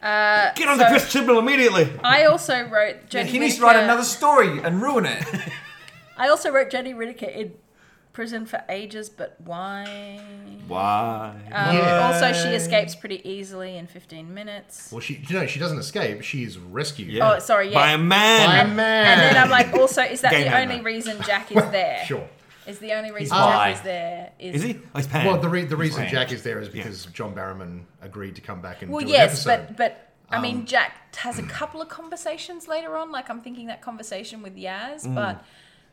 [SPEAKER 1] Uh,
[SPEAKER 3] Get on
[SPEAKER 1] so
[SPEAKER 3] the Chris Chibnall immediately.
[SPEAKER 1] I also wrote. Jodie
[SPEAKER 5] He needs to
[SPEAKER 1] Whittaker-
[SPEAKER 5] write another story and ruin it.
[SPEAKER 1] I also wrote Jodie Whittaker in prison for ages, but why?
[SPEAKER 3] Why?
[SPEAKER 1] Um,
[SPEAKER 2] Yeah.
[SPEAKER 1] Also, she escapes pretty easily in 15 minutes.
[SPEAKER 2] Well, she no, she doesn't escape. She's rescued.
[SPEAKER 3] Yeah.
[SPEAKER 1] Oh, sorry, yeah.
[SPEAKER 3] By a man.
[SPEAKER 2] By a man.
[SPEAKER 1] And then I'm like, also, is that
[SPEAKER 3] Gay
[SPEAKER 1] the
[SPEAKER 3] man,
[SPEAKER 1] only
[SPEAKER 3] no.
[SPEAKER 1] reason Jack is there?
[SPEAKER 2] Sure.
[SPEAKER 1] Is the only reason
[SPEAKER 5] bi.
[SPEAKER 1] Jack is there? Is,
[SPEAKER 3] Is he? Oh, he's pan.
[SPEAKER 2] Well, the, re- the reason
[SPEAKER 5] right.
[SPEAKER 2] Jack is there is because John Barrowman agreed to come back and
[SPEAKER 1] Well,
[SPEAKER 2] do
[SPEAKER 1] yes,
[SPEAKER 2] an
[SPEAKER 1] but
[SPEAKER 2] episode.
[SPEAKER 1] but I mean, Jack has a couple of conversations later on. Like I'm thinking that conversation with Yaz, but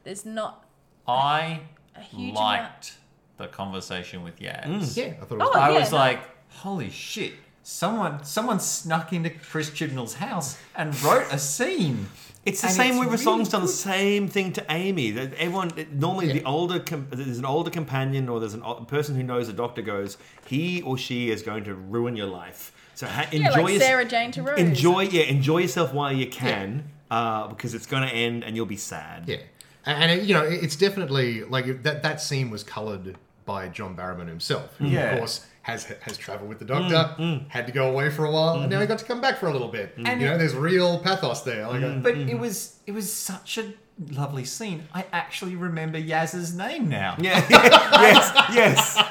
[SPEAKER 1] there's not
[SPEAKER 5] <laughs> I
[SPEAKER 1] a huge amount.
[SPEAKER 5] liked the conversation with Yaz.
[SPEAKER 2] yeah, I thought it was.
[SPEAKER 1] Oh,
[SPEAKER 5] I
[SPEAKER 1] yeah,
[SPEAKER 5] was
[SPEAKER 1] no.
[SPEAKER 5] like, holy shit. Someone, someone snuck into Chris Chibnall's house and wrote a scene.
[SPEAKER 3] it's the
[SPEAKER 5] and
[SPEAKER 3] same.
[SPEAKER 5] it's
[SPEAKER 3] We've
[SPEAKER 5] really
[SPEAKER 3] song's done the same thing to Amy. That Everyone it- normally the older com- there's an older companion or there's an o- person who knows the doctor goes he or she is going to ruin your life. So ha-
[SPEAKER 1] Yeah,
[SPEAKER 3] enjoy
[SPEAKER 1] like
[SPEAKER 3] your-
[SPEAKER 1] Sarah Jane to Rose.
[SPEAKER 3] Enjoy yeah, enjoy yourself while you can uh, because it's going to end and you'll be sad.
[SPEAKER 2] Yeah, and, and it, you know, it- it's definitely like that. That scene was coloured by John Barrowman himself, who
[SPEAKER 5] Yeah.
[SPEAKER 2] of course has has travelled with the Doctor,
[SPEAKER 3] Mm,
[SPEAKER 2] had to go away for a while, and now
[SPEAKER 3] Mm-hmm.
[SPEAKER 2] he got to come back for a little bit.
[SPEAKER 5] And
[SPEAKER 2] you
[SPEAKER 5] it-
[SPEAKER 2] know, there's real pathos there. Like,
[SPEAKER 3] Mm.
[SPEAKER 2] a-
[SPEAKER 5] But it was, it was such a lovely scene. I actually remember Yaz's name now.
[SPEAKER 3] <laughs> Yeah. yes. Yes.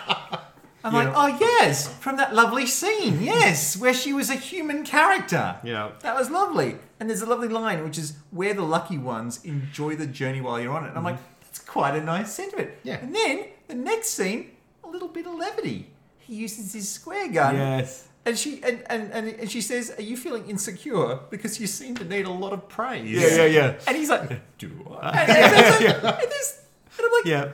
[SPEAKER 5] I'm like, oh yes, from that lovely scene, yes, where she was a human character.
[SPEAKER 3] Yeah.
[SPEAKER 5] That was lovely. And there's a lovely line which is we're the lucky ones, enjoy the journey while you're on it. And I'm
[SPEAKER 3] Mm-hmm.
[SPEAKER 5] like, that's quite a nice sentiment.
[SPEAKER 2] Yeah.
[SPEAKER 5] And then the next scene, a little bit of levity. He uses his square gun.
[SPEAKER 3] Yes.
[SPEAKER 5] And she and, and, and, and she says, Are you feeling insecure? Because you seem to need a lot of praise.
[SPEAKER 3] Yeah. Yeah. Yeah.
[SPEAKER 5] And he's
[SPEAKER 3] <laughs>
[SPEAKER 5] like, Do I? And, and that's like- and there's- and I'm like,
[SPEAKER 3] Yeah.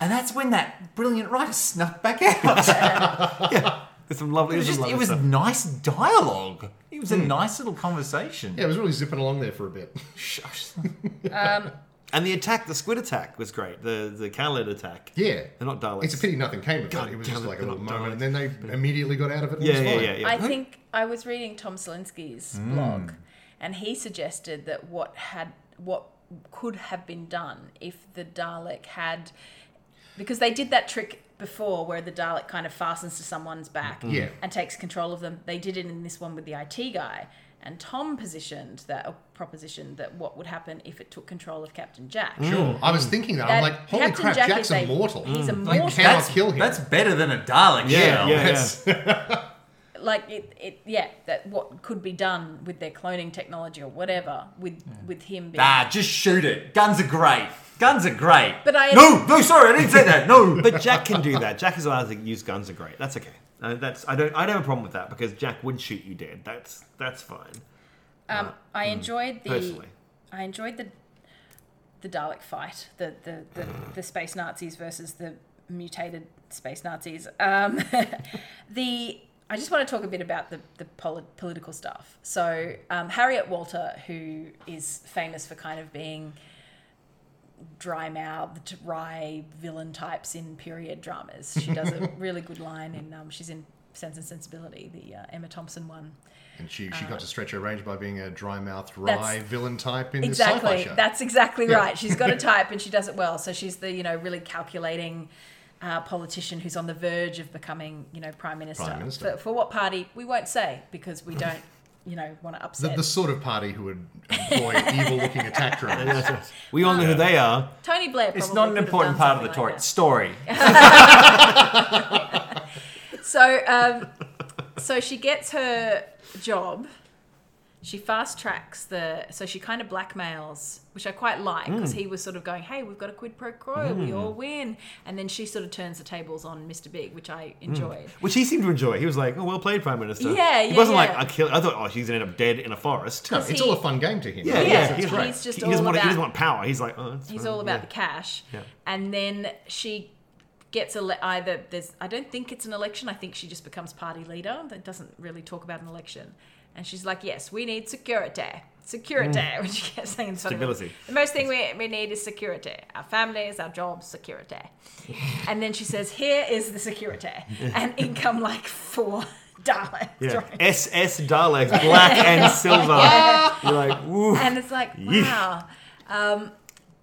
[SPEAKER 5] and that's when that brilliant writer snuck back
[SPEAKER 3] <laughs>
[SPEAKER 5] out.
[SPEAKER 3] There's some lovely.
[SPEAKER 5] It was
[SPEAKER 3] there's
[SPEAKER 5] just
[SPEAKER 3] some
[SPEAKER 5] it
[SPEAKER 3] lovely
[SPEAKER 5] was
[SPEAKER 3] stuff. Hmm.
[SPEAKER 5] nice dialogue. It was a nice little conversation.
[SPEAKER 2] yeah, it was really zipping along there for a bit.
[SPEAKER 3] And the attack, the squid attack, was great. The the Khalid attack.
[SPEAKER 2] yeah,
[SPEAKER 3] They're not Daleks.
[SPEAKER 2] it's a pity nothing came of
[SPEAKER 3] God
[SPEAKER 2] it. It was
[SPEAKER 3] damn
[SPEAKER 2] just
[SPEAKER 3] it,
[SPEAKER 2] like a
[SPEAKER 3] they're
[SPEAKER 2] little
[SPEAKER 3] not
[SPEAKER 2] moment, and
[SPEAKER 3] Daleks.
[SPEAKER 2] then they immediately got out of it. And
[SPEAKER 3] Yeah,
[SPEAKER 2] it was
[SPEAKER 3] yeah,
[SPEAKER 2] fine.
[SPEAKER 3] yeah, yeah.
[SPEAKER 1] I <laughs> think I was reading Tom Selinsky's
[SPEAKER 2] Hmm.
[SPEAKER 1] blog, and he suggested that what had what could have been done if the Dalek had, because they did that trick before where the Dalek kind of fastens to someone's back
[SPEAKER 3] Mm.
[SPEAKER 2] Yeah.
[SPEAKER 1] and takes control of them. They did it in this one with the IT guy. And Tom positioned that or propositioned that what would happen if it took control of Captain Jack.
[SPEAKER 3] Mm.
[SPEAKER 2] Sure. I was thinking that. I'm
[SPEAKER 1] That
[SPEAKER 2] like, holy
[SPEAKER 1] Captain
[SPEAKER 2] crap,
[SPEAKER 1] Jack
[SPEAKER 2] Jack's
[SPEAKER 1] is a-
[SPEAKER 2] immortal.
[SPEAKER 1] he's
[SPEAKER 2] Mm.
[SPEAKER 1] immortal.
[SPEAKER 2] You cannot
[SPEAKER 5] that's,
[SPEAKER 2] kill him.
[SPEAKER 5] that's better than a Dalek.
[SPEAKER 3] Yeah,
[SPEAKER 5] shell.
[SPEAKER 3] yeah, yeah.
[SPEAKER 2] That's-
[SPEAKER 1] like it, it yeah that what could be done with their cloning technology or whatever with with him being
[SPEAKER 5] Nah, just shoot it. Guns are great. Guns are great.
[SPEAKER 1] But I- <laughs>
[SPEAKER 5] no, no, sorry, I didn't say that. No,
[SPEAKER 3] But Jack can do that. Jack is allowed to use guns are great. That's okay. Uh, that's I don't I don't have a problem with that because Jack would shoot you dead. That's that's fine.
[SPEAKER 1] Um, I enjoyed the.
[SPEAKER 3] personally.
[SPEAKER 1] I enjoyed the the Dalek fight, the the, the, the space Nazis versus the mutated space Nazis. Um, <laughs> the I just want to talk a bit about the the polit- political stuff. So um, Harriet Walter, who is famous for kind of being dry mouthed, wry villain types in period dramas. She does a really good line in. Um, she's in Sense and Sensibility, the uh, Emma Thompson one.
[SPEAKER 2] And she, she got to stretch her range by being a dry mouthed, wry
[SPEAKER 1] Uh. That's-
[SPEAKER 2] villain type in this sci
[SPEAKER 1] Exactly.
[SPEAKER 2] fi show.
[SPEAKER 1] That's exactly
[SPEAKER 2] Yeah.
[SPEAKER 1] right. She's got
[SPEAKER 2] <laughs>
[SPEAKER 1] a type and she does it well. So she's the, you know, really calculating uh, politician who's on the verge of becoming, you know, prime minister.
[SPEAKER 2] Prime Minister.
[SPEAKER 1] For, for what party, we won't say because
[SPEAKER 2] <laughs>
[SPEAKER 1] we don't, you know, want to
[SPEAKER 2] the,
[SPEAKER 1] upset.
[SPEAKER 2] the sort of party who would employ
[SPEAKER 1] <laughs>
[SPEAKER 2] evil looking attack drones.
[SPEAKER 3] We all know
[SPEAKER 1] Oh.
[SPEAKER 3] who they are.
[SPEAKER 1] Tony Blair probably
[SPEAKER 5] It's not an
[SPEAKER 1] could have done
[SPEAKER 5] important part of the
[SPEAKER 1] something like
[SPEAKER 5] tor- story.
[SPEAKER 1] that. So, um, so she gets her job. She fast tracks the, so she kind of blackmails, which I quite like because he was sort of going, "Hey, we've got a quid pro quo, we all win," and then she sort of turns the tables on Mr. Big, which I enjoyed.
[SPEAKER 3] Which he seemed to enjoy. He was like, "Oh, well played, Prime Minister."
[SPEAKER 1] Yeah,
[SPEAKER 3] He
[SPEAKER 1] yeah,
[SPEAKER 3] wasn't like,
[SPEAKER 1] yeah.
[SPEAKER 3] "I kill." I thought, "Oh, she's gonna end up dead in a forest."
[SPEAKER 2] No,
[SPEAKER 1] Does
[SPEAKER 2] it's
[SPEAKER 1] he-
[SPEAKER 2] all a fun game to him.
[SPEAKER 1] Yeah,
[SPEAKER 3] he's
[SPEAKER 1] he's
[SPEAKER 3] right.
[SPEAKER 1] just
[SPEAKER 3] he,
[SPEAKER 1] all
[SPEAKER 3] doesn't want, he
[SPEAKER 1] about-
[SPEAKER 3] doesn't want power. He's like, "Oh, that's
[SPEAKER 1] He's
[SPEAKER 3] fine."
[SPEAKER 1] all about
[SPEAKER 3] Yeah.
[SPEAKER 1] the cash.
[SPEAKER 3] Yeah.
[SPEAKER 1] And then she gets ele- either there's I don't think it's an election. I think she just becomes party leader. That doesn't really talk about an election. And she's like, "Yes, we need security." Security, <laughs> which she kept saying in front of him.
[SPEAKER 3] Mm. Stability.
[SPEAKER 1] The most thing we, we need is security. Our families, our jobs, security. and then she says, Here is the
[SPEAKER 3] <laughs>
[SPEAKER 1] security. And income like four <laughs> dollars.
[SPEAKER 3] Yeah. SS Daleks, black
[SPEAKER 1] <laughs>
[SPEAKER 3] and silver. You're like, "Woo."
[SPEAKER 1] and it's
[SPEAKER 3] <laughs>
[SPEAKER 1] like wow um,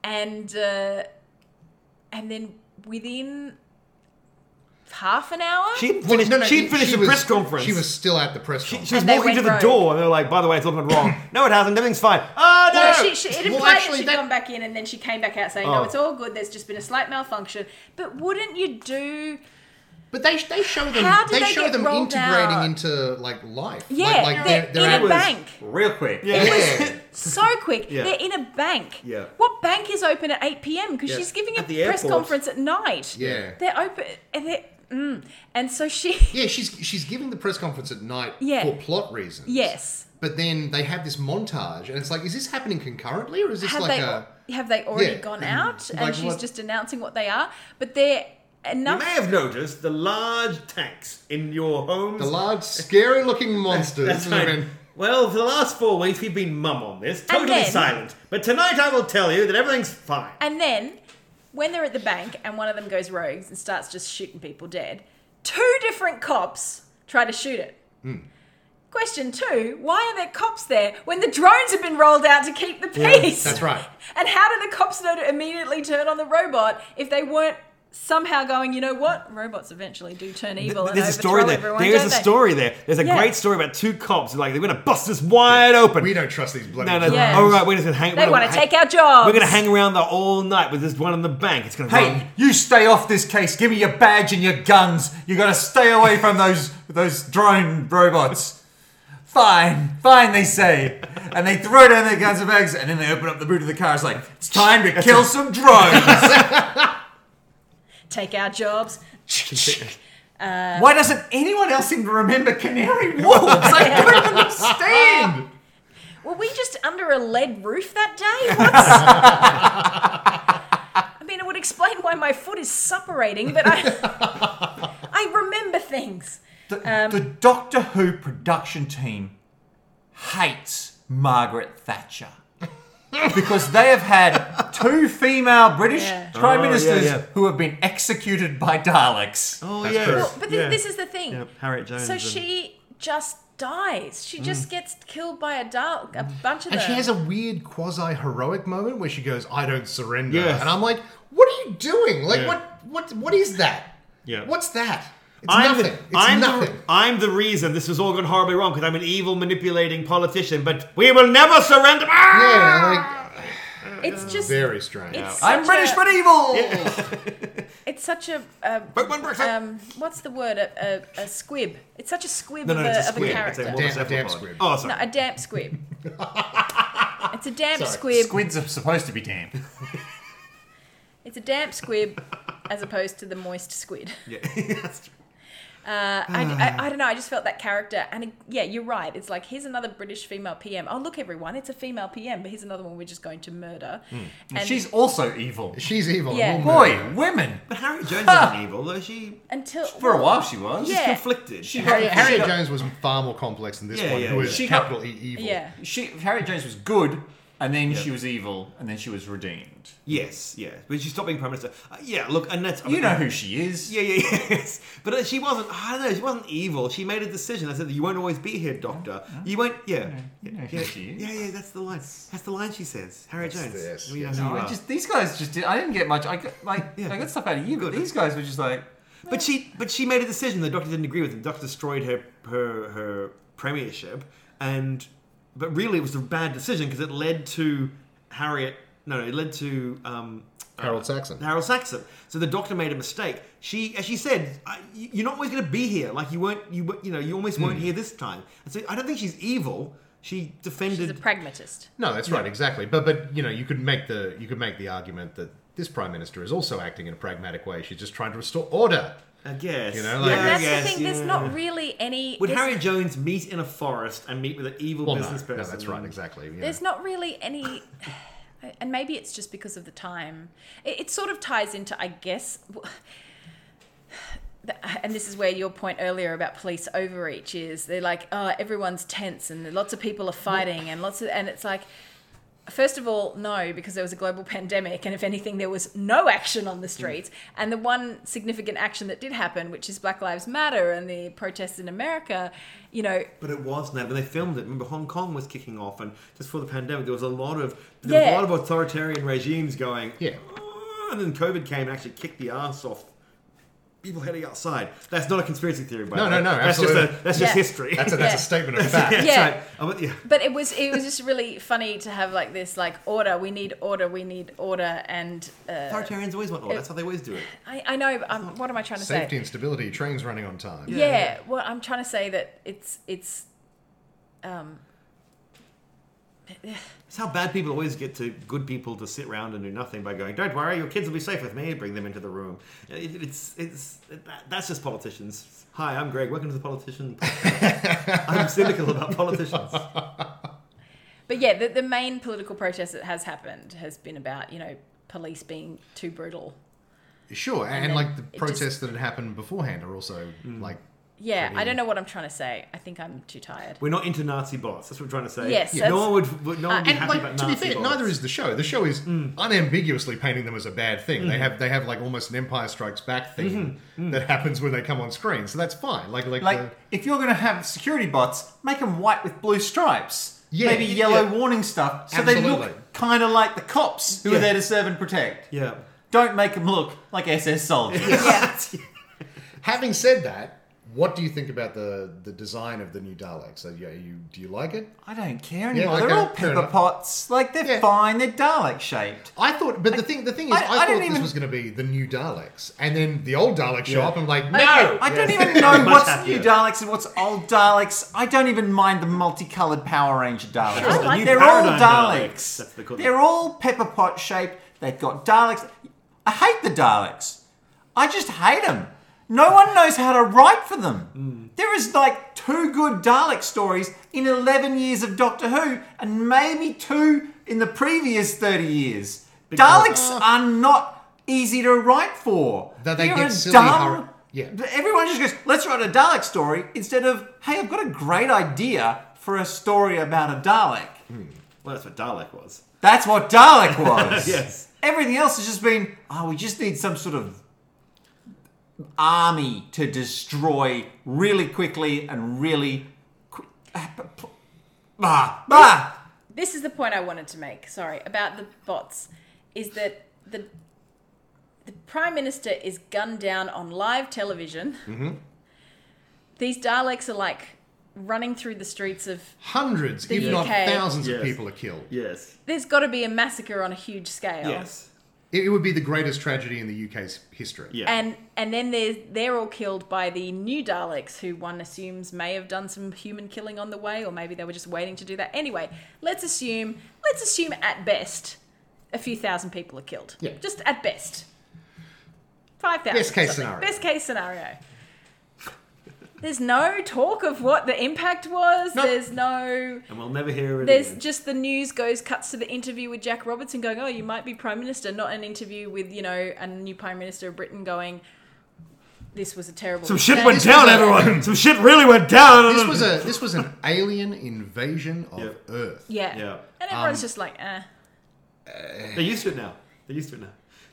[SPEAKER 1] and uh, and then within half an hour
[SPEAKER 3] She'd
[SPEAKER 2] Well,
[SPEAKER 3] finished,
[SPEAKER 2] no, no,
[SPEAKER 3] she'd
[SPEAKER 2] she
[SPEAKER 3] finished the
[SPEAKER 2] was-
[SPEAKER 3] press conference.
[SPEAKER 2] She was still at the press conference.
[SPEAKER 3] She was
[SPEAKER 1] And they
[SPEAKER 3] walking to
[SPEAKER 1] went
[SPEAKER 3] the
[SPEAKER 1] road.
[SPEAKER 3] door, and they were like, "By the way, it's all gone <laughs> wrong. No, it hasn't. Everything's fine. Oh no!"
[SPEAKER 1] well, she, she, it
[SPEAKER 2] Well,
[SPEAKER 1] implied
[SPEAKER 2] actually,
[SPEAKER 1] that she'd
[SPEAKER 2] that-
[SPEAKER 1] gone back in and then she came back out saying,
[SPEAKER 3] Oh.
[SPEAKER 1] No, it's all good. There's just been a slight malfunction. But wouldn't you do.
[SPEAKER 2] But they they show them
[SPEAKER 1] How did
[SPEAKER 2] they,
[SPEAKER 1] they
[SPEAKER 2] show
[SPEAKER 1] get
[SPEAKER 2] them
[SPEAKER 1] rolled
[SPEAKER 2] integrating
[SPEAKER 1] out?
[SPEAKER 2] into like life.
[SPEAKER 1] Yeah,
[SPEAKER 2] like, like
[SPEAKER 1] they're, in a
[SPEAKER 2] out-
[SPEAKER 1] bank.
[SPEAKER 5] Real quick.
[SPEAKER 3] Yeah.
[SPEAKER 2] Yeah.
[SPEAKER 1] So
[SPEAKER 3] <laughs>
[SPEAKER 1] quick.
[SPEAKER 3] Yeah.
[SPEAKER 1] They're in a bank.
[SPEAKER 3] Yeah.
[SPEAKER 1] What bank is open at 8 p.m.? Because
[SPEAKER 3] Yeah.
[SPEAKER 1] she's giving
[SPEAKER 3] At
[SPEAKER 1] a
[SPEAKER 3] the
[SPEAKER 1] press
[SPEAKER 3] airport.
[SPEAKER 1] conference at night.
[SPEAKER 2] Yeah.
[SPEAKER 1] They're open. And, they're, mm. and so she.
[SPEAKER 3] <laughs>
[SPEAKER 2] Yeah, she's she's giving the press conference at night
[SPEAKER 1] Yeah.
[SPEAKER 2] for plot reasons.
[SPEAKER 1] Yes.
[SPEAKER 2] But then they have this montage, and it's like, is this happening concurrently, or is this
[SPEAKER 1] have
[SPEAKER 2] like
[SPEAKER 1] they
[SPEAKER 2] a?
[SPEAKER 1] have they already
[SPEAKER 2] Yeah,
[SPEAKER 1] gone
[SPEAKER 2] mm,
[SPEAKER 1] out and
[SPEAKER 2] like
[SPEAKER 1] she's
[SPEAKER 2] what-
[SPEAKER 1] just announcing what they are but they're
[SPEAKER 3] You
[SPEAKER 1] enough
[SPEAKER 3] may have noticed the large tanks in your homes.
[SPEAKER 2] The large, scary-looking monsters.
[SPEAKER 3] That's
[SPEAKER 2] that have
[SPEAKER 3] right.
[SPEAKER 2] been-
[SPEAKER 3] Well, for the last four weeks we've been mum on this, totally
[SPEAKER 1] then-
[SPEAKER 3] silent. But tonight I will tell you that everything's fine.
[SPEAKER 1] and then when they're at the bank and one of them goes rogues and starts just shooting people dead two different cops try to shoot it
[SPEAKER 3] Hmm.
[SPEAKER 1] question two why are there cops there when the drones have been rolled out to keep the peace
[SPEAKER 2] that's right.
[SPEAKER 1] and how do the cops know to immediately turn on the robot if they weren't Somehow going, you know what? Robots eventually do turn evil. and
[SPEAKER 3] There's a story
[SPEAKER 1] overthrow
[SPEAKER 3] there.
[SPEAKER 1] Everyone,
[SPEAKER 3] There is
[SPEAKER 1] don't
[SPEAKER 3] a
[SPEAKER 1] they?
[SPEAKER 3] story there. There's a
[SPEAKER 1] Yeah.
[SPEAKER 3] great story about two cops. Like they're gonna bust this wide open.
[SPEAKER 2] We don't trust these bloody.
[SPEAKER 3] No, no.
[SPEAKER 1] Yeah.
[SPEAKER 3] All right, we're just gonna hang.
[SPEAKER 1] They
[SPEAKER 3] we're
[SPEAKER 1] want
[SPEAKER 3] gonna
[SPEAKER 1] to
[SPEAKER 3] hang-
[SPEAKER 1] take our jobs.
[SPEAKER 3] We're gonna hang around there all night with this one in the bank. It's gonna run
[SPEAKER 5] Hey, you stay off this case. Give me your badge and your guns. You gotta stay away from those those drone robots. Fine, fine, they say. And they throw down their guns and bags, and then they open up the boot of the car. It's like, it's time to kill
[SPEAKER 1] <laughs>
[SPEAKER 5] some drones.
[SPEAKER 1] take our jobs.
[SPEAKER 5] Why doesn't anyone else seem to remember Canary Wolves? I
[SPEAKER 1] <laughs>
[SPEAKER 5] don't understand.
[SPEAKER 1] Were we just under a lead roof that day? What's... <laughs> I mean, it would explain why my foot is suppurating, but I, I <laughs> remember things. Um,
[SPEAKER 5] The, the Doctor Who production team hates
[SPEAKER 1] <laughs>
[SPEAKER 5] Margaret Thatcher because they have had two female British
[SPEAKER 1] Yeah.
[SPEAKER 5] prime
[SPEAKER 3] Oh, yeah,
[SPEAKER 5] ministers
[SPEAKER 3] yeah.
[SPEAKER 5] who have been executed by Daleks.
[SPEAKER 3] Oh
[SPEAKER 2] That's
[SPEAKER 3] yeah,
[SPEAKER 2] true.
[SPEAKER 1] Well, but thi- this is the thing.
[SPEAKER 3] Yep, Harriet Jones
[SPEAKER 1] So
[SPEAKER 3] and- Mm.
[SPEAKER 1] she just dies. She just gets killed by a dark, a bunch of
[SPEAKER 2] And
[SPEAKER 1] them.
[SPEAKER 2] she has a weird quasi-heroic moment where she goes, "I don't surrender,"
[SPEAKER 3] Yes.
[SPEAKER 2] and I'm like, "What are you doing? Like,
[SPEAKER 3] Yeah.
[SPEAKER 2] what, what, what is that?
[SPEAKER 3] Yeah.
[SPEAKER 2] What's that? It's
[SPEAKER 3] I'm
[SPEAKER 2] nothing.
[SPEAKER 3] The,
[SPEAKER 2] it's
[SPEAKER 3] I'm,
[SPEAKER 2] nothing."
[SPEAKER 3] The, I'm the reason this has all gone horribly wrong because I'm an evil, manipulating politician. But we will never surrender. Ah!
[SPEAKER 2] yeah, like
[SPEAKER 1] It's just.
[SPEAKER 2] very strange.
[SPEAKER 1] It's
[SPEAKER 5] I'm
[SPEAKER 1] such
[SPEAKER 5] British
[SPEAKER 1] a-
[SPEAKER 5] medieval.
[SPEAKER 1] It's such a. a um, what's the word? A, a, a squib. It's such a squib
[SPEAKER 3] No,
[SPEAKER 1] of,
[SPEAKER 3] no,
[SPEAKER 1] a,
[SPEAKER 3] it's a
[SPEAKER 1] of
[SPEAKER 3] squib.
[SPEAKER 1] a
[SPEAKER 3] It's
[SPEAKER 1] character.
[SPEAKER 3] a
[SPEAKER 2] Damn-
[SPEAKER 3] wasp
[SPEAKER 2] damn
[SPEAKER 3] cephalopod.
[SPEAKER 2] squid.
[SPEAKER 3] Oh, sorry.
[SPEAKER 1] No, a damp squib. it's a damp
[SPEAKER 2] Sorry.
[SPEAKER 1] squib.
[SPEAKER 5] Squids are supposed to be damp.
[SPEAKER 1] It's a damp squib as opposed to the moist squid.
[SPEAKER 3] Yeah. <laughs> That's true.
[SPEAKER 1] Uh, I, I, I don't know. I just felt that character, and it- yeah, you're right. It's like here's another British female PM. Oh look, everyone, it's a female PM, but here's another one we're just going to murder. And
[SPEAKER 5] She's also evil.
[SPEAKER 2] She's evil.
[SPEAKER 1] Yeah.
[SPEAKER 2] We'll murder
[SPEAKER 5] Boy,
[SPEAKER 2] her.
[SPEAKER 5] women.
[SPEAKER 3] But Harry Jones isn't evil, though. She
[SPEAKER 1] until
[SPEAKER 5] For a while she was.
[SPEAKER 1] Ah! Yeah.
[SPEAKER 3] conflicted. She
[SPEAKER 2] Harriet, Harriet
[SPEAKER 5] got-
[SPEAKER 2] Jones was far more complex than this
[SPEAKER 3] Yeah,
[SPEAKER 2] one,
[SPEAKER 3] yeah,
[SPEAKER 2] who is
[SPEAKER 5] yeah.
[SPEAKER 2] capital E evil.
[SPEAKER 1] yeah,
[SPEAKER 5] She Harriet Jones was good, and then she was evil, and then she was redeemed.
[SPEAKER 3] yes, yeah. But she stopped being prime minister. Uh, yeah, look, and that's
[SPEAKER 5] You know who she is.
[SPEAKER 3] <laughs> Yeah, yeah, yes. But uh, she wasn't. I don't know. She wasn't evil. She made a decision. I said, "You won't always be here, Doctor. You won't." Yeah,
[SPEAKER 5] You know who
[SPEAKER 3] yeah,
[SPEAKER 5] she is.
[SPEAKER 3] yeah, yeah. That's the line. That's the line she says. Harriet
[SPEAKER 2] That's
[SPEAKER 3] Jones.
[SPEAKER 2] this,
[SPEAKER 3] We know
[SPEAKER 2] yes.
[SPEAKER 3] who you
[SPEAKER 5] I
[SPEAKER 3] are.
[SPEAKER 5] just these guys just did. I didn't get much. I got, like
[SPEAKER 3] Yeah.
[SPEAKER 5] I got stuff out of you, but
[SPEAKER 3] Good.
[SPEAKER 5] these guys were just like
[SPEAKER 3] But she, but she made a decision. The doctor didn't agree with. it. The doctor destroyed her her her premiership, and but really it was a bad decision because it led to Harriet. No, no, it led to um,
[SPEAKER 2] Harold Saxon.
[SPEAKER 3] Harold Saxon. So the doctor made a mistake. She, as she said, I, you- you're not always going to be here. Like you weren't. You were- you know you almost
[SPEAKER 2] Hmm.
[SPEAKER 3] weren't here this time. And so I don't think she's evil. She
[SPEAKER 1] she's a
[SPEAKER 3] defended.
[SPEAKER 1] pragmatist.
[SPEAKER 2] No, that's right, exactly. But but you know, you could make the you could make the argument that this prime minister is also acting in a pragmatic way. She's just trying to restore order.
[SPEAKER 3] I guess.
[SPEAKER 2] You know, like-
[SPEAKER 1] But
[SPEAKER 2] I
[SPEAKER 1] that's
[SPEAKER 3] yes,
[SPEAKER 1] the thing. There's
[SPEAKER 3] yeah.
[SPEAKER 1] not really any.
[SPEAKER 3] Would
[SPEAKER 1] there's,
[SPEAKER 3] Harry Jones meet in a forest and meet with an evil
[SPEAKER 2] Well, no,
[SPEAKER 3] business
[SPEAKER 2] no,
[SPEAKER 3] person?
[SPEAKER 2] that's right, exactly. you know.
[SPEAKER 1] There's not really any. And maybe it's just because of the time. It, it sort of ties into, I guess. w- the- And this is where your point earlier about police overreach is. They're like, oh, everyone's tense and lots of people are fighting and lots of. And it's like, First of all, no, because there was a global <laughs> pandemic, and if anything, there was no action on the streets. And the one significant action that did happen, which is Black Lives Matter and the protests in America, you know,
[SPEAKER 3] But it was now when they filmed it. Remember, Hong Kong was kicking off, and just before the pandemic, there was a lot of there
[SPEAKER 1] Yeah.
[SPEAKER 3] was a lot of authoritarian regimes going.
[SPEAKER 2] Yeah.
[SPEAKER 3] "Oh," And then COVID came and actually kicked the ass off people heading outside. That's not a conspiracy theory, by
[SPEAKER 2] No,
[SPEAKER 3] the
[SPEAKER 2] no,
[SPEAKER 3] way.
[SPEAKER 2] no,
[SPEAKER 3] That's just
[SPEAKER 2] absolutely.
[SPEAKER 3] a, that's just
[SPEAKER 1] Yeah.
[SPEAKER 3] history. <laughs>
[SPEAKER 2] that's a, that's
[SPEAKER 1] Yeah.
[SPEAKER 2] a statement of fact.
[SPEAKER 1] Yeah.
[SPEAKER 3] So, I went, yeah.
[SPEAKER 1] but it was it was just really funny to have like this like order we need order we need order and uh,
[SPEAKER 3] Authoritarians always want order. That's how they always do it.
[SPEAKER 1] I, I know but I'm, what am I trying to
[SPEAKER 2] Safety
[SPEAKER 1] say
[SPEAKER 2] and stability, trains running on time.
[SPEAKER 1] yeah, well I'm trying to say that it's it's um
[SPEAKER 3] It's how bad people always get to good people to sit around and do nothing by going, "Don't worry, your kids will be safe with me." Bring them into the room. It, it's it's that- that's just politicians. Hi, I'm Greg. Welcome to the politician. <laughs> Podcast. I'm cynical about politicians.
[SPEAKER 1] but yeah the, the main political protest that has happened has been about you know police being too brutal
[SPEAKER 2] Sure, and,
[SPEAKER 1] then
[SPEAKER 2] like the
[SPEAKER 1] it just-
[SPEAKER 2] protests that had happened beforehand are also
[SPEAKER 3] Mm.
[SPEAKER 2] like
[SPEAKER 1] yeah I don't know what I'm trying to say I think I'm too tired
[SPEAKER 3] We're not into Nazi bots. That's what we're trying to say.
[SPEAKER 1] Yes,
[SPEAKER 3] no
[SPEAKER 1] that's-
[SPEAKER 3] one would. would- No one would be
[SPEAKER 2] Uh, and
[SPEAKER 3] happy
[SPEAKER 2] like
[SPEAKER 3] about
[SPEAKER 2] to be
[SPEAKER 3] Nazi
[SPEAKER 2] fair,
[SPEAKER 3] bots. Mm.
[SPEAKER 2] neither is the show. The show is unambiguously painting them as a bad thing. They have they have like almost an Empire Strikes
[SPEAKER 3] Mm-hmm.
[SPEAKER 2] Back theme
[SPEAKER 3] Mm.
[SPEAKER 2] that happens when they come on screen, so that's fine. Like like,
[SPEAKER 5] like
[SPEAKER 2] the-
[SPEAKER 5] if you're gonna have security bots, make them white with blue stripes.
[SPEAKER 2] Yeah.
[SPEAKER 5] Maybe yellow
[SPEAKER 2] Yeah.
[SPEAKER 5] warning stuff, so they
[SPEAKER 2] Absolutely.
[SPEAKER 5] look kind of like the cops who
[SPEAKER 3] Yeah.
[SPEAKER 5] are there to serve and protect.
[SPEAKER 3] Yeah.
[SPEAKER 5] Don't make them look like SS soldiers.
[SPEAKER 1] yeah
[SPEAKER 2] having said that, what do you think about the the design of the new Daleks? So yeah, you do you like it?
[SPEAKER 5] <laughs> I don't care anymore.
[SPEAKER 2] okay,
[SPEAKER 5] They're all
[SPEAKER 2] fair
[SPEAKER 5] pepper
[SPEAKER 2] enough.
[SPEAKER 5] pots. Like they're
[SPEAKER 2] Yeah.
[SPEAKER 5] fine. They're Dalek shaped.
[SPEAKER 2] I thought, but the thing the thing is,
[SPEAKER 5] I-
[SPEAKER 2] I,
[SPEAKER 5] I
[SPEAKER 2] thought
[SPEAKER 5] don't
[SPEAKER 2] this
[SPEAKER 5] even-
[SPEAKER 2] was going to be the new Daleks, and then the old Daleks show
[SPEAKER 3] Yeah.
[SPEAKER 2] up. and I'm like, no,
[SPEAKER 5] No, I don't even know
[SPEAKER 3] Much
[SPEAKER 5] what's
[SPEAKER 3] happier.
[SPEAKER 5] new Daleks and what's old Daleks. I don't even mind the multicolored Power Ranger Daleks.
[SPEAKER 1] Sure, the new
[SPEAKER 5] They're all
[SPEAKER 3] paradigm
[SPEAKER 5] Daleks.
[SPEAKER 3] Daleks. That's the colour.
[SPEAKER 5] They're all pepper pot shaped. They've got Daleks. I hate the Daleks. I just hate them. No one knows how to write for
[SPEAKER 3] Hmm.
[SPEAKER 5] them. There is like two good Dalek stories in 11 years of Doctor Who, and maybe two in the previous 30 years. Daleks are not easy to write for.
[SPEAKER 2] That they
[SPEAKER 5] They're
[SPEAKER 2] get
[SPEAKER 5] a
[SPEAKER 2] silly hor- yeah.
[SPEAKER 5] Everyone just goes, let's write a Dalek story instead of, hey, I've got a great idea for a story about a Dalek.
[SPEAKER 3] Well, that's what Dalek was.
[SPEAKER 5] That's what
[SPEAKER 2] <laughs>
[SPEAKER 5] Dalek was.
[SPEAKER 3] Yes.
[SPEAKER 5] Everything else has just been, oh, we just need some sort of army to destroy really quickly and really. Qu- ah, ah.
[SPEAKER 1] this is the point I wanted to make. Sorry about the bots, is that the the prime minister is gunned down on live television. These Daleks are like running through the streets of.
[SPEAKER 2] hundreds,
[SPEAKER 1] The
[SPEAKER 2] if not
[SPEAKER 1] UK.
[SPEAKER 2] thousands
[SPEAKER 3] Yes.
[SPEAKER 2] of people are killed.
[SPEAKER 3] Yes.
[SPEAKER 1] There's got to be a massacre on a huge scale.
[SPEAKER 3] Yes.
[SPEAKER 2] It, it would be the greatest tragedy in the UK's history.
[SPEAKER 3] Yeah.
[SPEAKER 1] And and then they're they're all killed by the new Daleks, who one assumes may have done some human killing on the way, or maybe they were just waiting to do that. Anyway, let's assume let's assume at best a few thousand people are killed.
[SPEAKER 2] Yeah.
[SPEAKER 1] Just at best. Five thousand.
[SPEAKER 2] Best case
[SPEAKER 1] something.
[SPEAKER 2] scenario.
[SPEAKER 1] Best case scenario. There's no talk of what the impact was.
[SPEAKER 3] Nope.
[SPEAKER 1] There's no.
[SPEAKER 3] and we'll never hear it
[SPEAKER 1] There's
[SPEAKER 3] again.
[SPEAKER 1] just the news goes cuts to the interview with Jack Robertson going, "Oh, you might be prime minister," not an interview with you know a new prime minister of Britain going, "This was a terrible."
[SPEAKER 3] Some shit
[SPEAKER 2] Yeah,
[SPEAKER 3] went
[SPEAKER 2] this
[SPEAKER 3] down,
[SPEAKER 2] was a-
[SPEAKER 3] everyone. Some shit really went down.
[SPEAKER 2] This was a this was an alien invasion of
[SPEAKER 3] Yep.
[SPEAKER 2] Earth.
[SPEAKER 1] Yeah.
[SPEAKER 3] Yeah.
[SPEAKER 1] And everyone's just like, eh.
[SPEAKER 3] They're used to it now. They're used to it now.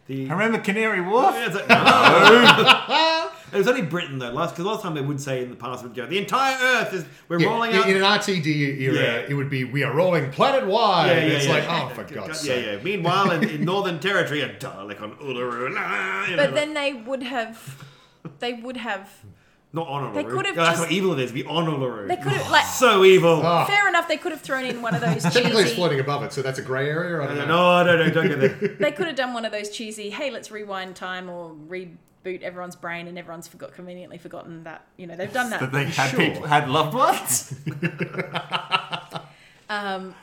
[SPEAKER 3] The Oh,
[SPEAKER 5] I remember Canary Wharf.
[SPEAKER 3] Yeah, it's like, no. it was only Britain though. Last because last time they would say in the past would go the entire Earth is we're
[SPEAKER 2] Yeah,
[SPEAKER 3] rolling
[SPEAKER 2] in,
[SPEAKER 3] out.
[SPEAKER 2] in an RTD era,
[SPEAKER 3] Yeah.
[SPEAKER 2] it would be we are rolling planet wide.
[SPEAKER 3] Yeah, yeah,
[SPEAKER 2] it's
[SPEAKER 3] yeah.
[SPEAKER 2] like oh for God's
[SPEAKER 3] yeah,
[SPEAKER 2] sake.
[SPEAKER 3] yeah. Meanwhile, in,
[SPEAKER 2] <laughs>
[SPEAKER 3] in Northern Territory, a Dalek on Uluru. la, you know,
[SPEAKER 1] But then they would have, they would have,
[SPEAKER 3] not on Uluru.
[SPEAKER 1] they could've
[SPEAKER 3] Yeah, That's
[SPEAKER 1] just-
[SPEAKER 3] how evil it is. Be on Uluru.
[SPEAKER 1] they could have like.
[SPEAKER 3] so evil.
[SPEAKER 2] Ah.
[SPEAKER 1] Fair enough, they could have thrown in one of
[SPEAKER 3] <laughs>
[SPEAKER 1] those
[SPEAKER 2] Technically, it's
[SPEAKER 1] cheesy.
[SPEAKER 2] floating above it, so that's a grey area. I don't know.
[SPEAKER 3] No, no, no, don't go there.
[SPEAKER 1] They could have done one of those cheesy. Hey, let's rewind time or reboot everyone's brain, and everyone's forgot conveniently forgotten that you know they've done
[SPEAKER 5] <laughs> That
[SPEAKER 1] that.
[SPEAKER 5] they had
[SPEAKER 2] Sure.
[SPEAKER 5] people had loved ones.
[SPEAKER 1] Um,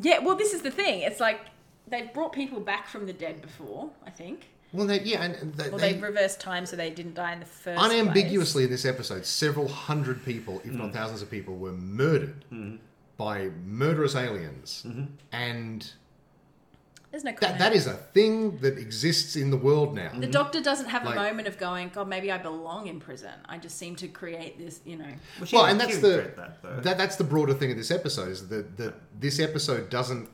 [SPEAKER 1] Yeah, well, this is the thing. It's like they've brought people back from the dead before. I think.
[SPEAKER 2] Well, they, yeah, and they,
[SPEAKER 1] Well,
[SPEAKER 2] they-
[SPEAKER 1] they reversed time so they didn't die in the first. place.
[SPEAKER 2] unambiguously in this episode, several hundred people, if
[SPEAKER 3] Mm.
[SPEAKER 2] not thousands of people, were murdered
[SPEAKER 3] Mm-hmm.
[SPEAKER 2] by murderous aliens, and
[SPEAKER 1] There's no.
[SPEAKER 2] that
[SPEAKER 1] comment.
[SPEAKER 2] that is a thing that exists in the world now.
[SPEAKER 1] The doctor doesn't have
[SPEAKER 2] Like-
[SPEAKER 1] a moment of going, God, maybe I belong in prison. I just seem to create this, you know.
[SPEAKER 3] she
[SPEAKER 2] well,
[SPEAKER 3] didn't-
[SPEAKER 2] and
[SPEAKER 3] she
[SPEAKER 2] that's
[SPEAKER 3] didn't
[SPEAKER 2] the
[SPEAKER 3] create
[SPEAKER 2] that,
[SPEAKER 3] that, though.
[SPEAKER 2] that's the broader thing of this episode is that that this episode doesn't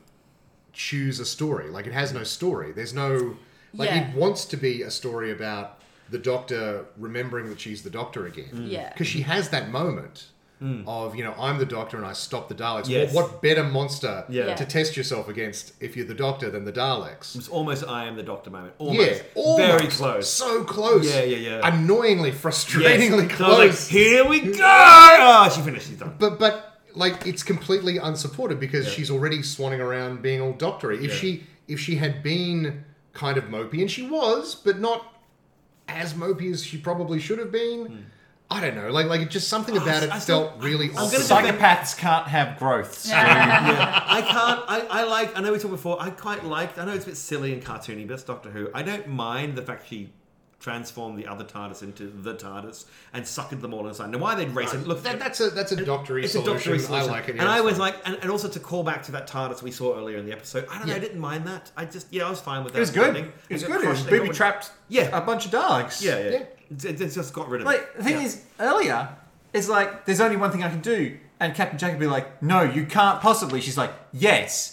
[SPEAKER 2] choose a story. Like it has no story. There's no like
[SPEAKER 1] Yeah.
[SPEAKER 2] it wants to be a story about the doctor remembering that she's the doctor again.
[SPEAKER 3] Mm.
[SPEAKER 1] Yeah.
[SPEAKER 2] because she has that moment. Of you know, I'm the doctor and I stop the Daleks.
[SPEAKER 3] Yes.
[SPEAKER 2] What, what better monster
[SPEAKER 3] Yeah.
[SPEAKER 2] to test yourself against if you're the Doctor than the Daleks?
[SPEAKER 3] It's almost I am the Doctor moment.
[SPEAKER 2] Yeah,
[SPEAKER 3] Almost.
[SPEAKER 2] almost.
[SPEAKER 3] Very close.
[SPEAKER 2] so close.
[SPEAKER 3] Yeah, yeah, yeah.
[SPEAKER 2] Annoyingly, frustratingly
[SPEAKER 3] Yes. So I was like,
[SPEAKER 2] close.
[SPEAKER 3] Here we go. Oh, she finished. She's done.
[SPEAKER 2] but but like it's completely unsupported because she's already swanning around being all doctory. If she if she had been kind of mopey, and she was, but not as mopey as she probably should have been. I don't know, like like it just something about it
[SPEAKER 3] Hmm. Oh, I still-
[SPEAKER 2] felt really
[SPEAKER 3] I'm
[SPEAKER 2] awesome.
[SPEAKER 3] gonna say-
[SPEAKER 5] Psychopaths can't have growths.
[SPEAKER 3] yeah, <laughs> I can't. I, I like. I know we talked before. I quite like. I know it's a bit silly and cartoony, but it's Doctor Who. I don't mind the fact she transformed the other TARDIS into the TARDIS and suckered them all inside. Now, why they'd race it? Look,
[SPEAKER 2] That- that's a that's a doctory
[SPEAKER 3] it's a
[SPEAKER 2] solution.
[SPEAKER 3] Doctor Who solution.
[SPEAKER 2] I like it.
[SPEAKER 3] And
[SPEAKER 2] yeah,
[SPEAKER 3] I
[SPEAKER 2] it's
[SPEAKER 3] was
[SPEAKER 2] fine.
[SPEAKER 3] like, and, and also to call back to that TARDIS we saw earlier in the episode. I don't know. I
[SPEAKER 2] Yeah.
[SPEAKER 3] didn't mind that. I just yeah, I was fine with that.
[SPEAKER 5] It was good.
[SPEAKER 3] ending.
[SPEAKER 5] It was
[SPEAKER 3] It
[SPEAKER 5] good. It was
[SPEAKER 3] crushed- it
[SPEAKER 5] booby
[SPEAKER 3] got-
[SPEAKER 5] trapped.
[SPEAKER 3] Yeah.
[SPEAKER 5] a bunch of Daleks.
[SPEAKER 3] Yeah, yeah.
[SPEAKER 2] Yeah.
[SPEAKER 3] It, it just got rid of
[SPEAKER 5] Like
[SPEAKER 3] it.
[SPEAKER 5] the thing
[SPEAKER 3] Yeah.
[SPEAKER 5] is, earlier it's like there's only one thing I can do, and Captain Jack would be like, "No, you can't possibly." She's like, "Yes."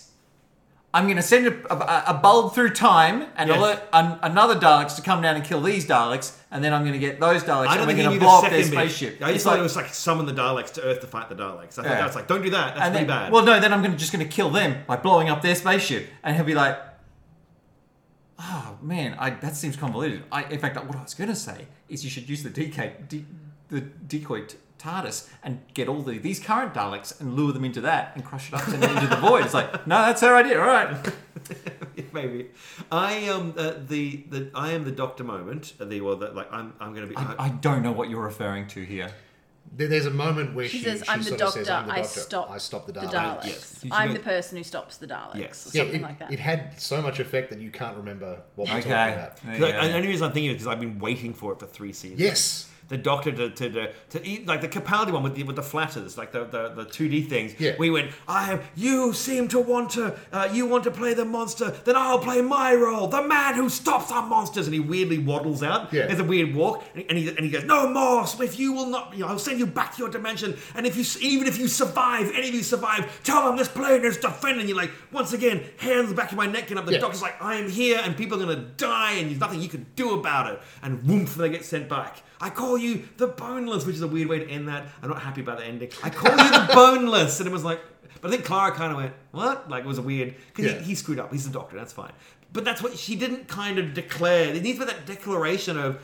[SPEAKER 5] I'm going to send a, a, a bulb through time and
[SPEAKER 3] Yes.
[SPEAKER 5] alert an, another Daleks to come down and kill these Daleks, and then I'm going to get those Daleks
[SPEAKER 3] I
[SPEAKER 5] and
[SPEAKER 3] don't
[SPEAKER 5] we're
[SPEAKER 3] think he
[SPEAKER 5] going
[SPEAKER 3] knew
[SPEAKER 5] to blow
[SPEAKER 3] the
[SPEAKER 5] up
[SPEAKER 3] second
[SPEAKER 5] their
[SPEAKER 3] bit.
[SPEAKER 5] spaceship.
[SPEAKER 3] I
[SPEAKER 5] It's
[SPEAKER 3] just thought
[SPEAKER 5] like-
[SPEAKER 3] it was like summon the Daleks to Earth to fight the Daleks. I thought
[SPEAKER 5] Yeah.
[SPEAKER 3] that's like, don't do that. That's
[SPEAKER 5] and
[SPEAKER 3] pretty
[SPEAKER 5] then,
[SPEAKER 3] bad.
[SPEAKER 5] Well, no, then I'm gonna, just going to kill them by blowing up their spaceship, and he'll be like, "Oh man, I, that seems convoluted." I, in fact, what I was going to say is you should use the DK, D, the decoy t- TARDIS, and get all the these current Daleks and lure them into that and crush it up and into the void. It's like, <laughs> no, that's her idea. All right,
[SPEAKER 3] <laughs> Maybe I am uh, the the I am the Doctor moment. uh, The or the like I'm I'm going to be.
[SPEAKER 5] I, I don't know what you're referring to here.
[SPEAKER 2] There- there's a moment where she,
[SPEAKER 1] She says,
[SPEAKER 2] she
[SPEAKER 1] I'm, the
[SPEAKER 2] sort
[SPEAKER 1] doctor,
[SPEAKER 2] of says, I'm the
[SPEAKER 1] I
[SPEAKER 2] doctor.
[SPEAKER 1] stop,
[SPEAKER 2] I stop the
[SPEAKER 1] the
[SPEAKER 2] Daleks.
[SPEAKER 1] Daleks.
[SPEAKER 3] Yes.
[SPEAKER 1] I'm the person who stops the Daleks.
[SPEAKER 3] Yes.
[SPEAKER 1] Or
[SPEAKER 2] Yeah,
[SPEAKER 1] something
[SPEAKER 2] it,
[SPEAKER 1] like that.
[SPEAKER 2] it had so much effect that you can't remember what we're talking
[SPEAKER 5] Okay.
[SPEAKER 2] about.
[SPEAKER 5] There
[SPEAKER 3] 'cause
[SPEAKER 5] you
[SPEAKER 3] I-
[SPEAKER 5] go.
[SPEAKER 3] the only reason I'm thinking is because I've been waiting for it for three seasons.
[SPEAKER 2] Yes.
[SPEAKER 3] The Doctor to to, to, to eat, like the Capaldi one with the with the flatters, like the the, the 2D things.
[SPEAKER 2] Yeah.
[SPEAKER 3] We went. I am. You seem to want to. Uh, you want to play the monster. Then I'll play my role, the man who stops our monsters. And he weirdly waddles out.
[SPEAKER 2] Yeah.
[SPEAKER 3] There's a weird walk, and, and he and he goes, "No more. So if you will not, you know, I'll send you back to your dimension. And if you s- even if you survive, any of you survive, tell them this plane is defending." And you're like, once again, hands back of my neck, and up the
[SPEAKER 2] Yeah.
[SPEAKER 3] Doctor's like, I am here and people are gonna die and there's nothing you can do about it. And whoomph, they get sent back. I call you the boneless, which is a weird way to end that. I'm not happy about the ending. I call
[SPEAKER 2] <laughs>
[SPEAKER 3] you the boneless. And it was like, but I think Clara kind of went, what? Like, it was a weird, because
[SPEAKER 2] Yeah.
[SPEAKER 3] he, he screwed up. He's the doctor, that's fine. But that's what she didn't kind of declare. There needs to be that declaration of,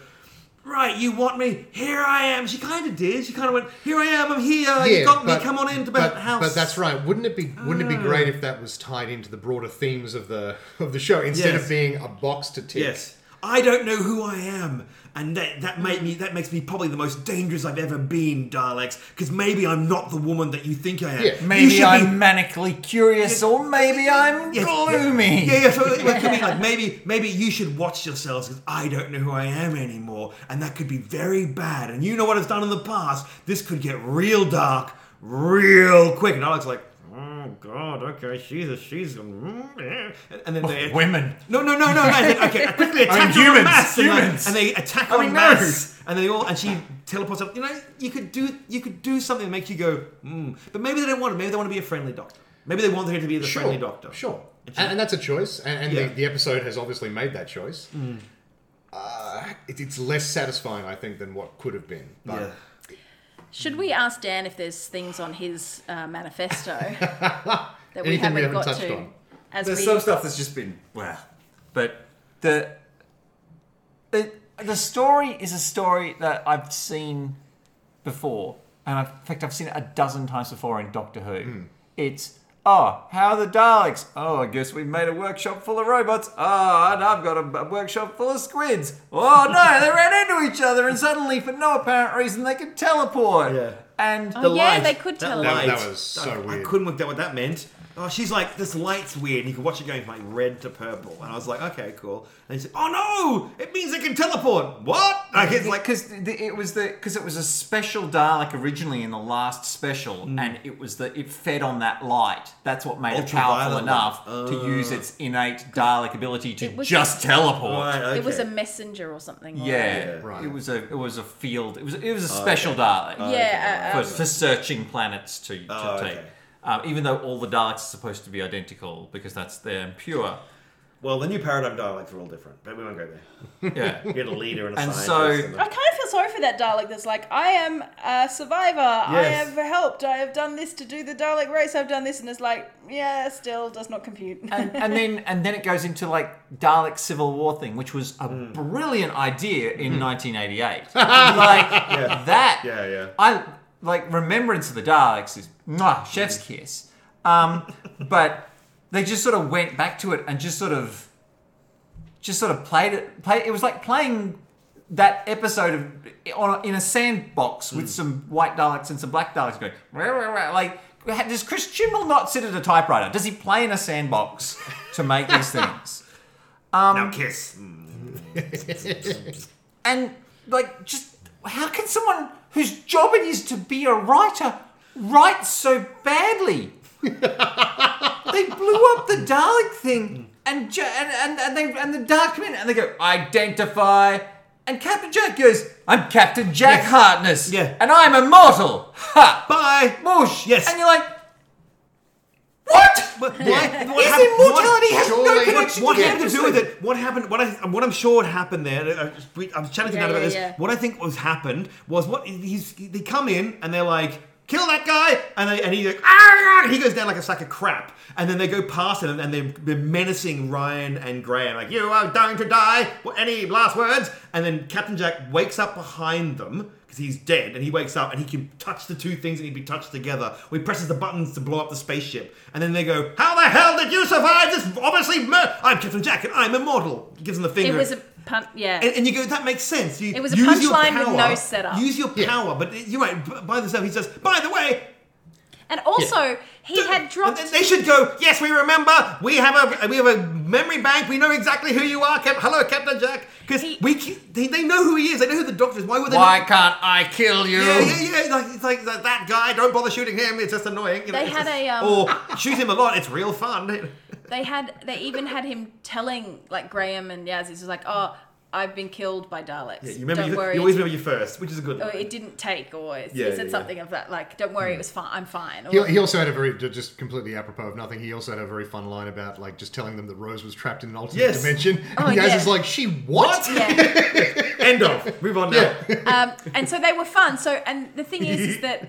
[SPEAKER 3] right, you want me, here I am. She kind of did. She kind of went, here I am, I'm here, you got me, come on in to
[SPEAKER 2] but,
[SPEAKER 3] the house.
[SPEAKER 2] But that's right. Wouldn't it be wouldn't
[SPEAKER 3] Ah.
[SPEAKER 2] it be great if that was tied into the broader themes <laughs> of the of the show instead
[SPEAKER 3] Yes.
[SPEAKER 2] of being a box to tick?
[SPEAKER 3] Yes. I don't know who I am, and that that made me that makes me probably the most dangerous I've ever been, Daleks. Because maybe I'm not the woman that you think I am.
[SPEAKER 2] Yeah.
[SPEAKER 3] You should
[SPEAKER 5] Maybe
[SPEAKER 3] be-
[SPEAKER 5] I'm manically curious, or maybe I'm
[SPEAKER 3] Yes,
[SPEAKER 5] gloomy.
[SPEAKER 3] Yeah, yeah. So it, it could be like maybe, maybe you should watch yourselves because I don't know who I am anymore, and that could be very bad. And you know what it's done in the past. This could get real dark, real quick. And Alex like, oh god, okay, she's a she's, a, mm, yeah." and, and then they
[SPEAKER 5] Women.
[SPEAKER 3] No, no, no, no, no. and then, Okay, I quickly attack
[SPEAKER 5] I'm
[SPEAKER 3] on
[SPEAKER 5] humans,
[SPEAKER 3] mass, and, like,
[SPEAKER 5] humans.
[SPEAKER 3] and they attack
[SPEAKER 5] I mean,
[SPEAKER 3] on
[SPEAKER 5] no.
[SPEAKER 3] mass, and they all and she teleports up. You know, you could do you could do something that makes you go, mm. but maybe they don't want it. Maybe they want to be a friendly doctor. Maybe they want her to be the friendly doctor.
[SPEAKER 2] Sure. And, and that's a choice, and, and
[SPEAKER 3] Yeah. Hmm.
[SPEAKER 2] the, the episode has obviously made that choice. Uh, it, it's less satisfying, I think, than what could have been. But
[SPEAKER 3] Yeah.
[SPEAKER 1] Should we ask Dan if there's things on his uh,
[SPEAKER 2] <laughs>
[SPEAKER 1] manifesto that we
[SPEAKER 2] Anything
[SPEAKER 1] haven't,
[SPEAKER 2] we haven't
[SPEAKER 1] got
[SPEAKER 2] touched
[SPEAKER 1] to?
[SPEAKER 2] on.
[SPEAKER 1] As
[SPEAKER 5] There's
[SPEAKER 1] we,
[SPEAKER 5] some stuff that's just been well, but the the the story is a story that I've seen before, and I've, in fact I've seen it a dozen times before in Doctor Who. It's oh, how are the Daleks? Oh, I guess we made a workshop full of robots. Oh, and I've got a, a workshop full of squids. Oh no, they ran into each other, and suddenly, for no apparent reason, they could teleport.
[SPEAKER 3] Yeah.
[SPEAKER 5] And
[SPEAKER 1] oh, yeah,
[SPEAKER 3] light.
[SPEAKER 1] they could
[SPEAKER 3] That
[SPEAKER 1] tell.
[SPEAKER 2] that,
[SPEAKER 1] us.
[SPEAKER 2] that
[SPEAKER 3] Light.
[SPEAKER 2] was so
[SPEAKER 3] I,
[SPEAKER 2] weird.
[SPEAKER 3] I couldn't work out what that meant. Oh, she's like, this light's weird. And you can watch it going from like red to purple. And I was like, okay, cool. And she said, oh no, it means it can teleport. What? Like, it's
[SPEAKER 5] <laughs>
[SPEAKER 3] like,
[SPEAKER 5] because it was the because it was a special Dalek originally in the last special,
[SPEAKER 3] Mm.
[SPEAKER 5] and it was the it fed on that light. That's what made it
[SPEAKER 3] Ultraviolet
[SPEAKER 5] powerful
[SPEAKER 3] light. Uh.
[SPEAKER 5] enough to use its innate Dalek ability to
[SPEAKER 1] It was-
[SPEAKER 5] just teleport.
[SPEAKER 3] Right, okay.
[SPEAKER 1] It was a messenger or something. wasn't
[SPEAKER 5] Yeah,
[SPEAKER 1] it?
[SPEAKER 2] Right.
[SPEAKER 5] it was a it was a field. It was it was a
[SPEAKER 3] Oh,
[SPEAKER 5] special Dalek
[SPEAKER 1] Yeah.
[SPEAKER 5] for,
[SPEAKER 1] uh, um,
[SPEAKER 5] for searching planets to, to
[SPEAKER 3] Oh,
[SPEAKER 5] take.
[SPEAKER 3] okay.
[SPEAKER 5] Um, even though all the Daleks are supposed to be identical because that's their impure.
[SPEAKER 3] well, the new paradigm dialects are all different, but we won't go there. <laughs>
[SPEAKER 5] Yeah.
[SPEAKER 3] You get a leader and a
[SPEAKER 5] And
[SPEAKER 3] scientist.
[SPEAKER 5] so-
[SPEAKER 3] and
[SPEAKER 1] I
[SPEAKER 3] the-
[SPEAKER 1] kind of feel sorry for that Dalek that's like, I am a survivor. I
[SPEAKER 3] Yes.
[SPEAKER 1] have helped. I have done this to do the Dalek race. I've done this. And it's like, yeah, still does not compute.
[SPEAKER 3] <laughs>
[SPEAKER 5] and, and then and then it goes into like Dalek Civil War thing, which was a brilliant idea in 1988. like that.
[SPEAKER 3] Yeah, yeah.
[SPEAKER 5] I like Remembrance of the Daleks is mwah, chef's
[SPEAKER 3] Mm-hmm.
[SPEAKER 5] kiss. Um, <laughs> but they just sort of went back to it and just sort of just sort of played it. Play it was like playing that episode of on, in a sandbox
[SPEAKER 3] Mm.
[SPEAKER 5] with some white Daleks and some black Daleks going "Rah, rah, rah," like. Does Chris Chibnall not sit at a typewriter? Does he play in a sandbox to make
[SPEAKER 3] <laughs>
[SPEAKER 5] these things?
[SPEAKER 3] now kiss. Mm.
[SPEAKER 5] And like, just how can someone whose job it is to be a writer write so
[SPEAKER 3] <laughs>
[SPEAKER 5] badly? they blew up the Dalek thing, and ju- and and, and they and the Dalek come in and they go identify, and Captain Jack goes, "I'm Captain Jack Hartness,
[SPEAKER 3] Yeah.
[SPEAKER 5] and I'm immortal." Ha!
[SPEAKER 3] Bye.
[SPEAKER 5] Moosh.
[SPEAKER 3] Yes.
[SPEAKER 5] And you're like, what?
[SPEAKER 3] But why?
[SPEAKER 5] His
[SPEAKER 3] hap-
[SPEAKER 5] immortality has
[SPEAKER 2] surely-
[SPEAKER 5] no connection
[SPEAKER 3] what
[SPEAKER 5] to
[SPEAKER 3] had to do with
[SPEAKER 5] Anderson.
[SPEAKER 3] it? What happened? What I what I'm sure happened there. and I, we, I was chatting to
[SPEAKER 1] Yeah,
[SPEAKER 3] Nat about
[SPEAKER 1] yeah,
[SPEAKER 3] this.
[SPEAKER 1] yeah.
[SPEAKER 3] What I think was happened was what he's they come in and they're like. Kill that guy, and they, and he like, "Ah!" and he goes down like a sack of crap, and then they go past him, and they're, they're menacing Ryan and Graham, like you are going to die. What- Any last words? And then Captain Jack wakes up behind them because he's dead, and he wakes up and he can touch the two things that need to be touched together. He presses the buttons to blow up the spaceship, and then they go, "How the hell did you survive this? Obviously, mur- I'm Captain Jack, and I'm immortal." He gives him the
[SPEAKER 1] it
[SPEAKER 3] finger.
[SPEAKER 1] was a punt. Yeah.
[SPEAKER 3] and, and you go, "That makes sense." You
[SPEAKER 1] It was a
[SPEAKER 3] use your
[SPEAKER 1] punchline with no
[SPEAKER 3] power-
[SPEAKER 1] setup.
[SPEAKER 3] Use your
[SPEAKER 2] Yeah.
[SPEAKER 3] power, but you're right. b- By the time he says, "By the way."
[SPEAKER 1] and also, he had dropped.
[SPEAKER 3] They should go. Yes, we remember. We have a we have a memory bank. We know exactly who you are. Cap- Hello, Captain Jack. Because
[SPEAKER 1] He-
[SPEAKER 3] we c- they, they know who he is. They know who the doctor is. Why would they?
[SPEAKER 5] Why
[SPEAKER 3] not-
[SPEAKER 5] can't I kill you?
[SPEAKER 3] Yeah, yeah, yeah. Like, it's like that, that guy. Don't bother shooting him. It's just annoying. You know,
[SPEAKER 1] They
[SPEAKER 3] it's
[SPEAKER 1] had
[SPEAKER 3] just-
[SPEAKER 1] a, um,
[SPEAKER 3] or shoot him a lot. It's real fun. <laughs>
[SPEAKER 1] They had they even had him telling like Graham and Yaz is like, oh, I've been killed by Daleks.
[SPEAKER 3] You remember.
[SPEAKER 1] don't
[SPEAKER 3] You,
[SPEAKER 1] worry,
[SPEAKER 3] you always
[SPEAKER 1] it,
[SPEAKER 3] remember you first, which is a good.
[SPEAKER 1] didn't-
[SPEAKER 3] line.
[SPEAKER 1] or it didn't take, or it's-
[SPEAKER 3] Yeah,
[SPEAKER 1] he said
[SPEAKER 3] yeah,
[SPEAKER 1] something of that like, don't worry, it was fine, I'm fine. Or,
[SPEAKER 2] He, he also had a very ju- just completely apropos of nothing. He also had a very fun line about like just telling them that Rose was trapped in an alternate
[SPEAKER 3] Yes.
[SPEAKER 2] dimension,
[SPEAKER 1] Oh,
[SPEAKER 2] and Yaz
[SPEAKER 1] yeah.
[SPEAKER 2] is like, "She what?"
[SPEAKER 1] yeah.
[SPEAKER 3] End of. Move on now. <laughs>
[SPEAKER 1] um, and so they were fun. So and the thing is, is that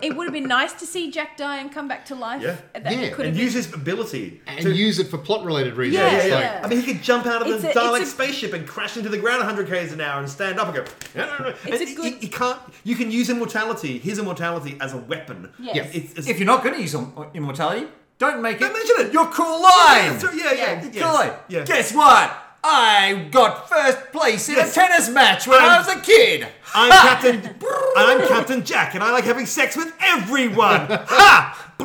[SPEAKER 2] <laughs>
[SPEAKER 1] it would have been nice to see Jack die and come back to life.
[SPEAKER 3] Yeah.
[SPEAKER 1] And that
[SPEAKER 2] Yeah.
[SPEAKER 1] could have
[SPEAKER 3] And
[SPEAKER 1] been
[SPEAKER 3] use his ability.
[SPEAKER 2] And use it for plot related reasons.
[SPEAKER 1] Yeah,
[SPEAKER 2] It's
[SPEAKER 1] yeah,
[SPEAKER 2] like,
[SPEAKER 1] yeah.
[SPEAKER 3] I mean, he could jump out of
[SPEAKER 1] It's
[SPEAKER 3] the
[SPEAKER 1] a- it's
[SPEAKER 3] Dalek
[SPEAKER 1] a-
[SPEAKER 3] spaceship and crash into the ground 100 k's an hour and stand up and go. "No, no, no."
[SPEAKER 1] It's
[SPEAKER 3] And
[SPEAKER 1] a good-
[SPEAKER 3] He, he can't. You can use immortality, his immortality, as a weapon.
[SPEAKER 1] Yes. Yeah.
[SPEAKER 3] It's, it's,
[SPEAKER 5] If you're not going to use im- immortality, don't make it.
[SPEAKER 3] Don't mention it.
[SPEAKER 5] Your cool line.
[SPEAKER 3] Yeah, yeah, yeah,
[SPEAKER 5] Your
[SPEAKER 3] yes,
[SPEAKER 5] cool line.
[SPEAKER 3] yeah.
[SPEAKER 5] Guess what? I got first place in a tennis match when I was a kid.
[SPEAKER 3] I'm Captain. I'm Captain Jack, and I like having sex with everyone. ha! <laughs>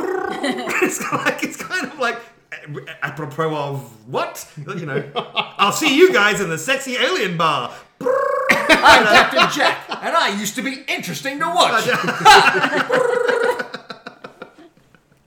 [SPEAKER 3] it's like it's kind of like eh, apropos of what you know. I'll see you guys in the sexy alien bar.
[SPEAKER 5] <laughs> I'm Captain Jack, and I used to be interesting to watch.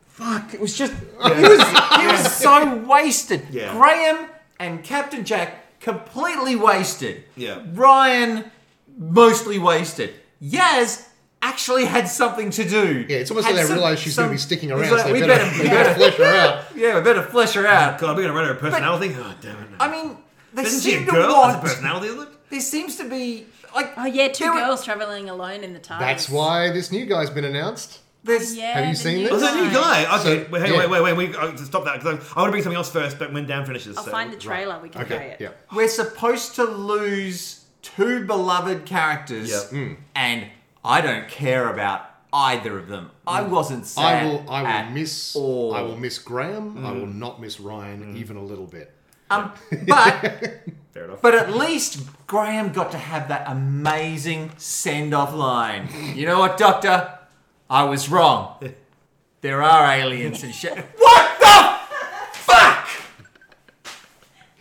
[SPEAKER 5] Fuck, it was just. He was, he was so wasted.
[SPEAKER 3] Yeah.
[SPEAKER 5] Graham and Captain Jack completely wasted.
[SPEAKER 3] Yeah.
[SPEAKER 5] Ryan, mostly wasted. Yaz actually had something to do.
[SPEAKER 2] Yeah, it's almost like they realised she's going to be sticking around, so they
[SPEAKER 5] we
[SPEAKER 2] better,
[SPEAKER 5] better-
[SPEAKER 2] they <laughs> better flesh her
[SPEAKER 3] <laughs>
[SPEAKER 2] out.
[SPEAKER 5] Yeah, we better flesh her out.
[SPEAKER 3] God, we're gonna run her a personality. oh damn it!
[SPEAKER 5] I mean, they
[SPEAKER 3] Isn't she a
[SPEAKER 5] seem to
[SPEAKER 3] girl? That's a
[SPEAKER 5] want.
[SPEAKER 3] personality. Look.
[SPEAKER 5] There seems to be. like
[SPEAKER 1] Oh yeah, two
[SPEAKER 5] there were-
[SPEAKER 1] girls traveling alone in the TARDIS.
[SPEAKER 2] That's why this new guy's been announced.
[SPEAKER 5] There's,
[SPEAKER 1] Yeah,
[SPEAKER 2] Have you
[SPEAKER 1] the
[SPEAKER 2] seen
[SPEAKER 1] new
[SPEAKER 2] this?
[SPEAKER 3] Oh, there's a new guy. Okay,
[SPEAKER 2] So,
[SPEAKER 3] wait, hey,
[SPEAKER 2] yeah.
[SPEAKER 3] wait, wait, wait. We uh, stop that because I, want to bring something else first. But when Dan finishes,
[SPEAKER 1] I'll
[SPEAKER 3] so-
[SPEAKER 1] find the trailer. We can play
[SPEAKER 2] Okay,
[SPEAKER 1] it.
[SPEAKER 2] yeah.
[SPEAKER 5] We're supposed to lose two beloved characters,
[SPEAKER 3] Yep.
[SPEAKER 2] Hmm.
[SPEAKER 5] and I don't care about either of them. I wasn't sad.
[SPEAKER 2] Hmm. I will. I will
[SPEAKER 5] at
[SPEAKER 2] miss.
[SPEAKER 5] all.
[SPEAKER 2] I will miss Graham. I will not miss Ryan even a little bit.
[SPEAKER 5] Um,
[SPEAKER 2] <laughs>
[SPEAKER 5] but
[SPEAKER 3] Fair enough.
[SPEAKER 5] but at least Graham got to have that amazing send off line. You know what, Doctor? I was wrong. There are aliens and
[SPEAKER 2] <laughs>
[SPEAKER 5] shit. What the fuck?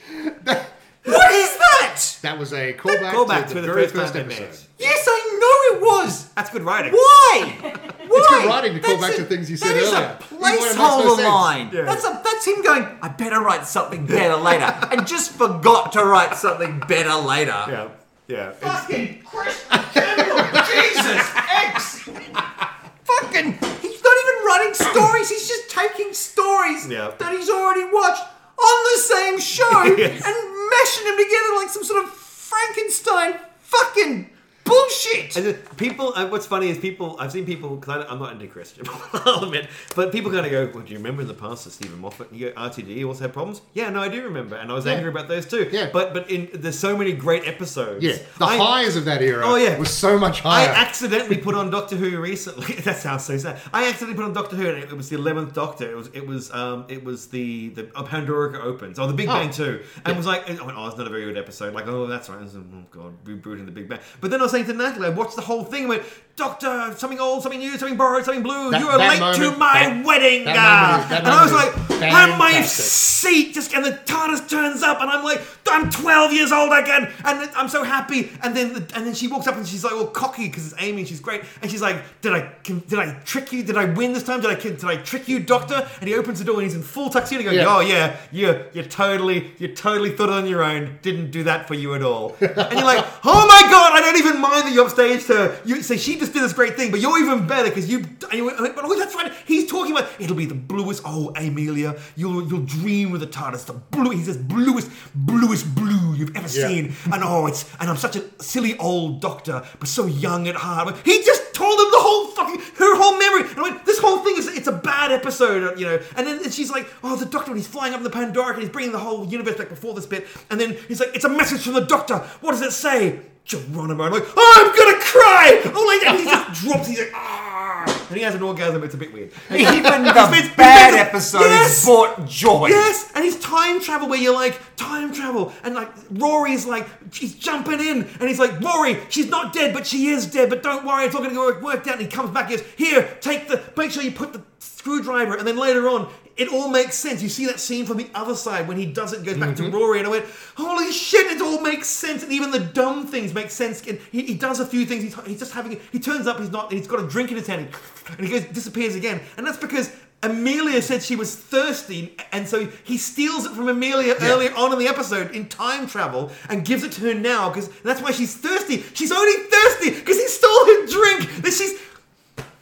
[SPEAKER 5] what is that?
[SPEAKER 2] That was a callback, to,
[SPEAKER 3] Callback to
[SPEAKER 2] the
[SPEAKER 3] the
[SPEAKER 2] very
[SPEAKER 3] first
[SPEAKER 2] first,
[SPEAKER 3] time they
[SPEAKER 2] episode.
[SPEAKER 3] met.
[SPEAKER 5] Yes, I know it was.
[SPEAKER 3] that's good writing.
[SPEAKER 5] <laughs> Why? Why? It's
[SPEAKER 2] good writing to call back to things you said earlier.
[SPEAKER 5] That is a
[SPEAKER 2] Even when it makes no
[SPEAKER 5] placeholder
[SPEAKER 2] sense.
[SPEAKER 5] line.
[SPEAKER 3] Yeah.
[SPEAKER 5] That's a, that's him going. I better write something better later, and just forgot to write something better later.
[SPEAKER 3] Yeah, yeah. It's-
[SPEAKER 5] Fucking Christ, <laughs> Jesus X. Fucking, he's not even writing stories. He's just taking stories
[SPEAKER 3] Yeah.
[SPEAKER 5] that he's already watched on the
[SPEAKER 2] <laughs>
[SPEAKER 5] same show
[SPEAKER 3] Yes.
[SPEAKER 5] and mashing them together like some sort of Frankenstein fucking bullshit.
[SPEAKER 3] And then people, uh, what's funny is people. I've seen people because I'm not into <laughs> Christian. I'll admit, but people kind of go, "Well, do you remember in the past that Stephen Moffat and you go, RTD also had problems?" Yeah, no, I do remember, and I was
[SPEAKER 2] Yeah.
[SPEAKER 3] angry about those too.
[SPEAKER 2] Yeah.
[SPEAKER 3] but but in there's so many great episodes.
[SPEAKER 2] Yeah, the
[SPEAKER 3] I,
[SPEAKER 2] highs of that era
[SPEAKER 3] Oh, yeah.
[SPEAKER 2] was so much
[SPEAKER 3] I
[SPEAKER 2] higher.
[SPEAKER 3] accidentally put on Doctor Who recently. <laughs> that sounds so sad. I accidentally put on Doctor Who, and it, it was the eleventh Doctor. It was it was um it was the the uh, Pandora opens or the Big
[SPEAKER 2] Oh.
[SPEAKER 3] Bang too, and was like, I went, oh, it's not a very good episode. Like, oh, that's right. I was, oh God, rebooting the Big Bang. But then I was saying to Natalie, I watched the whole thing. and went, Doctor, something old, something new, something borrowed, something blue.
[SPEAKER 2] That-
[SPEAKER 3] you are
[SPEAKER 2] that
[SPEAKER 3] late to
[SPEAKER 2] moment-
[SPEAKER 3] my
[SPEAKER 2] that-
[SPEAKER 3] wedding.
[SPEAKER 2] that
[SPEAKER 3] ah."
[SPEAKER 2] moment is- that
[SPEAKER 3] <laughs> and I was
[SPEAKER 2] moment
[SPEAKER 3] like,
[SPEAKER 2] is
[SPEAKER 3] and my
[SPEAKER 2] fantastic.
[SPEAKER 3] seat just and the TARDIS turns up and I'm like I'm 12 years old again and I'm so happy and then and then she walks up and she's like all cocky because it's Amy and she's great and she's like did I did I trick you did I win this time did I did I trick you doctor and he opens the door and he's in full tuxedo going
[SPEAKER 2] Yeah.
[SPEAKER 3] oh yeah you you totally you totally thought on your own didn't do that for you at all and you're like <laughs> oh my god I don't even mind that you upstaged her you so she just did this great thing but you're even better because you and you went, but oh that's right he's talking about it'll be the bluest oh Amelia you'll you'll dream with the TARDIS the blue he says bluest bluest blue you've ever
[SPEAKER 2] Yeah.
[SPEAKER 3] seen and oh it's and I'm such a silly old doctor but so young at heart he just told him the whole fucking her whole memory and I went this whole thing is it's a bad episode you know and then she's like oh the doctor when he's flying up in the Pandora and he's bringing the whole universe back before this bit and then he's like it's a message from the doctor what does it say Geronimo I'm like I'm gonna cry oh like and he
[SPEAKER 5] <laughs>
[SPEAKER 3] just drops he's like ah and he has an orgasm it's a bit weird <laughs>
[SPEAKER 5] Even the
[SPEAKER 3] He's- he's-
[SPEAKER 5] bad
[SPEAKER 3] he's-
[SPEAKER 5] episodes
[SPEAKER 3] Yes!
[SPEAKER 5] brought joy.
[SPEAKER 3] Yes, and it's time travel where you're like time travel, and like Rory's like she's jumping in, and he's like Rory, she's not dead, but she is dead. But don't worry, it's all going to get work- worked out. And he comes back, and goes here, take the, make sure you put the screwdriver, and then later on, it all makes sense. You see that scene from the other side when he does it, and goes back to Rory, and I went, holy shit, it all makes sense, and even the dumb things make sense. And he, he does a few things. He's, he's just having, he turns up, he's not, and he's got a drink in his hand, and he goes disappears again, and that's because. Amelia said she was thirsty, and so he steals it from Amelia earlier on in the episode in time travel and gives it to her now because that's why she's thirsty. She's only thirsty because he stole her drink. That she's.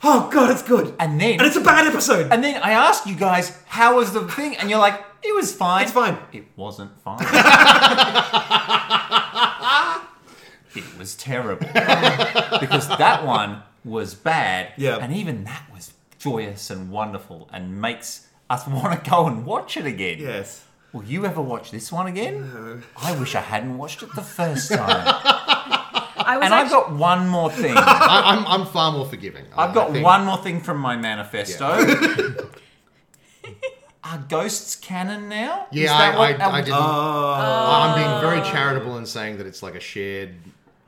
[SPEAKER 3] Oh god, it's good.
[SPEAKER 5] And then-
[SPEAKER 3] and it's a bad episode.
[SPEAKER 5] And then I asked you guys, how was the thing? And you're like, it was fine.
[SPEAKER 3] It's fine.
[SPEAKER 5] It wasn't
[SPEAKER 3] <laughs>
[SPEAKER 5] fine. it was terrible. because that one was bad.
[SPEAKER 3] Yeah.
[SPEAKER 5] And even that was joyous and wonderful and makes us want to go and watch it again.
[SPEAKER 3] yes.
[SPEAKER 5] Will you ever watch this one again? I wish I hadn't watched it
[SPEAKER 3] <laughs>
[SPEAKER 5] the first time.
[SPEAKER 1] I was
[SPEAKER 5] and I've
[SPEAKER 1] actually,
[SPEAKER 5] got one more thing.
[SPEAKER 2] I, am I'm far more forgiving. I-
[SPEAKER 5] I've got
[SPEAKER 2] I think.
[SPEAKER 5] one more thing from my manifesto. <laughs> are ghosts canon now? Is
[SPEAKER 2] Yeah,
[SPEAKER 5] that
[SPEAKER 2] I,
[SPEAKER 5] what-
[SPEAKER 2] I, I
[SPEAKER 3] Oh.
[SPEAKER 2] didn't. I'm being very charitable in saying that it's like a shared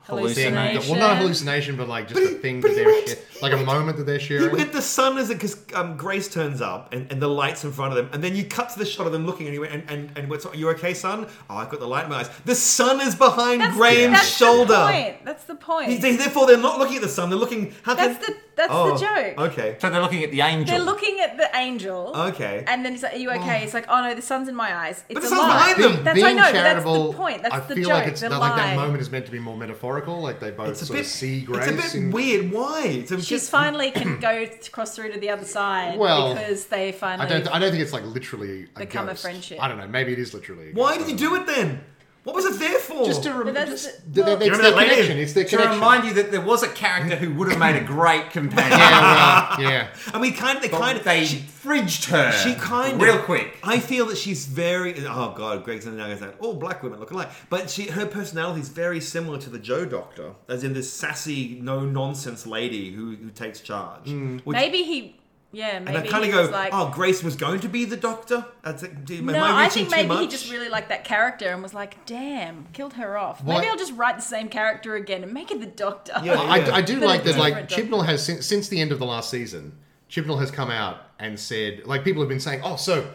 [SPEAKER 2] thing. That, well, not a hallucination, but like just a thing that they're share, like a moment that they're
[SPEAKER 3] He
[SPEAKER 2] sharing.
[SPEAKER 3] went the sun is because um, Grace turns up and, and the lights in front of them, and then you cut to the shot of them looking, and you went, and, and, and what's you okay, son? Oh, I've got the light in my eyes. The sun is behind
[SPEAKER 1] That's,
[SPEAKER 3] Graham's
[SPEAKER 1] that's
[SPEAKER 3] shoulder.
[SPEAKER 1] the point. That's the point.
[SPEAKER 3] He- they- therefore, they're not looking at the sun. They're looking. How can,
[SPEAKER 1] That's the- that's the
[SPEAKER 3] oh,
[SPEAKER 1] joke.
[SPEAKER 3] Okay.
[SPEAKER 5] So they're looking at the angel.
[SPEAKER 1] They're looking at the angel.
[SPEAKER 3] Okay.
[SPEAKER 1] And then he's like, "Are you okay?" It's like, "Oh no, the sun's in my eyes." It's
[SPEAKER 3] the
[SPEAKER 1] a
[SPEAKER 3] sun's
[SPEAKER 1] lie.
[SPEAKER 3] behind them.
[SPEAKER 1] That's I know. But that's the point. That's
[SPEAKER 2] I
[SPEAKER 1] the
[SPEAKER 2] feel
[SPEAKER 1] joke.
[SPEAKER 2] like it's
[SPEAKER 1] the
[SPEAKER 2] that,
[SPEAKER 1] lie.
[SPEAKER 2] like that moment is meant to be more metaphorical. Like they both
[SPEAKER 3] It's a
[SPEAKER 2] sort
[SPEAKER 3] bit.
[SPEAKER 2] of see Grace.
[SPEAKER 3] it's a bit
[SPEAKER 2] in-
[SPEAKER 3] weird. Why? It's a-
[SPEAKER 1] She's finally
[SPEAKER 2] <clears throat>
[SPEAKER 1] can go th- cross through to the other side
[SPEAKER 2] Well,
[SPEAKER 1] because they finally.
[SPEAKER 2] I don't. I don't think it's like literally a
[SPEAKER 1] Become a
[SPEAKER 2] ghost.
[SPEAKER 1] friendship.
[SPEAKER 2] I don't know. Maybe it is literally. a
[SPEAKER 3] Why
[SPEAKER 2] ghost,
[SPEAKER 3] did you
[SPEAKER 2] I don't
[SPEAKER 3] do it then? What was it there for?
[SPEAKER 2] know. Just to
[SPEAKER 1] But
[SPEAKER 2] rem-
[SPEAKER 1] that's-
[SPEAKER 2] just,
[SPEAKER 1] well-
[SPEAKER 2] th- th- it's
[SPEAKER 3] remember
[SPEAKER 2] their
[SPEAKER 3] that later?
[SPEAKER 2] connection. It's their
[SPEAKER 5] to
[SPEAKER 2] connection.
[SPEAKER 5] remind you that there was a character who would have made a great companion.
[SPEAKER 2] yeah, well,
[SPEAKER 3] <laughs>
[SPEAKER 2] yeah.
[SPEAKER 3] and we kind of, they kind of,
[SPEAKER 5] They
[SPEAKER 3] she-
[SPEAKER 5] fridged her.
[SPEAKER 3] She kind of
[SPEAKER 5] real quick.
[SPEAKER 3] I feel that she's very. Oh God, Greg's now going like all black women look alike, but she her personality is very similar to the Joe Doctor, as in this sassy, no nonsense lady who who takes charge.
[SPEAKER 2] Hmm.
[SPEAKER 3] Which,
[SPEAKER 1] Maybe he. Yeah. Maybe
[SPEAKER 3] and I kind
[SPEAKER 1] he
[SPEAKER 3] of go,
[SPEAKER 1] was like,
[SPEAKER 3] oh, Grace was going to be the Doctor. That's it. Do- am
[SPEAKER 1] No,
[SPEAKER 3] I,
[SPEAKER 1] I
[SPEAKER 3] reaching
[SPEAKER 1] think maybe
[SPEAKER 3] too
[SPEAKER 1] he
[SPEAKER 3] much?
[SPEAKER 1] just really liked that character and was like, "Damn, killed her off."
[SPEAKER 2] What?
[SPEAKER 1] Maybe I'll just write the same character again and make it the Doctor.
[SPEAKER 3] Yeah.
[SPEAKER 2] I, I do
[SPEAKER 1] But
[SPEAKER 2] like
[SPEAKER 1] it's
[SPEAKER 2] that. Like
[SPEAKER 1] different, though.
[SPEAKER 2] Chibnall has since, since the end of the last season, Chibnall has come out and said, like people have been saying, oh, so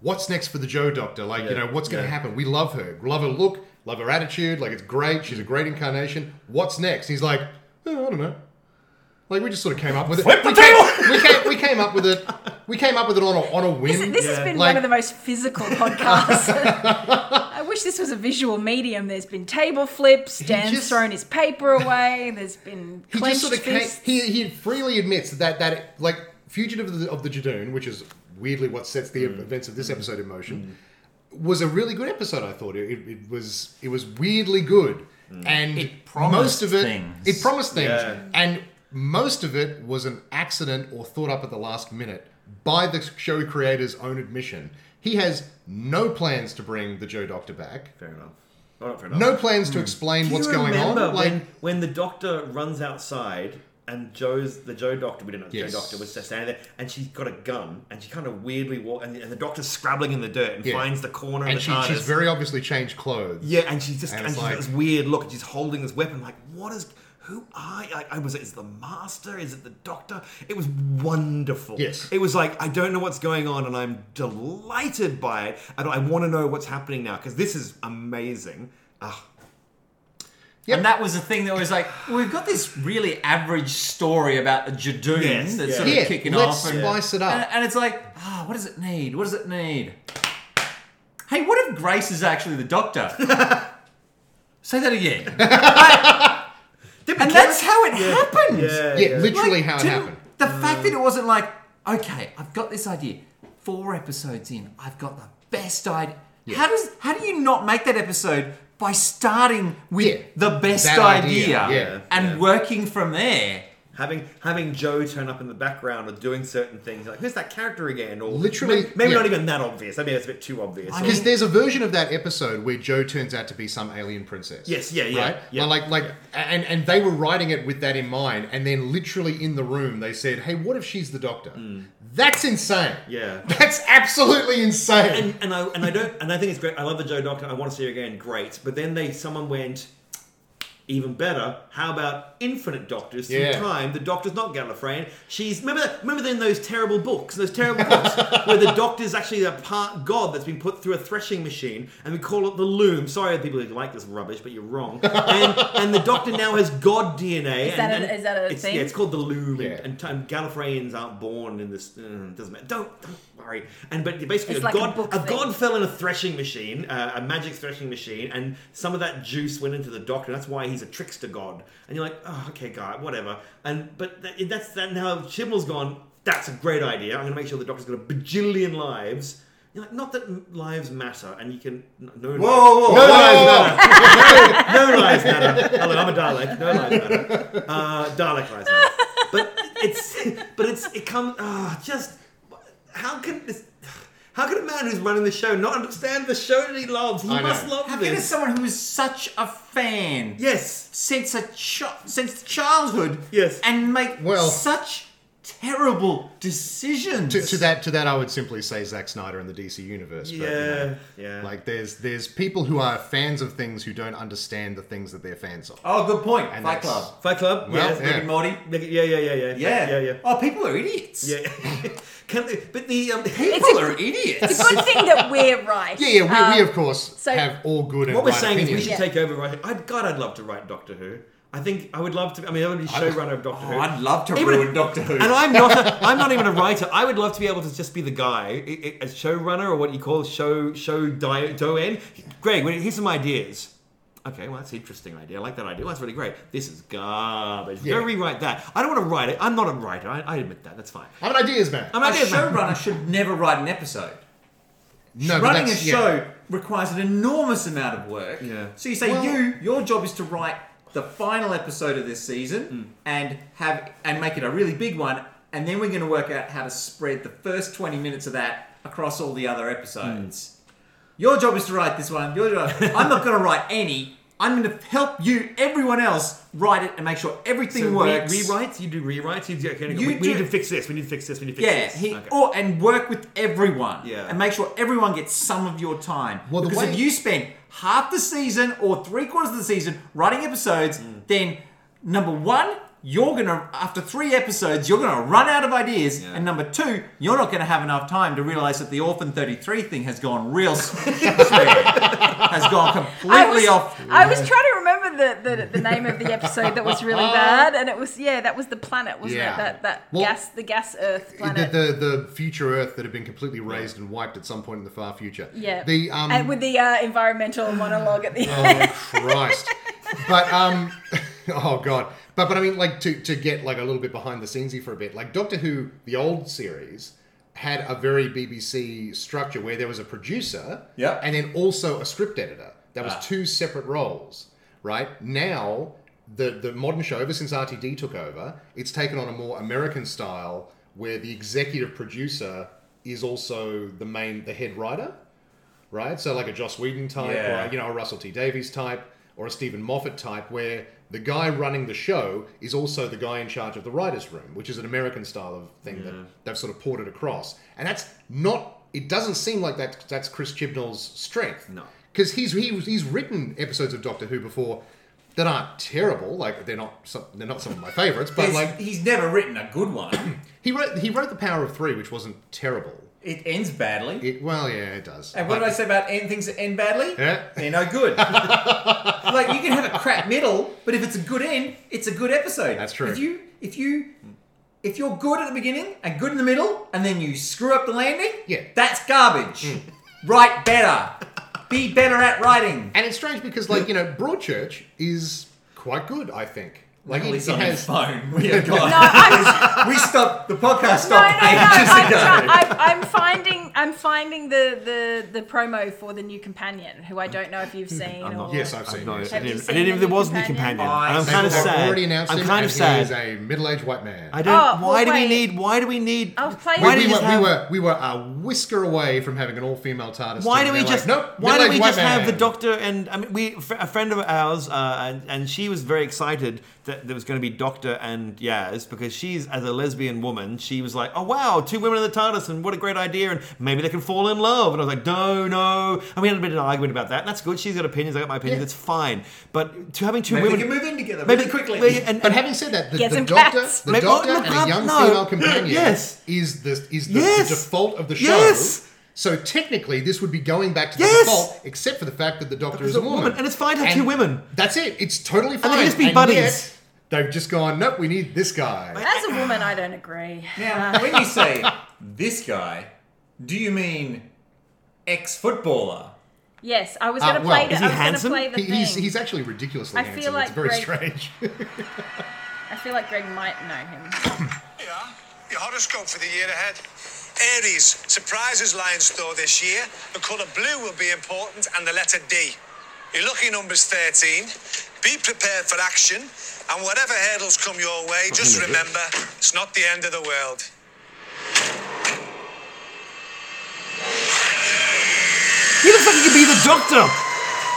[SPEAKER 2] what's next for the Joe Doctor? Like you know, what's going to
[SPEAKER 3] yeah.
[SPEAKER 2] happen? We love her, love her look, love her attitude. Like it's great. She's a great incarnation. What's next? He's like, oh, I don't know. Like we just sort of came up with it. we, Came, we came we came up with it. We came up with it on a, on a
[SPEAKER 1] This,
[SPEAKER 2] whim.
[SPEAKER 1] this has been
[SPEAKER 2] Like-
[SPEAKER 1] one of the most physical
[SPEAKER 2] <laughs>
[SPEAKER 1] podcasts. I wish this was a visual medium. There's been table flips. Dan's
[SPEAKER 2] just-
[SPEAKER 1] thrown his paper away. There's been
[SPEAKER 2] he just
[SPEAKER 1] clenched
[SPEAKER 2] sort of came,
[SPEAKER 1] fists.
[SPEAKER 2] he he freely admits that that like fugitive of the, of the Jadoon, which is weirdly what sets the
[SPEAKER 3] Mm.
[SPEAKER 2] events of this episode in motion, was a really good episode. I thought it, it, it was it was weirdly good, and
[SPEAKER 5] It promised
[SPEAKER 2] most of it
[SPEAKER 5] things.
[SPEAKER 2] it promised things,
[SPEAKER 3] Mm. Yeah.
[SPEAKER 2] and most of it was an accident or thought up at the last minute by the show creator's own admission. He has no plans to bring the Joe Doctor back.
[SPEAKER 3] fair enough. Oh, not fair enough.
[SPEAKER 2] No plans to explain
[SPEAKER 3] Do
[SPEAKER 2] what's
[SPEAKER 3] you
[SPEAKER 2] going on.
[SPEAKER 3] remember
[SPEAKER 2] Like,
[SPEAKER 3] when, when the doctor runs outside and Joe's the Joe doctor, we didn't know the
[SPEAKER 2] Yes.
[SPEAKER 3] Joe doctor was just standing there, and she's got a gun, and she kind of weirdly walks, and, and the doctor's scrabbling in the dirt and
[SPEAKER 2] Yeah.
[SPEAKER 3] finds the corner
[SPEAKER 2] and
[SPEAKER 3] of
[SPEAKER 2] she,
[SPEAKER 3] the TARDIS.
[SPEAKER 2] she's very obviously changed clothes.
[SPEAKER 3] yeah, and she's just
[SPEAKER 2] And
[SPEAKER 3] and,
[SPEAKER 2] it's
[SPEAKER 3] she's got
[SPEAKER 2] like-
[SPEAKER 3] this weird look, and she's holding this weapon, like what is who are I, I was it is it the master? Is it the doctor? It was wonderful.
[SPEAKER 2] Yes.
[SPEAKER 3] it was like I don't know what's going on, and I'm delighted by it, and I want to know what's happening now because this is amazing. Ah,
[SPEAKER 2] Yep.
[SPEAKER 5] And that was the thing that was like, we've got this really average story about a Jadoon
[SPEAKER 3] Yes,
[SPEAKER 5] that's
[SPEAKER 3] yeah.
[SPEAKER 5] sort of
[SPEAKER 2] Yeah,
[SPEAKER 5] kicking
[SPEAKER 2] let's
[SPEAKER 5] off. And,
[SPEAKER 2] spice it up.
[SPEAKER 5] And, and it's like, ah, what does it need? What does it need? Hey, what if Grace is actually
[SPEAKER 2] <laughs>
[SPEAKER 5] the doctor? Say that again. and that's how it happened.
[SPEAKER 2] Yeah, literally
[SPEAKER 5] Like,
[SPEAKER 2] how it
[SPEAKER 5] to-
[SPEAKER 2] happened.
[SPEAKER 5] The fact
[SPEAKER 3] Mm.
[SPEAKER 5] that it wasn't like, okay, I've got this idea. Four episodes in, I've got the best idea. How does how do you not make that episode by starting with
[SPEAKER 2] Yeah.
[SPEAKER 5] the best
[SPEAKER 2] That idea,
[SPEAKER 5] idea,
[SPEAKER 2] yeah.
[SPEAKER 5] and
[SPEAKER 3] Yeah.
[SPEAKER 5] working from there?
[SPEAKER 3] Having having Joe turn up in the background or doing certain things like who's that character again or
[SPEAKER 2] Literally,
[SPEAKER 3] maybe, maybe
[SPEAKER 2] yeah.
[SPEAKER 3] not even that obvious. Maybe that's a bit too obvious.
[SPEAKER 5] I
[SPEAKER 3] or-
[SPEAKER 2] Because there's a version of that episode where Joe turns out to be some alien princess.
[SPEAKER 3] Yes, yeah, yeah,
[SPEAKER 2] Right?
[SPEAKER 3] yeah.
[SPEAKER 2] Well, like, like, and and they were writing it with that in mind, and then literally in the room they said, "Hey, what if she's the Doctor?" That's insane.
[SPEAKER 3] Hmm. Yeah.
[SPEAKER 2] that's absolutely insane.
[SPEAKER 3] and, and I and I don't and I think it's great. I love the Joe Doctor. I want to see her again. Great, but then they someone went even better. How about Infinite Doctors through
[SPEAKER 2] Yeah.
[SPEAKER 3] time? The Doctor's not Gallifreyan. She's remember that, remember then those terrible books, those
[SPEAKER 2] <laughs>
[SPEAKER 3] terrible books where the Doctor's actually a part god that's been put through a threshing machine, and we call it the Loom. Sorry, people who like this rubbish, but you're wrong. And, and the Doctor now has God DNA.
[SPEAKER 1] Is that
[SPEAKER 3] and,
[SPEAKER 1] a-
[SPEAKER 3] and
[SPEAKER 1] is that a
[SPEAKER 3] it's,
[SPEAKER 1] thing?
[SPEAKER 3] Yeah, it's called the Loom,
[SPEAKER 2] Yeah.
[SPEAKER 3] and, and, and Gallifreyans aren't born in this. mm, doesn't matter. Don't don't worry. And but basically,
[SPEAKER 1] It's
[SPEAKER 3] a
[SPEAKER 1] like a
[SPEAKER 3] god
[SPEAKER 1] book
[SPEAKER 3] a
[SPEAKER 1] thing.
[SPEAKER 3] god fell in a threshing machine, uh, a magic threshing machine, and some of that juice went into the doctor. That's why he's a trickster god. And you're like, oh, okay, guy, whatever. And but that, that's that. Now Chibnall's gone. That's a great idea. I'm going to make sure the doctor's got a bajillion lives. You're like, not that m- lives matter, and you can no. no
[SPEAKER 4] Whoa, whoa, whoa.
[SPEAKER 2] Whoa,
[SPEAKER 3] no lives
[SPEAKER 2] whoa, whoa.
[SPEAKER 3] matter. No, no lives matter. Hello, I'm a Dalek. No lives matter. Uh, Dalek lives matter. But it's but it's it comes ah just how can this how can a man who's running the show not understand the show that he loves? He
[SPEAKER 2] I know.
[SPEAKER 3] must love
[SPEAKER 5] How can
[SPEAKER 3] this.
[SPEAKER 5] someone who is such a fan
[SPEAKER 3] yes.
[SPEAKER 5] since a chi- since childhood
[SPEAKER 3] Yes.
[SPEAKER 5] and make
[SPEAKER 2] Well-
[SPEAKER 5] such terrible decisions.
[SPEAKER 2] To, to that, to that, I would simply say Zack Snyder and the DC universe. but, you know,
[SPEAKER 3] Yeah, yeah.
[SPEAKER 2] like there's there's people who are fans of things who don't understand the things that they're fans of.
[SPEAKER 5] Oh, good point.
[SPEAKER 2] And
[SPEAKER 5] Fight
[SPEAKER 2] that's-
[SPEAKER 5] Club.
[SPEAKER 3] Fight Club.
[SPEAKER 2] Well,
[SPEAKER 3] yeah.
[SPEAKER 2] yeah.
[SPEAKER 5] Rick and Morty.
[SPEAKER 3] Make it- Yeah, yeah, yeah, yeah,
[SPEAKER 5] Yeah.
[SPEAKER 3] yeah, yeah.
[SPEAKER 5] Oh, people are idiots.
[SPEAKER 3] Yeah. <laughs> Can, but the um,
[SPEAKER 5] People are idiots.
[SPEAKER 1] It's a good thing that we're right.
[SPEAKER 2] Yeah, yeah. We, we
[SPEAKER 1] Um,
[SPEAKER 2] of course
[SPEAKER 1] so-
[SPEAKER 2] have all good and
[SPEAKER 3] what we're
[SPEAKER 2] right
[SPEAKER 3] saying
[SPEAKER 2] opinions.
[SPEAKER 3] is we should take over writing. I, God, I'd love to write Doctor Who. I think I would love to. I mean, I would be showrunner of Doctor
[SPEAKER 5] Oh,
[SPEAKER 3] Who.
[SPEAKER 5] I'd love to
[SPEAKER 3] Even-
[SPEAKER 5] ruin Doctor Who.
[SPEAKER 3] and I'm not. A, I'm not even a writer. I would love to be able to just be the guy, i- i- a showrunner or what you call show show di- doen. Greg, wait, here's some ideas. Okay, well that's an interesting idea. I like that idea. Well, that's really great. This is garbage.
[SPEAKER 2] Yeah.
[SPEAKER 3] Don't rewrite that. I don't want to write it. I'm not a writer. I, I admit that. That's fine.
[SPEAKER 2] I'm an ideas man.
[SPEAKER 3] I'm
[SPEAKER 5] a
[SPEAKER 3] ideas man.
[SPEAKER 5] showrunner should never write an episode.
[SPEAKER 2] no, but
[SPEAKER 5] Running a
[SPEAKER 2] that's- yeah.
[SPEAKER 5] show requires an enormous amount of work.
[SPEAKER 3] Yeah.
[SPEAKER 5] So you say
[SPEAKER 2] Well-
[SPEAKER 5] you your job is to write the final episode of this
[SPEAKER 2] Hmm.
[SPEAKER 5] season and have and make it a really big one, and then we're going to work out how to spread the first twenty minutes of that across all the other
[SPEAKER 2] Hmm.
[SPEAKER 5] episodes. Your job is to write this one. Your
[SPEAKER 2] <laughs>
[SPEAKER 5] job. I'm not going to write any. I'm going to help you, everyone else, write it and make sure everything
[SPEAKER 3] So re-
[SPEAKER 5] works.
[SPEAKER 3] rewrites. You do rewrites. You do. Okay,
[SPEAKER 5] You
[SPEAKER 3] we, we need
[SPEAKER 5] do-
[SPEAKER 3] to fix this. We need to fix this. We need to fix
[SPEAKER 5] Yeah,
[SPEAKER 3] this.
[SPEAKER 5] he,
[SPEAKER 3] Okay.
[SPEAKER 5] or and work with everyone.
[SPEAKER 3] Yeah.
[SPEAKER 5] and make sure everyone gets some of your time.
[SPEAKER 2] Well, the
[SPEAKER 5] because
[SPEAKER 2] way-
[SPEAKER 5] if you spend half the season or three quarters of the season writing episodes, then number one, you're gonna after three episodes you're gonna run out of ideas, and number two, you're not gonna have enough time to realize that the Orphan Thirty Three thing has gone real, s- has gone completely
[SPEAKER 1] I was,
[SPEAKER 5] off.
[SPEAKER 1] I was trying to remember the, the, the name of the episode that was
[SPEAKER 5] <laughs> Oh.
[SPEAKER 1] really bad, and it was yeah, that was the planet, wasn't
[SPEAKER 2] Yeah.
[SPEAKER 1] it? That that
[SPEAKER 2] Well-
[SPEAKER 1] gas, the gas Earth planet.
[SPEAKER 2] The, the the future Earth that had been completely razed and wiped at some point in the far future.
[SPEAKER 1] yeah,
[SPEAKER 2] The um.
[SPEAKER 1] and with the uh,
[SPEAKER 2] <sighs>
[SPEAKER 1] environmental monologue at the <laughs> end.
[SPEAKER 2] oh Christ! But um, <laughs> oh God! But but I mean, like to to get like a little bit behind the scenesy for a bit. Like Doctor Who, the old series had a very BBC structure where there was a producer,
[SPEAKER 5] Yep.
[SPEAKER 2] and then also a script editor. That was
[SPEAKER 5] Ah.
[SPEAKER 2] two separate roles, right? Now the the modern show, ever since RTD took over, it's taken on a more American style where the executive producer is also the main the head writer right? So like a Joss Whedon type,
[SPEAKER 5] Yeah.
[SPEAKER 2] or you know a Russell T Davies type, or a Stephen Moffat type, where the guy running the show is also the guy in charge of the writers' room, which is an American style of thing that they've sort of ported across. And that's not. It doesn't seem like that. That's Chris Chibnall's strength.
[SPEAKER 3] No.
[SPEAKER 2] because he's he, was- he's written episodes of Doctor Who before. That aren't terrible, like they're not some, they're not some of my favorites, but
[SPEAKER 5] He's-
[SPEAKER 2] like
[SPEAKER 5] he's never written a good one.
[SPEAKER 2] he wrote he wrote the Power of Three, which wasn't terrible.
[SPEAKER 5] it ends badly.
[SPEAKER 2] It well, yeah, it does.
[SPEAKER 5] And what did
[SPEAKER 2] But-
[SPEAKER 5] I say about end things that end badly?
[SPEAKER 2] Yeah.
[SPEAKER 5] They're no good. <laughs> like you can have a crap middle, but if it's a good end, it's a good episode.
[SPEAKER 2] That's true.
[SPEAKER 5] If you if you if you're good at the beginning and good in the middle, and then you screw up the landing,
[SPEAKER 2] Yeah. Hmm.
[SPEAKER 5] that's garbage. Write better. Be better at writing.
[SPEAKER 2] And it's strange because, like, you know, Broadchurch is quite good, I think. Like,
[SPEAKER 5] At
[SPEAKER 2] it,
[SPEAKER 5] least
[SPEAKER 2] it
[SPEAKER 5] on his
[SPEAKER 2] has. <laughs>
[SPEAKER 5] phone. <laughs> We are
[SPEAKER 1] No,
[SPEAKER 5] gone.
[SPEAKER 1] I'm
[SPEAKER 5] we stopped the podcast
[SPEAKER 1] No, no, no.
[SPEAKER 2] <laughs>
[SPEAKER 5] stopped ages
[SPEAKER 1] I'm,
[SPEAKER 5] ago.
[SPEAKER 1] try- I'm, I'm finding I'm finding the, the the promo for the new companion, who I don't know if
[SPEAKER 5] <laughs>
[SPEAKER 1] you've seen. or...
[SPEAKER 2] Yes, I've seen
[SPEAKER 6] No, I
[SPEAKER 2] it.
[SPEAKER 1] Have you
[SPEAKER 6] didn't, I
[SPEAKER 1] seen
[SPEAKER 6] didn't even.
[SPEAKER 1] the
[SPEAKER 6] There was new
[SPEAKER 1] companion?
[SPEAKER 6] companion.
[SPEAKER 5] Oh, I
[SPEAKER 6] and I'm
[SPEAKER 5] see.
[SPEAKER 6] kind of
[SPEAKER 2] They've
[SPEAKER 6] sad.
[SPEAKER 2] already announced
[SPEAKER 6] I'm
[SPEAKER 2] him,
[SPEAKER 6] kind of
[SPEAKER 2] and He
[SPEAKER 6] sad.
[SPEAKER 2] is a middle-aged white man.
[SPEAKER 6] I don't.
[SPEAKER 1] Oh, well,
[SPEAKER 6] why do
[SPEAKER 1] wait.
[SPEAKER 6] we need? Why do we need?
[SPEAKER 1] I'll play
[SPEAKER 2] we,
[SPEAKER 1] it.
[SPEAKER 6] why
[SPEAKER 2] we
[SPEAKER 6] do we
[SPEAKER 2] were,
[SPEAKER 6] just have?
[SPEAKER 2] we were we were a whisker away from having an all-female TARDIS.
[SPEAKER 6] why
[SPEAKER 2] team,
[SPEAKER 6] do we
[SPEAKER 2] and they're
[SPEAKER 6] just?
[SPEAKER 2] like, nope?
[SPEAKER 6] why do
[SPEAKER 2] middle-aged
[SPEAKER 6] we
[SPEAKER 2] white
[SPEAKER 6] just have the
[SPEAKER 2] man."
[SPEAKER 6] doctor? And I mean, we fr- a friend of ours, uh, and, and she was very excited that there was going to be Doctor and Yaz because she's as a lesbian woman, she was like, "Oh wow, two women in the TARDIS, and what a great idea, and maybe they can fall in love." And I was like, "No, no." And we had a bit of an argument about that. And that's good. She's got opinions. I got my opinions.
[SPEAKER 2] Yeah.
[SPEAKER 6] It's fine. But to having two
[SPEAKER 5] Maybe we
[SPEAKER 6] women,
[SPEAKER 5] can move in together
[SPEAKER 6] maybe
[SPEAKER 5] really quickly.
[SPEAKER 6] maybe- and-
[SPEAKER 2] But having said that, the,
[SPEAKER 1] Yes,
[SPEAKER 2] the
[SPEAKER 1] and
[SPEAKER 2] doctor,
[SPEAKER 1] cats.
[SPEAKER 2] the
[SPEAKER 6] Maybe-
[SPEAKER 2] doctor,
[SPEAKER 6] oh,
[SPEAKER 2] and
[SPEAKER 6] no,
[SPEAKER 2] a young
[SPEAKER 6] no.
[SPEAKER 2] female companion
[SPEAKER 6] Yes.
[SPEAKER 2] is the is the,
[SPEAKER 6] Yes.
[SPEAKER 2] the default of the show.
[SPEAKER 6] Yes.
[SPEAKER 2] So technically, this would be going back to the
[SPEAKER 6] Yes.
[SPEAKER 2] default, except for the fact that the doctor is
[SPEAKER 6] there's
[SPEAKER 2] a
[SPEAKER 6] a
[SPEAKER 2] woman.
[SPEAKER 6] woman, and it's fine to have two women.
[SPEAKER 2] That's it. It's totally fine.
[SPEAKER 6] can just be
[SPEAKER 2] And
[SPEAKER 6] buddies.
[SPEAKER 2] yet, they've just gone. Nope. We need this guy.
[SPEAKER 1] As a woman, I don't agree.
[SPEAKER 5] Now, when you say this guy, do you mean ex footballer?
[SPEAKER 1] Yes, I was
[SPEAKER 2] Uh,
[SPEAKER 1] going to
[SPEAKER 2] well,
[SPEAKER 1] play.
[SPEAKER 2] is
[SPEAKER 6] he
[SPEAKER 1] the, I was going to
[SPEAKER 6] handsome?
[SPEAKER 1] play the
[SPEAKER 2] He,
[SPEAKER 1] thing.
[SPEAKER 2] he's he's actually ridiculously
[SPEAKER 1] I feel
[SPEAKER 2] handsome.
[SPEAKER 1] like
[SPEAKER 2] it's very
[SPEAKER 1] Greg- <laughs>
[SPEAKER 2] strange. <laughs>
[SPEAKER 1] I feel like Greg might know him.
[SPEAKER 7] Yeah, your horoscope for the year ahead. Aries, surprises lie in store this year. The colour blue will be important and the letter D. Your lucky number's 13. Be prepared for action, and whatever hurdles come your way, just remember it's not the end of the world.
[SPEAKER 6] He looks like he could be the doctor.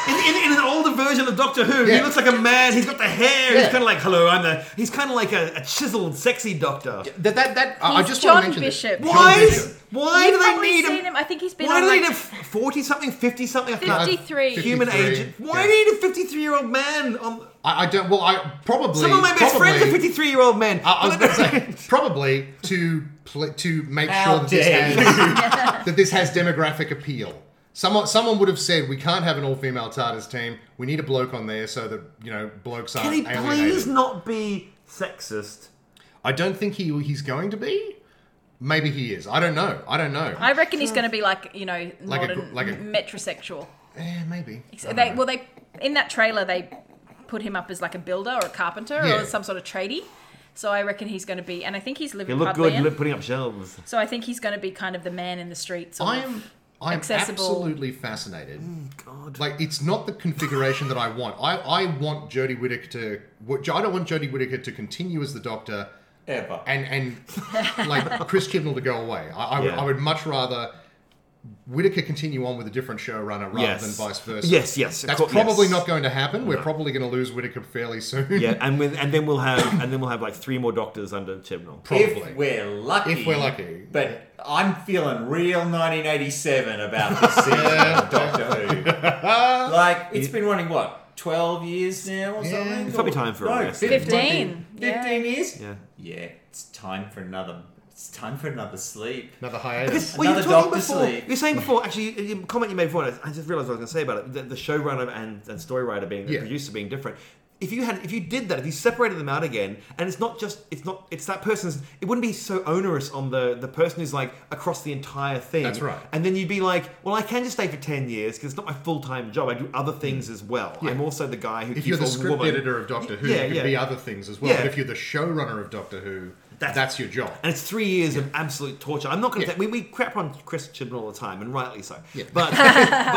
[SPEAKER 8] In, in, in an older version of Doctor Who, he
[SPEAKER 2] Yeah.
[SPEAKER 8] looks like a man. He's got the hair. He's
[SPEAKER 2] Yeah.
[SPEAKER 8] kind of like, hello, I'm the. He's kind of like a, a chiseled, sexy doctor.
[SPEAKER 2] That that, that I I
[SPEAKER 1] He's
[SPEAKER 2] just
[SPEAKER 1] John
[SPEAKER 2] want to mention this.
[SPEAKER 1] Bishop.
[SPEAKER 2] John
[SPEAKER 8] Why?
[SPEAKER 2] Bishop.
[SPEAKER 8] Why
[SPEAKER 1] You've
[SPEAKER 8] do they
[SPEAKER 1] probably
[SPEAKER 8] need
[SPEAKER 1] seen
[SPEAKER 8] him?
[SPEAKER 1] him. I think he's been
[SPEAKER 8] Why
[SPEAKER 1] on
[SPEAKER 8] do they
[SPEAKER 1] like
[SPEAKER 8] need a forty something, fifty something? I
[SPEAKER 2] Uh,
[SPEAKER 8] can't.
[SPEAKER 1] 53.
[SPEAKER 8] Human
[SPEAKER 2] 53,
[SPEAKER 8] agent. Why
[SPEAKER 2] yeah.
[SPEAKER 8] do you need a fifty-three-year-old man on?
[SPEAKER 2] I, I don't. Well, I probably.
[SPEAKER 8] Some of my best
[SPEAKER 2] probably, Ah,
[SPEAKER 8] friends are fifty-three-year-old men.
[SPEAKER 2] I, I was going to say <laughs> probably to pl- to make
[SPEAKER 5] How
[SPEAKER 2] sure that this,
[SPEAKER 5] dare
[SPEAKER 1] <laughs>
[SPEAKER 2] has, <laughs> that this has demographic appeal. Someone someone would have said we can't have an all female TARDIS team. We need a bloke on there so that you know blokes
[SPEAKER 8] Can
[SPEAKER 2] aren't
[SPEAKER 8] he
[SPEAKER 2] alienated.
[SPEAKER 8] please not be sexist?
[SPEAKER 2] I don't think he he's going to be. Maybe he is. I don't know. I don't know.
[SPEAKER 1] I reckon he's going to be like you know
[SPEAKER 2] Like a gr-
[SPEAKER 1] modern
[SPEAKER 2] like a-
[SPEAKER 1] metrosexual.
[SPEAKER 2] Eh, maybe. I
[SPEAKER 1] So
[SPEAKER 2] don't
[SPEAKER 1] they
[SPEAKER 2] know.
[SPEAKER 1] well they in that trailer they put him up as like a builder or a carpenter
[SPEAKER 2] Yeah.
[SPEAKER 1] or some sort of tradie. So I reckon he's going to be, and I think he's
[SPEAKER 3] You
[SPEAKER 1] living
[SPEAKER 3] look good
[SPEAKER 1] Pudlian.
[SPEAKER 3] look, putting up shelves.
[SPEAKER 1] so I think he's going to be kind of the man in the street. Sort
[SPEAKER 2] I
[SPEAKER 1] of.
[SPEAKER 2] am I am
[SPEAKER 1] accessible. Mm,
[SPEAKER 2] absolutely fascinated. Like it's not the configuration that I want. I, I want Jodie Whittaker to. what- I don't want Jodie Whittaker to continue as the Doctor,
[SPEAKER 5] Ever.
[SPEAKER 2] and
[SPEAKER 1] <laughs>
[SPEAKER 2] and like Chris Chibnall to go away. I, I, would,
[SPEAKER 3] Yeah.
[SPEAKER 2] I would much rather Whittaker continue on with a different showrunner rather
[SPEAKER 3] Yes.
[SPEAKER 2] than vice versa.
[SPEAKER 3] Yes, yes. of
[SPEAKER 2] that's
[SPEAKER 3] course-
[SPEAKER 2] probably
[SPEAKER 3] yes.
[SPEAKER 2] not going to happen. We're probably going to lose Whittaker fairly soon.
[SPEAKER 3] Yeah, and with, and then we'll have and then we'll have like three more doctors under
[SPEAKER 2] <laughs>
[SPEAKER 3] Chibnall.
[SPEAKER 2] probably.
[SPEAKER 5] If we're lucky.
[SPEAKER 2] If we're lucky.
[SPEAKER 5] But I'm feeling real 1987 about
[SPEAKER 2] <laughs>
[SPEAKER 5] this season of Doctor Who. Like, it's been running, what, 12 years now or something?
[SPEAKER 3] It's probably
[SPEAKER 5] Or-
[SPEAKER 3] time for a
[SPEAKER 5] no,
[SPEAKER 3] rest.
[SPEAKER 1] 15,
[SPEAKER 5] 15
[SPEAKER 1] yeah.
[SPEAKER 5] years?
[SPEAKER 3] Yeah.
[SPEAKER 5] Yeah, it's time for another. It's time for another sleep.
[SPEAKER 2] Another hiatus.
[SPEAKER 3] Well, you were
[SPEAKER 5] Another
[SPEAKER 3] talking
[SPEAKER 5] Doctor
[SPEAKER 3] before.
[SPEAKER 5] Sleep.
[SPEAKER 3] You were saying before, actually, you- you- comment you made before. and I I just realized what I was going to say about it. The, the showrunner and, and story writer being the
[SPEAKER 2] Yeah.
[SPEAKER 3] producer being different. If you had, if you did that, if you separated them out again, and it's not just, it's not, it's that person's. It wouldn't be so onerous on the the person who's like across the entire thing.
[SPEAKER 2] That's right.
[SPEAKER 3] And then you'd be like, well, I can just stay for ten years because it's not my full time job. I do other things as well. I'm also the guy who
[SPEAKER 2] Mm. If
[SPEAKER 3] keeps
[SPEAKER 2] you're the
[SPEAKER 3] a
[SPEAKER 2] script
[SPEAKER 3] woman.
[SPEAKER 2] editor of Doctor Who,
[SPEAKER 3] Yeah,
[SPEAKER 2] you can
[SPEAKER 3] yeah.
[SPEAKER 2] be other things as well.
[SPEAKER 3] Yeah.
[SPEAKER 2] But if you're the showrunner of Doctor Who,
[SPEAKER 3] That's-
[SPEAKER 2] that's, your job.
[SPEAKER 3] And it's three years of absolute torture. I'm not going to.
[SPEAKER 2] Yeah.
[SPEAKER 3] We, we crap on Chris Chibnall all the time, and rightly so.
[SPEAKER 2] Yeah. <laughs>
[SPEAKER 3] But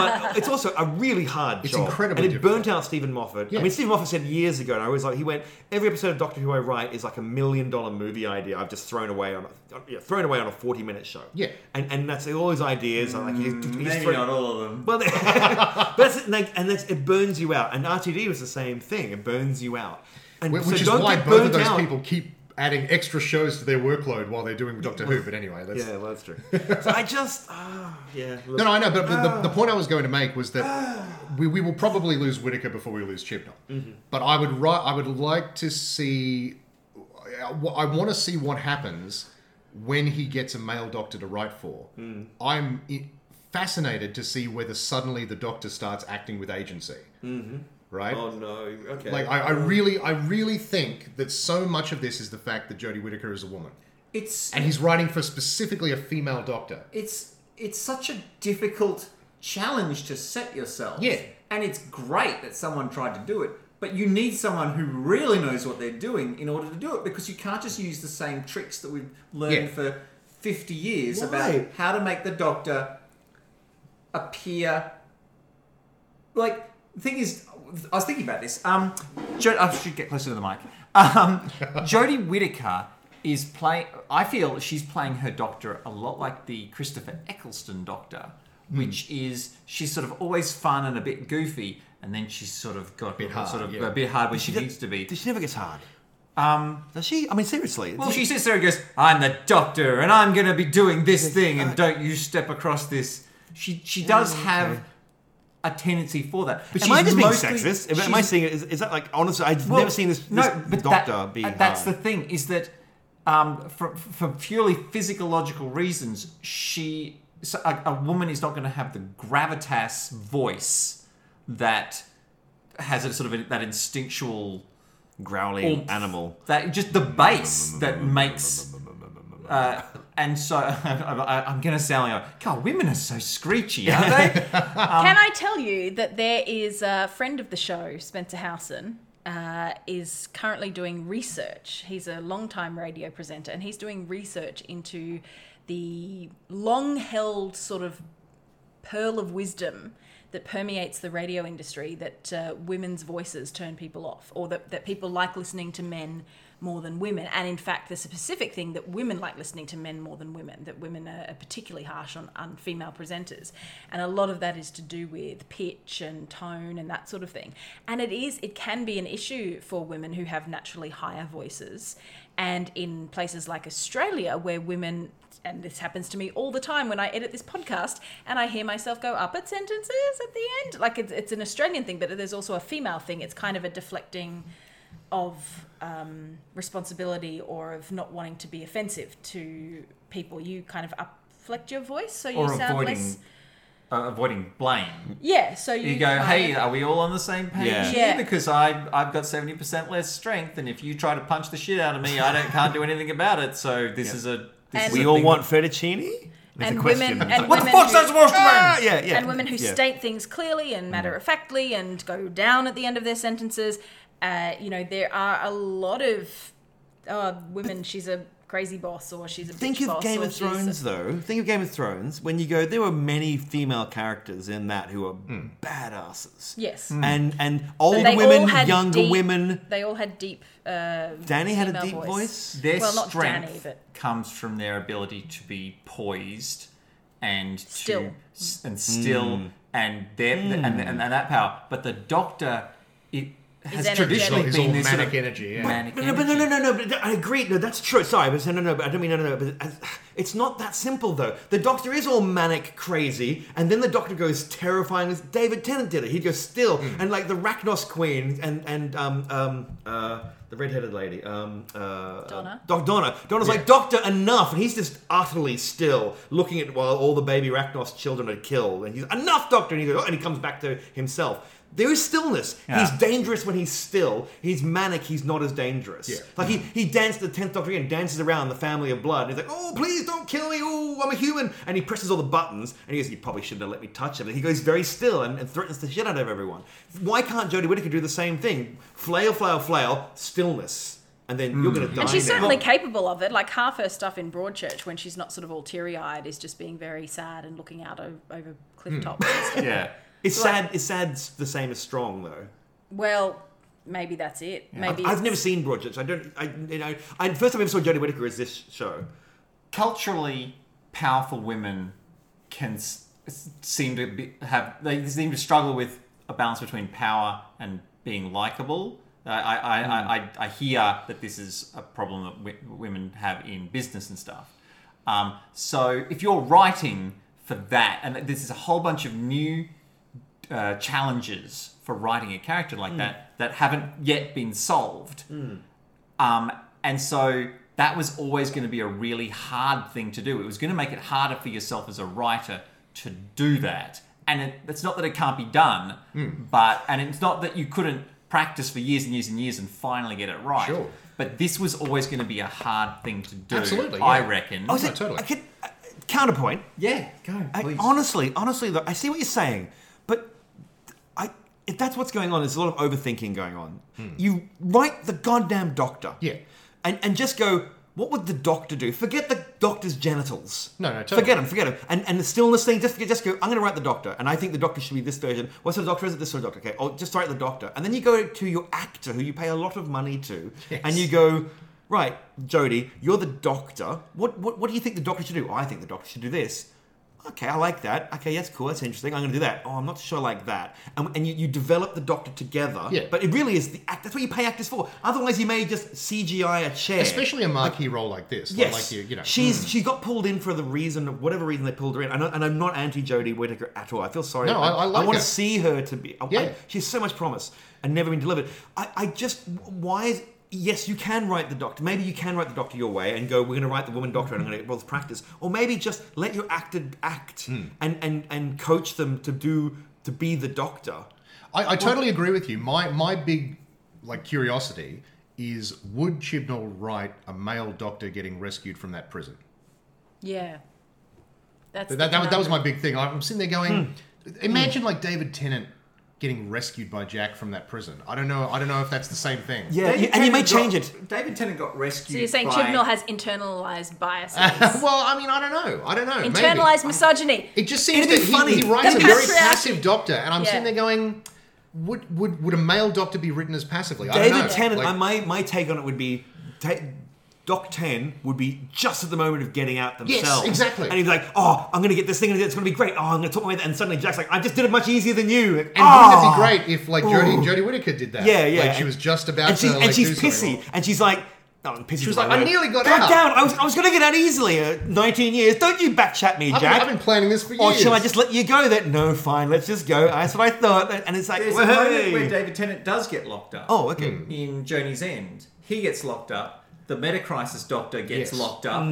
[SPEAKER 3] but it's also a really hard
[SPEAKER 2] It's
[SPEAKER 3] job.
[SPEAKER 2] incredibly
[SPEAKER 3] And it burnt
[SPEAKER 2] difficult.
[SPEAKER 3] out Stephen Moffat.
[SPEAKER 2] Yeah.
[SPEAKER 3] I mean, Stephen Moffat said years ago, and I was like, he went every episode of Doctor Who I write is like a million dollar movie idea I've just thrown away on a, yeah, thrown away on a 40 minute show.
[SPEAKER 2] Yeah. Mm,
[SPEAKER 3] And and that's all his ideas. are like he just, he's
[SPEAKER 5] Maybe
[SPEAKER 3] thrown-
[SPEAKER 5] not all of them.
[SPEAKER 3] well, <laughs> that's it, like, and that's, it burns you out. And RTD was the same thing. It burns you out. And
[SPEAKER 2] Which
[SPEAKER 3] so
[SPEAKER 2] is
[SPEAKER 3] don't
[SPEAKER 2] why
[SPEAKER 3] get
[SPEAKER 2] both of
[SPEAKER 3] burnt
[SPEAKER 2] those
[SPEAKER 3] out.
[SPEAKER 2] people keep adding extra shows to their workload while they're doing Doctor Who. But anyway, that's.
[SPEAKER 3] Yeah, well,
[SPEAKER 2] <laughs>
[SPEAKER 3] that's true. so I just, ah, yeah. look.
[SPEAKER 2] No, no, I know, but the, the, the point I was going to make was that we, we will probably lose Whitaker before we lose Chibnall. But I would ri- I would like to see. I, I want to see what happens when he gets a male doctor to write for. I'm i- fascinated to see whether suddenly the doctor starts acting with agency. Mm-hmm. Right?
[SPEAKER 3] Oh no. Okay.
[SPEAKER 2] Like I, I really, I really think that so much of this is the fact that Jodie Whittaker is a woman,
[SPEAKER 5] It's
[SPEAKER 2] and he's writing for specifically a female doctor.
[SPEAKER 5] it's it's such a difficult challenge to set yourself.
[SPEAKER 2] Yeah.
[SPEAKER 5] And it's great that someone tried to do it, but you need someone who really knows what they're doing in order to do it because you can't just use the same tricks that we've learned
[SPEAKER 2] Yeah.
[SPEAKER 5] for 50 years
[SPEAKER 3] Why?
[SPEAKER 5] about how to make the doctor appear like the thing is I was thinking about this. Um jo- I should get closer to the mic. <laughs> Um Jodie Whittaker is playing I feel she's playing her doctor a lot like the Christopher Eccleston doctor, which is she's sort of always fun and a bit goofy and then she's sort of got
[SPEAKER 2] hard,
[SPEAKER 5] sort of
[SPEAKER 2] yeah.
[SPEAKER 5] a bit hard where she needs to be.
[SPEAKER 3] She never gets hard. Um, does she? I mean, seriously.
[SPEAKER 5] Well, she sits there and goes, "I'm the doctor, and I'm going to be doing this thing, and don't you step across this." She she does have a tendency for that.
[SPEAKER 3] but
[SPEAKER 5] And
[SPEAKER 3] am I just being
[SPEAKER 5] mostly-
[SPEAKER 3] sexist? Am, am
[SPEAKER 5] she's-
[SPEAKER 3] I seeing it? Is, is that like honestly? I've
[SPEAKER 5] well,
[SPEAKER 3] never seen this, this
[SPEAKER 5] but that-
[SPEAKER 3] doctor being
[SPEAKER 5] uh, That's
[SPEAKER 3] hard.
[SPEAKER 5] the thing is that um, for, for purely physiological reasons, she so a, a woman is not going to have the gravitas voice that has a sort of a, that instinctual
[SPEAKER 3] growling
[SPEAKER 5] oomph,
[SPEAKER 3] animal.
[SPEAKER 5] that just the bass that makes uh, and so <laughs> I, I'm going to sound like, God, women are so screechy, aren't
[SPEAKER 3] <laughs>
[SPEAKER 5] they?
[SPEAKER 1] Can
[SPEAKER 2] um,
[SPEAKER 1] I tell you that there is a friend of the show, Spencer Howson, uh, is currently doing research. He's a long-time radio presenter, and he's doing research into the long-held sort of pearl of wisdom that permeates the radio industry that uh, women's voices turn people off, or that, that people like listening to men more than women. And in fact, there's a specific thing that women like listening to men more than women, that women are are particularly harsh on, on female presenters. And a lot of that is to do with pitch and tone and that sort of thing. And it is, it can be an issue for women who have naturally higher voices. And in places like Australia, where women and this happens to me all the time when I edit this podcast and I hear myself go up at sentences at the end. Like it's, it's an Australian thing, but there's also a female thing. It's kind of a deflecting of um, responsibility or of not wanting to be offensive to people. You kind of upflect your voice so you
[SPEAKER 5] or
[SPEAKER 1] sound
[SPEAKER 5] avoiding
[SPEAKER 1] less.
[SPEAKER 5] uh, avoiding blame.
[SPEAKER 1] Yeah, so you,
[SPEAKER 5] You go,
[SPEAKER 1] kind
[SPEAKER 5] hey,
[SPEAKER 1] of-
[SPEAKER 5] are we all on the same page
[SPEAKER 3] Yeah.
[SPEAKER 5] here?
[SPEAKER 1] Yeah.
[SPEAKER 5] Because I I've got seventy percent less strength, and if you try to punch the shit out of me, I don't can't do anything about it. So this is a this
[SPEAKER 1] And-
[SPEAKER 5] is
[SPEAKER 3] We
[SPEAKER 5] a
[SPEAKER 3] all
[SPEAKER 5] thing-
[SPEAKER 3] want fettuccine? There's
[SPEAKER 1] and women
[SPEAKER 3] a question.
[SPEAKER 1] and
[SPEAKER 3] It's
[SPEAKER 1] women
[SPEAKER 3] like, what the fuck's
[SPEAKER 1] who-
[SPEAKER 3] that supposed to mean?
[SPEAKER 1] Ah!
[SPEAKER 3] yeah, yeah.
[SPEAKER 1] and women who
[SPEAKER 3] yeah. Mm-hmm.
[SPEAKER 1] state things clearly and matter of factly and go down at the end of their sentences. Uh, you know, there are a lot of uh, women. She's a crazy boss, or she's a
[SPEAKER 3] Think
[SPEAKER 1] bitch
[SPEAKER 3] of
[SPEAKER 1] boss,
[SPEAKER 3] Game
[SPEAKER 1] or
[SPEAKER 3] of
[SPEAKER 1] she's-
[SPEAKER 3] Thrones, though. Think of Game of Thrones when you go. There were many female characters in that who are
[SPEAKER 2] Hmm.
[SPEAKER 3] badasses.
[SPEAKER 1] Yes.
[SPEAKER 3] and and old
[SPEAKER 1] they all
[SPEAKER 3] women,
[SPEAKER 1] had
[SPEAKER 3] younger
[SPEAKER 1] deep-
[SPEAKER 3] women.
[SPEAKER 1] They all had deep. Uh,
[SPEAKER 3] Danny had a
[SPEAKER 1] female
[SPEAKER 3] deep
[SPEAKER 1] voice.
[SPEAKER 3] voice.
[SPEAKER 5] Their
[SPEAKER 1] Well, not
[SPEAKER 5] strength
[SPEAKER 1] Danny, but-
[SPEAKER 5] comes from their ability to be poised and
[SPEAKER 1] Still. Mm.
[SPEAKER 5] to s- and still
[SPEAKER 3] Mm.
[SPEAKER 5] and their and, and and that power. But the doctor it has
[SPEAKER 1] energetic.
[SPEAKER 5] traditionally
[SPEAKER 2] It's all
[SPEAKER 5] been this sort
[SPEAKER 2] manic
[SPEAKER 5] of
[SPEAKER 2] energy, yeah.
[SPEAKER 5] manic
[SPEAKER 3] But no, but no, no, no, no. But I agree. No, that's true. Sorry, but no, no, but I don't mean no, no, no. But uh, it's not that simple, though. The Doctor is all manic, crazy, and then the Doctor goes terrifying. As David Tennant did it. He goes still, and like the Rachnos Queen, and and um um uh the redheaded lady um uh
[SPEAKER 1] Donna.
[SPEAKER 3] Doc Donna. Donna's like Doctor enough, and he's just utterly still, looking at while all the baby Rachnos children are killed, and he's enough, Doctor, and he goes, oh, and he comes back to himself. There is stillness.
[SPEAKER 5] Yeah.
[SPEAKER 3] He's dangerous when he's still. He's manic. He's not as dangerous.
[SPEAKER 2] Yeah.
[SPEAKER 3] Like he, he danced the tenth Doctor and dances around the family of blood. And he's like, oh please don't kill me. Oh I'm a human. And he presses all the buttons. And he goes, you probably shouldn't have let me touch him. And he goes very still and, and threatens the shit out of everyone. Why can't Jodie Whittaker do the same thing? Flail, flail, flail. Stillness. And then you're gonna die.
[SPEAKER 1] And she's
[SPEAKER 3] now.
[SPEAKER 1] certainly capable of it. Like half her stuff in Broadchurch, when she's not sort of all teary-eyed, is just being very sad and looking out o- over
[SPEAKER 3] Mm.
[SPEAKER 1] cliff tops. and stuff.
[SPEAKER 5] Yeah.
[SPEAKER 3] It's sad. It's sad. The same as strong though.
[SPEAKER 1] Well, maybe that's it. Maybe
[SPEAKER 3] I've
[SPEAKER 1] it's-
[SPEAKER 3] never seen Broadchurch. I don't. I you know. I first time I ever saw Jodie Whittaker is this show.
[SPEAKER 5] culturally powerful women can s- s- seem to be, have they seem to struggle with a balance between power and being likable. I, I, I, I, I hear that this is a problem that w- women have in business and stuff. Um, so if you're writing for that, and this is a whole bunch of new uh, challenges for writing a character like that that haven't yet been solved. Um, and so that was always going to be a really hard thing to do. It was going to make it harder for yourself as a writer to do that. And it, it's not that it can't be done, but and it's not that you couldn't practice for years and years and years and finally get it right.
[SPEAKER 2] Sure.
[SPEAKER 5] But this was always going to be a hard thing to do.
[SPEAKER 2] Absolutely,
[SPEAKER 5] I
[SPEAKER 2] yeah.
[SPEAKER 5] reckon.
[SPEAKER 3] I was
[SPEAKER 2] No, totally.
[SPEAKER 3] I could, uh, counterpoint.
[SPEAKER 5] yeah, go
[SPEAKER 3] I-
[SPEAKER 5] please.
[SPEAKER 3] honestly, honestly, though, I see what you're saying, but I if that's what's going on, there's a lot of overthinking going on. You write the goddamn doctor,
[SPEAKER 2] Hmm. Yeah.
[SPEAKER 3] and and just go. What would the doctor do? Forget the doctor's genitals.
[SPEAKER 2] No, no, totally.
[SPEAKER 3] Forget him, forget him. And and the stillness thing. Just just go. I'm going to write the doctor, and I think the doctor should be this version. What sort of doctor is it? This sort of doctor. Okay, I'll just write the doctor, and then you go to your actor who you pay a lot of money to, and you go. Right, Jody, you're the doctor. What, what what do you think the doctor should do? "Oh, I think the doctor should do this okay, I like that. Okay, that's cool. That's interesting. I'm going to do that. Oh, I'm not sure I like that. And, and you, you develop the doctor together.
[SPEAKER 2] Yeah.
[SPEAKER 3] But it really is the act. That's what you pay actors for. Otherwise, you may just CGI a chair.
[SPEAKER 2] Especially a marquee role like this.
[SPEAKER 3] Yes,
[SPEAKER 2] Like you, you know.
[SPEAKER 3] she's she got pulled in for the reason, whatever reason they pulled her in. And, I, and I'm not anti Jodie Whittaker at all. I feel sorry.
[SPEAKER 2] No, I- I like
[SPEAKER 3] want
[SPEAKER 2] her.
[SPEAKER 3] to see her to be. I,
[SPEAKER 2] Yeah.
[SPEAKER 3] I- she has so much promise and never been delivered. I, I just why is yes you can write the doctor. Maybe you can write the doctor your way and go. We're going to write the woman doctor and I'm going to well practice. Or maybe just let your actor act
[SPEAKER 2] Hmm.
[SPEAKER 3] and and and coach them to do to be the doctor.
[SPEAKER 2] I, I totally agree with you. My my big like curiosity is would Chibnall write a male doctor getting rescued from that prison?
[SPEAKER 1] yeah. That's
[SPEAKER 2] That,
[SPEAKER 1] the
[SPEAKER 2] that, was, that was
[SPEAKER 1] conundrum.
[SPEAKER 2] my big thing. I'm sitting there going, imagine like David Tennant getting rescued by Jack from that prison. I don't know. I don't know if that's the same thing.
[SPEAKER 3] Yeah, and you may change it.
[SPEAKER 5] got- David Tennant got rescued.
[SPEAKER 1] So you're saying
[SPEAKER 5] by-
[SPEAKER 1] Chibnall has internalized
[SPEAKER 3] <laughs>
[SPEAKER 1] biases,
[SPEAKER 2] <laughs> well, I mean, I don't know. I don't know. maybe.
[SPEAKER 1] internalized misogyny.
[SPEAKER 2] It just seems
[SPEAKER 3] It'd be
[SPEAKER 2] that he-
[SPEAKER 3] funny.
[SPEAKER 2] He, writes a
[SPEAKER 1] The
[SPEAKER 2] very
[SPEAKER 1] patriarchy-
[SPEAKER 2] passive doctor, and I'm
[SPEAKER 1] Yeah.
[SPEAKER 2] sitting there going, would would would a male doctor be written as passively? I don't
[SPEAKER 3] David
[SPEAKER 2] know.
[SPEAKER 3] Tennant,
[SPEAKER 2] Like-
[SPEAKER 3] uh, my, my take on it would be ta- Doc Ten would be just at the moment of getting out
[SPEAKER 2] Yes,
[SPEAKER 3] themselves.
[SPEAKER 2] exactly.
[SPEAKER 3] And he's like, "Oh, I'm going to get this thing, and it's going to be great. Oh, I'm going to talk my way." And suddenly, Jack's like, "I just did it much easier than you." Like,
[SPEAKER 2] And
[SPEAKER 3] "Ah."
[SPEAKER 2] wouldn't that be great if like Jodie Jodie Whittaker did that?
[SPEAKER 3] Yeah, yeah.
[SPEAKER 2] Like she was just about
[SPEAKER 3] and
[SPEAKER 2] to.
[SPEAKER 3] she's,
[SPEAKER 2] like,
[SPEAKER 3] and she's
[SPEAKER 2] do
[SPEAKER 3] pissy,
[SPEAKER 2] something wrong.
[SPEAKER 3] and she's like, "No, I'm pissy." She
[SPEAKER 2] was like, "I nearly got out."
[SPEAKER 3] down. I was, I was going to get out easily at 19 years. Don't you backchat me,
[SPEAKER 2] I've, been-
[SPEAKER 3] Jack."
[SPEAKER 2] I've been planning this for
[SPEAKER 3] or
[SPEAKER 2] years.
[SPEAKER 3] shall I just <laughs> let you go? That no, fine. Let's just go. That's what I thought. And it's like,
[SPEAKER 5] There's a moment
[SPEAKER 3] "Hey."
[SPEAKER 5] where David Tennant does get locked up.
[SPEAKER 3] oh, okay.
[SPEAKER 2] Hmm,
[SPEAKER 5] in Journey's End. He gets locked up. The Metacrisis doctor gets
[SPEAKER 2] Yes.
[SPEAKER 5] locked up.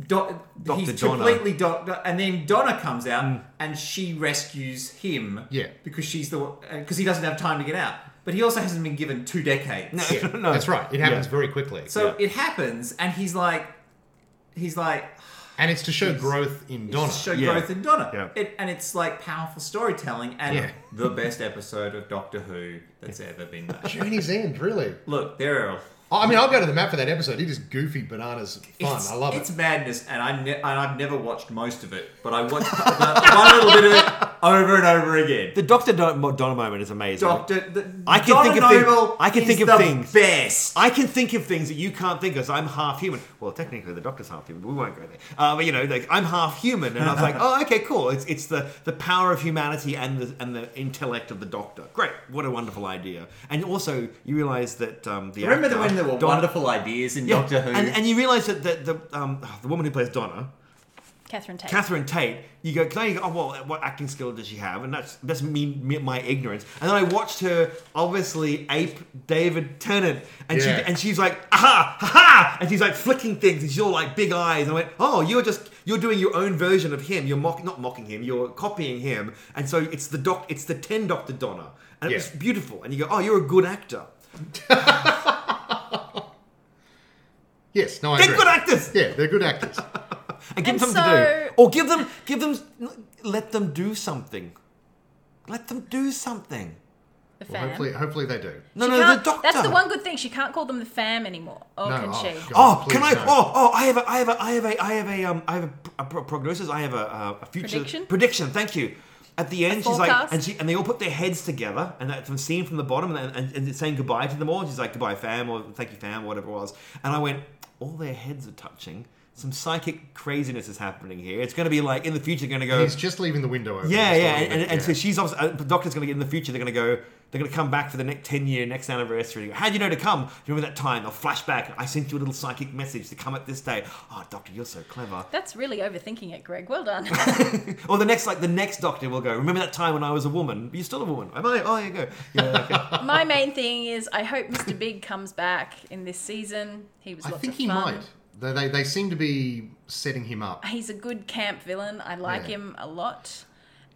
[SPEAKER 5] Do-
[SPEAKER 3] Dr.
[SPEAKER 5] He's
[SPEAKER 3] Mm. Donna. Mm.
[SPEAKER 5] completely doctor, and then Donna comes out and she rescues him.
[SPEAKER 2] Yeah.
[SPEAKER 5] because she's the because he doesn't have time to get out. But he also hasn't been given two decades.
[SPEAKER 2] Yeah,
[SPEAKER 3] <laughs> No.
[SPEAKER 2] That's right. It happens
[SPEAKER 3] Yeah.
[SPEAKER 2] very quickly.
[SPEAKER 5] So it happens, and he's like, he's like,
[SPEAKER 2] and it's to show growth in Donna.
[SPEAKER 5] show
[SPEAKER 3] Yeah.
[SPEAKER 5] growth in Donna.
[SPEAKER 3] Yeah.
[SPEAKER 5] It, and it's like powerful storytelling and
[SPEAKER 2] Yeah.
[SPEAKER 5] the best episode of Doctor Who that's ever been made.
[SPEAKER 2] Journey's End, really.
[SPEAKER 5] Look, there are
[SPEAKER 2] I mean, I'll go to the map for that episode. It is goofy bananas fun.
[SPEAKER 5] It's,
[SPEAKER 2] I love
[SPEAKER 5] it's
[SPEAKER 2] it.
[SPEAKER 5] madness, and I ne- and I've never watched most of it, but I watched the- one little bit of it over and over again.
[SPEAKER 3] The Doctor Don- Donna moment is amazing.
[SPEAKER 5] Doctor, the,
[SPEAKER 3] I can
[SPEAKER 5] Donna
[SPEAKER 3] think of things-
[SPEAKER 5] Noble
[SPEAKER 3] I can
[SPEAKER 5] is
[SPEAKER 3] think of
[SPEAKER 5] the
[SPEAKER 3] things.
[SPEAKER 5] Best.
[SPEAKER 3] I can think of things that you can't think of. So I'm half human. Well, technically, the doctor's half human, but we won't go there. Uh, but you know, like I'm half human, and I
[SPEAKER 5] <laughs>
[SPEAKER 3] was like, oh, okay, cool. It's it's the the power of humanity and the and the intellect of the doctor. Great, what a wonderful idea. And also, you realize that um, the
[SPEAKER 5] Remember
[SPEAKER 3] actor,
[SPEAKER 5] when there were
[SPEAKER 3] Don-
[SPEAKER 5] wonderful ideas in
[SPEAKER 3] Yeah,
[SPEAKER 5] Doctor Who?
[SPEAKER 3] and, and you realize that the the, um, the woman who plays Donna,
[SPEAKER 1] Catherine Tate.
[SPEAKER 3] Catherine Tate, you go, now you go, oh, well, what acting skill does she have? And that's that's me, me my ignorance. And then I watched her obviously ape David Tennant, and she
[SPEAKER 2] Yeah.
[SPEAKER 3] and she's like, aha, ha ha, and she's like flicking things, and she's all like big eyes. And I went, oh, you're just you're doing your own version of him. You're mock, not mocking him. You're copying him. And so it's the doc, it's the ten Doctor Donna, and it
[SPEAKER 2] Yeah.
[SPEAKER 3] was beautiful. And you go, oh, you're a good actor.
[SPEAKER 2] Yes, no, I
[SPEAKER 3] They're
[SPEAKER 2] agree.
[SPEAKER 3] good actors.
[SPEAKER 2] Yeah, they're good actors.
[SPEAKER 3] and give
[SPEAKER 1] And
[SPEAKER 3] them
[SPEAKER 1] so-
[SPEAKER 3] to do, or give them, give them, let them do something. Let them do something.
[SPEAKER 1] the
[SPEAKER 2] Well,
[SPEAKER 1] fam.
[SPEAKER 2] hopefully, hopefully they do.
[SPEAKER 3] No,
[SPEAKER 1] She
[SPEAKER 3] no, the
[SPEAKER 1] can't-
[SPEAKER 3] doctor.
[SPEAKER 1] That's the one good thing. She can't call them the fam anymore. Oh,
[SPEAKER 2] No,
[SPEAKER 1] can
[SPEAKER 2] oh,
[SPEAKER 1] she?
[SPEAKER 2] God.
[SPEAKER 3] Oh, can I?
[SPEAKER 2] Please don't.
[SPEAKER 3] Oh, oh, I have a, I have a, I have a, I have a, um, I have a, pr- a pro- prognosis. I have a, uh, a future
[SPEAKER 1] Prediction?
[SPEAKER 3] Thank you. At the
[SPEAKER 1] A
[SPEAKER 3] end, she's like,
[SPEAKER 1] forecast?
[SPEAKER 3] and she, and they all put their heads together, and that's a scene from the bottom, and, and, and it's saying goodbye to them all. She's like, goodbye, fam, or thank you, fam, whatever it was. And I went, all their heads are touching. Some psychic craziness is happening here. It's going to be like in the future, going to go.
[SPEAKER 2] He's just leaving the window open.
[SPEAKER 3] Yeah,
[SPEAKER 2] Just
[SPEAKER 3] yeah,
[SPEAKER 2] a
[SPEAKER 3] and,
[SPEAKER 2] little
[SPEAKER 3] and,
[SPEAKER 2] bit,
[SPEAKER 3] and so
[SPEAKER 2] yeah.
[SPEAKER 3] she's obviously uh, the doctor's going to get in the future. They're going to go. They're going to come back for the next ten year, next anniversary. They go, How do you know to come? Do you remember that time? They'll flash back. I sent you a little psychic message to come at this day. Oh, doctor, you're so clever.
[SPEAKER 1] That's really overthinking it, Greg. Well done. <laughs>
[SPEAKER 3] Or the next, like the next doctor will go. Remember that time when I was a woman? You're still a woman. Am I? Oh, there you go. Yeah, okay.
[SPEAKER 1] My main thing is I hope Mr. Big comes back in this season. He was.
[SPEAKER 2] I
[SPEAKER 1] lots
[SPEAKER 2] think
[SPEAKER 1] of
[SPEAKER 2] he
[SPEAKER 1] fun.
[SPEAKER 2] might. They, they, they seem to be setting him up.
[SPEAKER 1] He's a good camp villain. I like
[SPEAKER 2] Yeah.
[SPEAKER 1] him a lot.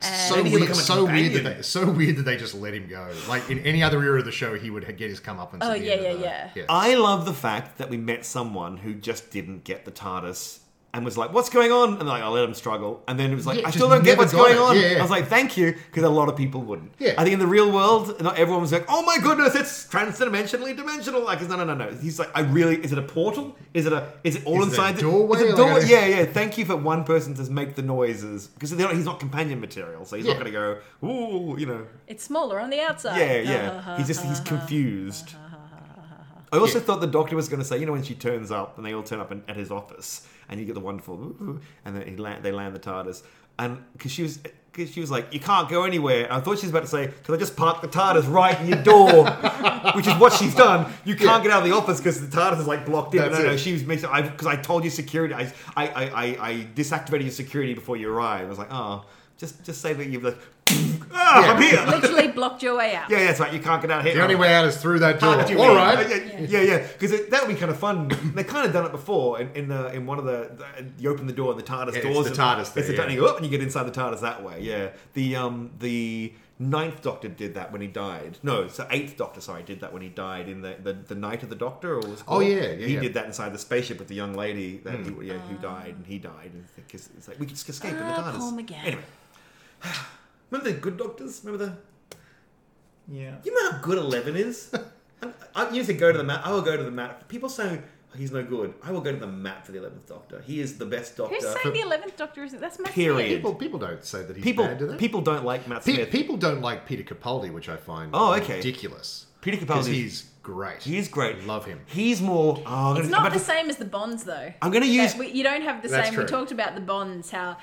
[SPEAKER 1] And
[SPEAKER 2] So weird, so weird that they, so weird that they just let him go. Like in any other era of the show, he would ha- get his comeuppance.
[SPEAKER 1] Oh,
[SPEAKER 2] at the
[SPEAKER 1] yeah,
[SPEAKER 2] end of
[SPEAKER 1] yeah,
[SPEAKER 2] the-
[SPEAKER 1] yeah.
[SPEAKER 3] I love the fact that we met someone who just didn't get the TARDIS and was like, "What's going on?" And like, I let him struggle, and then it was like,
[SPEAKER 2] Yeah,
[SPEAKER 3] "I
[SPEAKER 2] just
[SPEAKER 3] still don't get
[SPEAKER 2] never
[SPEAKER 3] what's
[SPEAKER 2] got
[SPEAKER 3] going
[SPEAKER 2] it.
[SPEAKER 3] on."
[SPEAKER 2] Yeah, yeah.
[SPEAKER 3] I was like, "Thank you," because a lot of people wouldn't.
[SPEAKER 2] Yeah.
[SPEAKER 3] I think in the real world, not everyone was like, "Oh my goodness, it's transdimensionally dimensional." Like, no, no, no, no. He's like, "I really is it a portal? Is it a is it
[SPEAKER 2] Is
[SPEAKER 3] all
[SPEAKER 2] it a
[SPEAKER 3] inside the
[SPEAKER 2] doorway?
[SPEAKER 3] Is it
[SPEAKER 2] Like,
[SPEAKER 3] door-
[SPEAKER 2] I don't-
[SPEAKER 3] yeah, yeah. Thank you for one person to make the noises because they're not- he's not companion material, so he's
[SPEAKER 2] Yeah.
[SPEAKER 3] not going to go, "Ooh," you know.
[SPEAKER 1] It's smaller on the outside.
[SPEAKER 3] Yeah,
[SPEAKER 1] Uh-huh,
[SPEAKER 3] yeah. He's just he's confused. I also
[SPEAKER 2] Yeah.
[SPEAKER 3] thought the doctor was going to say, you know, when she turns up and they all turn up in, at his office, and you get the wonderful, "Ooh," and then he land, they land the TARDIS, and because she was. Because she was like, "You can't go anywhere." And I thought she was about to say, "Because I just parked the TARDIS right in your door," <laughs> which is what she's done. You can't
[SPEAKER 2] Yeah.
[SPEAKER 3] get out of the office because the TARDIS is like blocked in.
[SPEAKER 2] That's
[SPEAKER 3] no, no,
[SPEAKER 2] it.
[SPEAKER 3] she was making. Because I, told you security. I, I, I, I, I disactivated your security before you arrived. I was like, "Oh, just, just say that you've like, <laughs> ah,
[SPEAKER 2] Yeah.
[SPEAKER 3] I'm here."
[SPEAKER 1] Literally blocked your way out.
[SPEAKER 3] Yeah, yeah, that's right. You can't get out here.
[SPEAKER 2] The only way out is through that door.
[SPEAKER 3] Can't Ah, you
[SPEAKER 2] All
[SPEAKER 3] really?
[SPEAKER 2] right.
[SPEAKER 3] Yeah, yeah, yeah. Because that would be kind of fun. They kind of done it before in, in the in one of the, the- you open the door and the TARDIS
[SPEAKER 2] Yeah, it's
[SPEAKER 3] doors.
[SPEAKER 2] the
[SPEAKER 3] and-
[SPEAKER 2] TARDIS
[SPEAKER 3] It's
[SPEAKER 2] there,
[SPEAKER 3] the
[SPEAKER 2] yeah.
[SPEAKER 3] and you go up and you get inside the TARDIS that way. Yeah. The um the ninth Doctor did that when he died. No, it's the eighth Doctor. Sorry, did that when he died in the the, the night of the Doctor. Or was it
[SPEAKER 2] Oh,
[SPEAKER 3] called?
[SPEAKER 2] yeah, yeah, Hmm.
[SPEAKER 3] He
[SPEAKER 2] yeah.
[SPEAKER 3] did that inside the spaceship with the young lady that who, yeah, who died and he died. And it's, it's like we could just escape in the
[SPEAKER 1] Ah,
[SPEAKER 3] TARDIS.
[SPEAKER 1] Paul McGann.
[SPEAKER 3] Anyway, remember the good Doctors? Remember the
[SPEAKER 5] yeah.
[SPEAKER 3] you know how good
[SPEAKER 2] <laughs>
[SPEAKER 3] Eleven is. I, I used to go to the mat. I will go to the mat. People say "Oh, he's no good. I will go to the mat for the Eleventh Doctor. He is the best Doctor.
[SPEAKER 1] Who's saying the eleventh Doctor isn't? That's my
[SPEAKER 3] uh, Period.
[SPEAKER 2] People people don't say that he's
[SPEAKER 3] people
[SPEAKER 2] bad, do they?
[SPEAKER 3] people don't like Matt
[SPEAKER 2] Pe-
[SPEAKER 3] Smith.
[SPEAKER 2] people don't like Peter Capaldi, which I find
[SPEAKER 3] Oh, okay.
[SPEAKER 2] ridiculous.
[SPEAKER 3] Peter
[SPEAKER 2] because
[SPEAKER 3] Capaldi.
[SPEAKER 2] he's great.
[SPEAKER 3] He's great.
[SPEAKER 2] Love him.
[SPEAKER 3] He's more. Oh, I'm
[SPEAKER 1] It's
[SPEAKER 3] gonna-
[SPEAKER 1] not
[SPEAKER 3] I'm
[SPEAKER 1] the
[SPEAKER 3] about to-
[SPEAKER 1] same as the bonds, though.
[SPEAKER 3] I'm going to use.
[SPEAKER 1] That we, you don't have the
[SPEAKER 2] That's
[SPEAKER 1] same. We
[SPEAKER 2] true.
[SPEAKER 1] talked about the bonds, how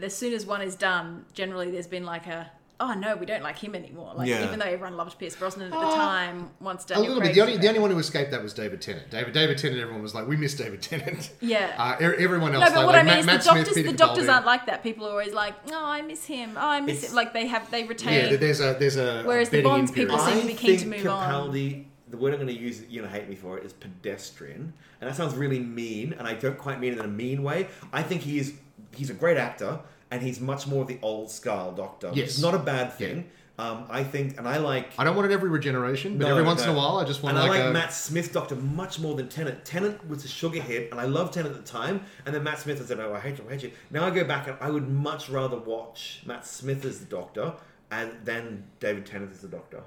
[SPEAKER 1] as soon as one is done, generally there's been like a, oh no, we don't like him anymore. Like
[SPEAKER 3] Yeah.
[SPEAKER 1] even though everyone loved Pierce Brosnan at the time, once
[SPEAKER 2] A
[SPEAKER 1] Daniel
[SPEAKER 2] little bit.
[SPEAKER 1] Craig's
[SPEAKER 2] The only, the only one who escaped that was David Tennant. David David Tennant. Everyone was like, we miss David Tennant.
[SPEAKER 1] Yeah.
[SPEAKER 2] Uh, e- everyone else.
[SPEAKER 1] no, but
[SPEAKER 2] like,
[SPEAKER 1] what I
[SPEAKER 2] like
[SPEAKER 1] mean
[SPEAKER 2] Matt-
[SPEAKER 1] is
[SPEAKER 2] Matt
[SPEAKER 1] the
[SPEAKER 2] Smith,
[SPEAKER 1] doctors.
[SPEAKER 2] Peter
[SPEAKER 1] the doctors
[SPEAKER 2] Capaldi.
[SPEAKER 1] aren't like that. People are always like, oh, I miss him. Oh, I miss him. Like they have they retain.
[SPEAKER 2] Yeah, there's a there's a.
[SPEAKER 1] Whereas the
[SPEAKER 2] bedding in
[SPEAKER 1] Bonds people
[SPEAKER 2] period.
[SPEAKER 1] seem to be keen to
[SPEAKER 3] think
[SPEAKER 1] move on.
[SPEAKER 3] Capaldi, the word I'm going to use, you're going to hate me for it, is pedestrian, and that sounds really mean, and I don't quite mean it in a mean way. I think he is he's a great actor, and he's much more of the old style Doctor. which
[SPEAKER 2] Yes.
[SPEAKER 3] is not a bad thing. Um, I think, and I like.
[SPEAKER 2] I don't want it every regeneration, but
[SPEAKER 3] No,
[SPEAKER 2] every once
[SPEAKER 3] no.
[SPEAKER 2] in a while, I just want
[SPEAKER 3] And I
[SPEAKER 2] like,
[SPEAKER 3] like
[SPEAKER 2] a,
[SPEAKER 3] Matt Smith Doctor much more than Tennant. Tennant was a sugar hit, and I loved Tennant at the time. And then Matt Smith, I said, "Oh, I hate you, I hate you." Now I go back, and I would much rather watch Matt Smith as the Doctor, and than David Tennant as the Doctor,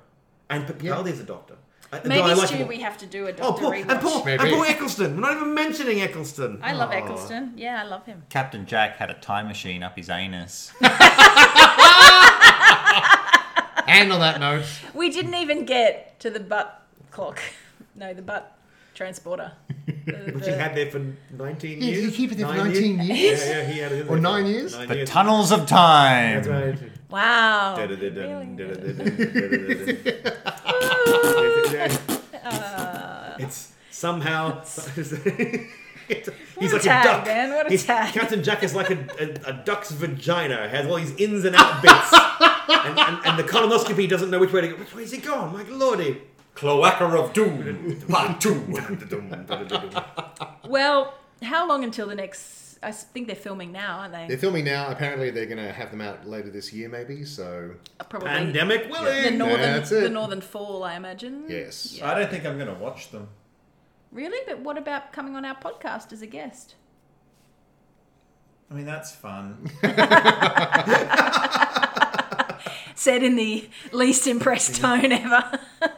[SPEAKER 3] and Capaldi as the Doctor. I, though
[SPEAKER 1] Maybe
[SPEAKER 3] I like
[SPEAKER 1] Stu,
[SPEAKER 3] him all.
[SPEAKER 1] we have to do a
[SPEAKER 3] Oh,
[SPEAKER 1] doctor
[SPEAKER 3] poor, and
[SPEAKER 1] rewatch.
[SPEAKER 3] poor, and
[SPEAKER 2] Maybe.
[SPEAKER 3] poor Eccleston. We're not even mentioning Eccleston.
[SPEAKER 1] I love Eccleston.
[SPEAKER 2] Oh.
[SPEAKER 1] Yeah, I love him.
[SPEAKER 5] Captain Jack had a time machine up
[SPEAKER 3] <laughs>
[SPEAKER 5] his anus.
[SPEAKER 2] And on that <laughs> note,
[SPEAKER 1] We didn't even get to the butt clock. <laughs> No, the butt transporter. The-
[SPEAKER 3] Which
[SPEAKER 1] the-
[SPEAKER 3] he had there for 19
[SPEAKER 2] Yeah,
[SPEAKER 3] years.
[SPEAKER 2] you keep it there for
[SPEAKER 3] Nine
[SPEAKER 2] 19 years.
[SPEAKER 3] <laughs> Yeah, yeah, he had it in
[SPEAKER 2] Or
[SPEAKER 3] there
[SPEAKER 2] nine
[SPEAKER 3] for
[SPEAKER 2] years?
[SPEAKER 5] The
[SPEAKER 3] years.
[SPEAKER 5] tunnels of time.
[SPEAKER 3] That's right.
[SPEAKER 1] wow. Feeling good.
[SPEAKER 3] it's
[SPEAKER 1] Uh. <laughs>
[SPEAKER 3] somehow he's
[SPEAKER 1] a
[SPEAKER 3] like
[SPEAKER 1] tag,
[SPEAKER 3] a duck.
[SPEAKER 1] man, what a
[SPEAKER 3] He's-
[SPEAKER 1] tag.
[SPEAKER 3] Captain Jack is like a, a, a duck's vagina, has all these ins and out bits, and, and, and the colonoscopy doesn't know which way to go. Which way is he gone? My lordy!
[SPEAKER 9] Cloaca of Doom, part two.
[SPEAKER 1] Well, how long until the next? I s- think they're filming now, aren't they?
[SPEAKER 2] they're filming now. Apparently, they're going to have them out later this year, maybe. So
[SPEAKER 1] Uh, Probably
[SPEAKER 3] Pandemic
[SPEAKER 1] the
[SPEAKER 3] Willie.
[SPEAKER 1] northern,
[SPEAKER 2] That's it.
[SPEAKER 1] the northern fall, I imagine.
[SPEAKER 2] yes,
[SPEAKER 1] Yeah.
[SPEAKER 5] I don't think I'm going to watch them.
[SPEAKER 1] Really, but what about coming on our podcast as a guest?
[SPEAKER 5] I mean, that's fun.
[SPEAKER 1] Said in the <laughs> least impressed tone ever. <laughs>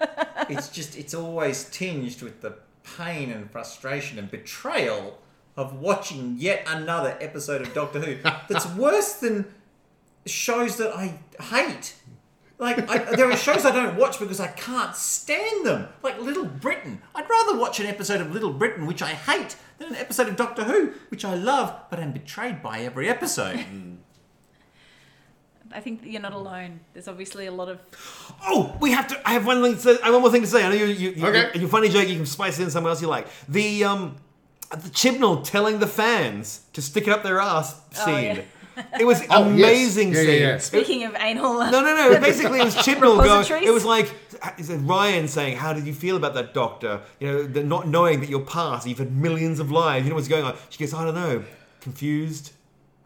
[SPEAKER 5] it's just, it's always tinged with the pain and frustration and betrayal of watching yet another episode of Doctor Who
[SPEAKER 3] <laughs>
[SPEAKER 5] that's worse than shows that I hate. Like, I, there are shows I don't watch because I can't stand them. Like Little Britain. I'd rather watch an episode of Little Britain, which I hate, than an episode of Doctor Who, which I love, but am betrayed by every episode.
[SPEAKER 1] I think that you're not alone. There's obviously a lot of
[SPEAKER 3] Oh, we have to. I have one thing. To say, I have one more thing to say. I know you. you, you
[SPEAKER 2] Okay.
[SPEAKER 3] Your funny joke. You can spice it in somewhere else you like. The um, the Chibnall telling the fans to stick it up their ass scene. It was
[SPEAKER 2] <laughs> Oh, yes.
[SPEAKER 3] amazing
[SPEAKER 2] Yeah, yeah,
[SPEAKER 3] scene.
[SPEAKER 2] yeah.
[SPEAKER 1] speaking of anal. uh,
[SPEAKER 3] No, no, no. Basically, it was Chibnall going.
[SPEAKER 1] Repositories?
[SPEAKER 3] It was like it was Ryan saying, "How did you feel about that doctor? You know, the, not knowing that you're past, you've had millions of lives. You know what's going on." She goes, "I don't know. Confused,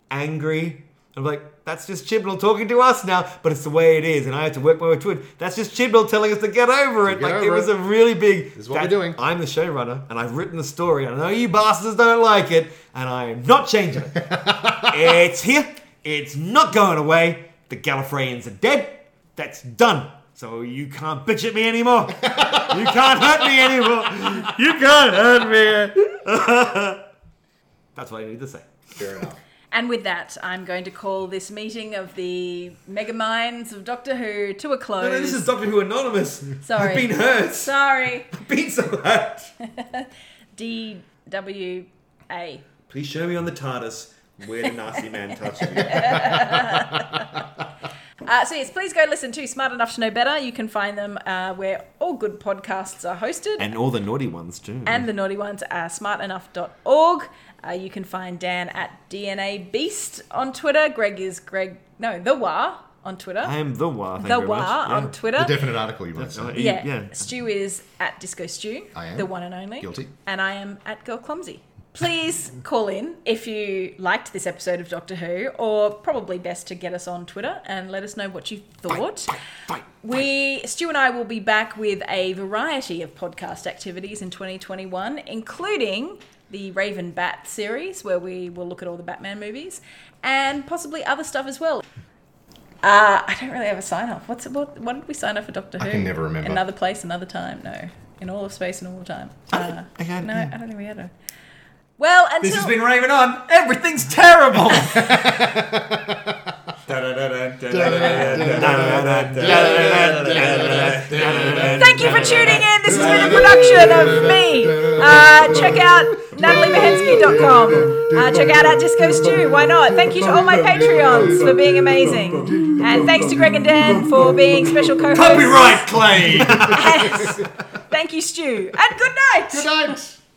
[SPEAKER 3] angry." I'm like, "That's just Chibnall talking to us now, but it's the way it is, and I have to work my way to it. That's just Chibnall telling us to get over it.
[SPEAKER 2] get
[SPEAKER 3] like it
[SPEAKER 2] over
[SPEAKER 3] was
[SPEAKER 2] it.
[SPEAKER 3] a really big.
[SPEAKER 2] This is what we're
[SPEAKER 3] that-
[SPEAKER 2] doing.
[SPEAKER 3] I'm the showrunner, and I've written the story. and I know you bastards don't like it, and I am not <laughs> changing it." It's here. It's not going away. The Gallifreyans are dead. That's done. So you can't bitch at me anymore. you can't hurt me anymore. You can't hurt me. <laughs> That's what I need to say.
[SPEAKER 2] fair enough.
[SPEAKER 1] And with that, I'm going to call this meeting of the mega minds of Doctor Who to a close.
[SPEAKER 3] this is Doctor Who Anonymous.
[SPEAKER 1] Sorry.
[SPEAKER 3] I've been hurt.
[SPEAKER 1] Sorry,
[SPEAKER 3] I've been so hurt.
[SPEAKER 1] D W A.
[SPEAKER 3] Please show me on the TARDIS where the nasty man touched me.
[SPEAKER 1] Uh, so yes, please go listen to Smart Enough to Know Better. You can find them uh, where all good podcasts are hosted.
[SPEAKER 3] And all the naughty ones too.
[SPEAKER 1] and the naughty ones are smartenough.org. Uh, you can find Dan at DNA Beast on Twitter. Greg is Greg, no, The Wah on Twitter.
[SPEAKER 3] I am the Wah. Thank
[SPEAKER 1] the
[SPEAKER 3] you very
[SPEAKER 1] Wah
[SPEAKER 3] much.
[SPEAKER 1] on Twitter.
[SPEAKER 2] The definite article you might say.
[SPEAKER 1] yeah.
[SPEAKER 3] Yeah. yeah.
[SPEAKER 1] Stu is at Disco Stew.
[SPEAKER 2] I am.
[SPEAKER 1] The one and only.
[SPEAKER 2] Guilty.
[SPEAKER 1] And I am at Girl Clumsy. Please call in if you liked this episode of Doctor Who, or probably best to get us on Twitter and let us know what you thought. We Stu and I will be back with a variety of podcast activities in 2021, including the Raven Bat series, where we will look at all the Batman movies, and possibly other stuff as well. Uh, I don't really have a sign off. What's what? What did we sign off for Doctor Who?
[SPEAKER 2] can never remember.
[SPEAKER 1] Another place, another time. No, in all of space and all of time. Uh,
[SPEAKER 3] okay,
[SPEAKER 1] no,
[SPEAKER 3] yeah.
[SPEAKER 1] I don't think we had a. Well, until
[SPEAKER 5] This has been Raven on. Everything's terrible.
[SPEAKER 2] <laughs>
[SPEAKER 1] Thank you for tuning in. This has been a production of me. Uh, check out nataliemahensky.com. Uh, check out at Disco Stew. Why not? Thank you to all my Patreons for being amazing. And thanks to Greg and Dan for being special <laughs> co-hosts.
[SPEAKER 3] Copyright claim.
[SPEAKER 1] Yes. Thank you, Stu. And good night.
[SPEAKER 2] Good night.